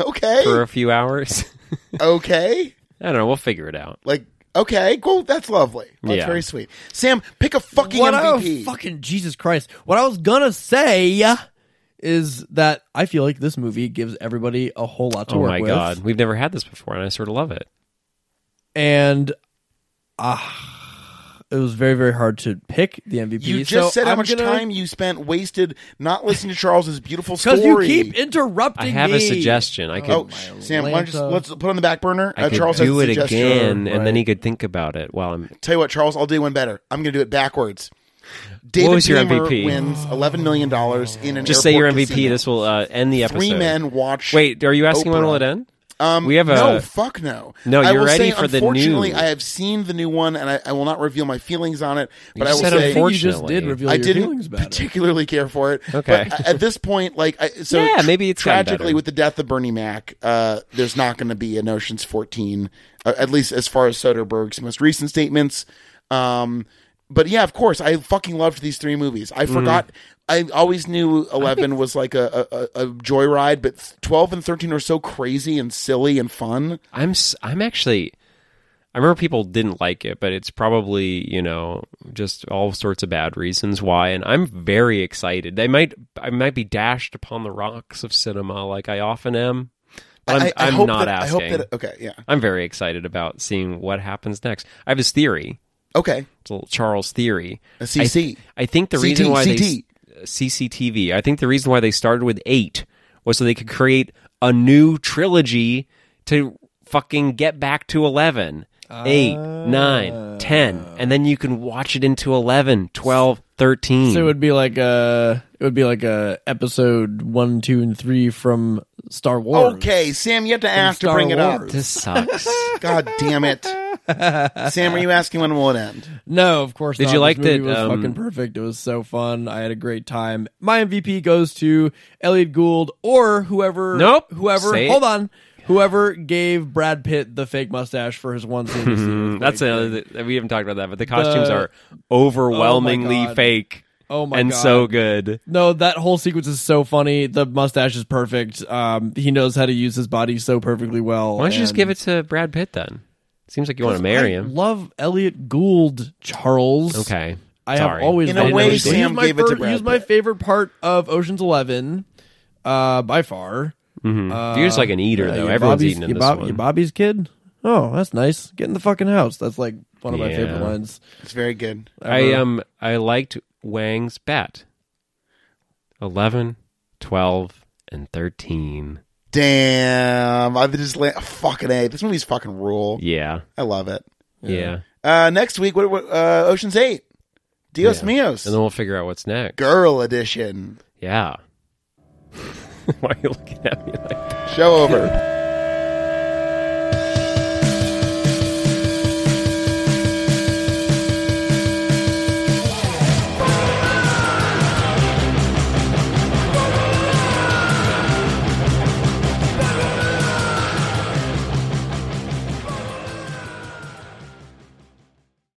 Speaker 2: okay.
Speaker 1: for a few hours.
Speaker 2: okay.
Speaker 1: I don't know. We'll figure it out.
Speaker 2: Like okay, cool. That's lovely. That's
Speaker 1: Yeah.
Speaker 2: very sweet. Sam, pick a fucking
Speaker 3: What
Speaker 2: MVP.
Speaker 3: I fucking Jesus Christ! What I was gonna say is that I feel like this movie gives everybody a whole lot to
Speaker 1: Oh
Speaker 3: work
Speaker 1: my
Speaker 3: with.
Speaker 1: god. We've never had this before and I sort of love it.
Speaker 3: and ah, it was very very hard to pick the MVP.
Speaker 2: you just
Speaker 3: So
Speaker 2: said how
Speaker 3: I'm
Speaker 2: much
Speaker 3: gonna-
Speaker 2: time you spent wasted not listening to Charles's beautiful
Speaker 3: because
Speaker 2: story.
Speaker 3: you keep interrupting.
Speaker 1: I have a
Speaker 3: me.
Speaker 1: suggestion. I could
Speaker 2: Oh, sh- Sam, why don't you just,
Speaker 3: Atlanta.
Speaker 2: let's put it on the back burner.
Speaker 1: I
Speaker 2: Uh,
Speaker 1: could
Speaker 2: Charles
Speaker 1: do
Speaker 2: has
Speaker 1: it
Speaker 2: a suggestion.
Speaker 1: again, and
Speaker 3: right.
Speaker 1: then he could think about it while I'm.
Speaker 2: Tell you what, Charles, I'll do one better. I'm going to do it backwards. David
Speaker 1: was your
Speaker 2: Paymer
Speaker 1: MVP?
Speaker 2: wins eleven million dollars in an
Speaker 1: Just say your
Speaker 2: airport
Speaker 1: MVP.
Speaker 2: casino.
Speaker 1: This will uh, end the episode.
Speaker 2: Three men watch.
Speaker 1: Wait, are you asking when
Speaker 2: Oprah.
Speaker 1: will it end?
Speaker 2: Um,
Speaker 1: We have a-
Speaker 2: no. Fuck no.
Speaker 1: No,
Speaker 2: I
Speaker 1: you're
Speaker 2: will
Speaker 1: ready
Speaker 2: say,
Speaker 1: for the
Speaker 2: Unfortunately,
Speaker 1: new-
Speaker 2: I have seen the new one, and I, I will not reveal my feelings on it. But I
Speaker 1: just
Speaker 2: will
Speaker 1: said
Speaker 2: say,
Speaker 1: unfortunately.
Speaker 3: You just did reveal
Speaker 2: I
Speaker 3: your
Speaker 2: didn't
Speaker 3: feelings about it.
Speaker 2: particularly care for it.
Speaker 1: Okay.
Speaker 2: But at this point, like, I, so
Speaker 1: Yeah,
Speaker 2: tr-
Speaker 1: maybe it's gotten
Speaker 2: tragically
Speaker 1: better.
Speaker 2: with the death of Bernie Mac, uh, there's not going to be an Ocean's 14, uh, at least as far as Soderbergh's most recent statements. Um, but yeah, of course, I fucking loved these three movies.
Speaker 3: Mm-hmm.
Speaker 2: I forgot. I always knew Eleven was like a, a, a a joyride, but twelve and thirteen are so crazy and silly and fun.
Speaker 1: I'm s- I'm actually I remember people didn't like it, but it's probably, you know, just all sorts of bad reasons why and I'm very excited. They might I might be dashed upon the rocks of cinema like I often am. But I'm
Speaker 2: I, I
Speaker 1: am
Speaker 2: hope
Speaker 1: not
Speaker 2: that,
Speaker 1: asking.
Speaker 2: I hope that. Okay, yeah.
Speaker 1: I'm very excited about seeing what happens next. I have this theory.
Speaker 2: Okay,
Speaker 1: It's a little Charles theory.
Speaker 2: a CC.
Speaker 1: I think the
Speaker 2: CT,
Speaker 1: reason why
Speaker 2: CT.
Speaker 1: they uh, CCTV. I think the reason why they started with eight was so they could create a new trilogy to fucking get back to eleven. Eight, nine, ten, and then you can watch it into 11, 12, 13.
Speaker 3: So it would be like a it would be like a episode one, two, and three from Star Wars.
Speaker 2: Okay, Sam, you have to ask to
Speaker 3: Star
Speaker 2: bring it up.
Speaker 3: Wars.
Speaker 1: this sucks.
Speaker 2: God damn it. Sam, are you asking when will it end?
Speaker 3: No, of course
Speaker 1: Did
Speaker 3: not.
Speaker 1: you like
Speaker 3: this movie
Speaker 1: that,
Speaker 3: Was
Speaker 1: um,
Speaker 3: fucking perfect. It was so fun. I had a great time. My MVP goes to Elliot Gould or whoever.
Speaker 1: Nope.
Speaker 3: Whoever.
Speaker 1: Say it.
Speaker 3: Hold on. Whoever gave Brad Pitt the fake mustache for his one scene. with Steve
Speaker 1: That's
Speaker 3: Blake.
Speaker 1: another. th- We haven't talked about that, but the costumes
Speaker 3: The- Oh
Speaker 1: are overwhelmingly
Speaker 3: God.
Speaker 1: fake
Speaker 3: Oh my
Speaker 1: and
Speaker 3: god.
Speaker 1: so good.
Speaker 3: No, that whole sequence is so funny. The mustache is perfect. Um, he knows how to use his body so perfectly well.
Speaker 1: Why don't you just
Speaker 3: and-
Speaker 1: give it to Brad Pitt then? Seems like you want to marry
Speaker 3: I
Speaker 1: him.
Speaker 3: Love Elliot Gould, Charles.
Speaker 1: Okay.
Speaker 3: I
Speaker 1: Sorry.
Speaker 3: have always
Speaker 2: In
Speaker 1: a
Speaker 3: loved
Speaker 1: way,
Speaker 3: Elliot Gould.
Speaker 2: Sam
Speaker 3: He's my
Speaker 2: gave it to
Speaker 3: fir-
Speaker 2: Brad
Speaker 3: He's my
Speaker 2: Pitt.
Speaker 3: favorite part of Ocean's Eleven, uh, by far.
Speaker 1: Mm-hmm. You're just like an eater,
Speaker 3: Yeah,
Speaker 1: though.
Speaker 3: you're
Speaker 1: Everyone's
Speaker 3: Uh, Bobby's-
Speaker 1: eating in
Speaker 3: you're
Speaker 1: this
Speaker 3: Bob-
Speaker 1: one.
Speaker 3: you're Bobby's kid. Oh, that's nice. Get in the fucking house. That's like one of my
Speaker 1: Yeah.
Speaker 3: favorite lines.
Speaker 2: It's very good.
Speaker 1: I um I liked Wang's bet. 11, 12, and 13.
Speaker 2: Damn. I just la- fucking A. This movie's fucking rule.
Speaker 1: Yeah.
Speaker 2: I love it.
Speaker 1: Yeah.
Speaker 2: Uh, next week, what, what uh, Ocean's Eight. Dios Mios.
Speaker 1: And then we'll figure out what's next.
Speaker 2: Girl edition.
Speaker 1: Yeah. Why are you looking at me like
Speaker 2: Show over.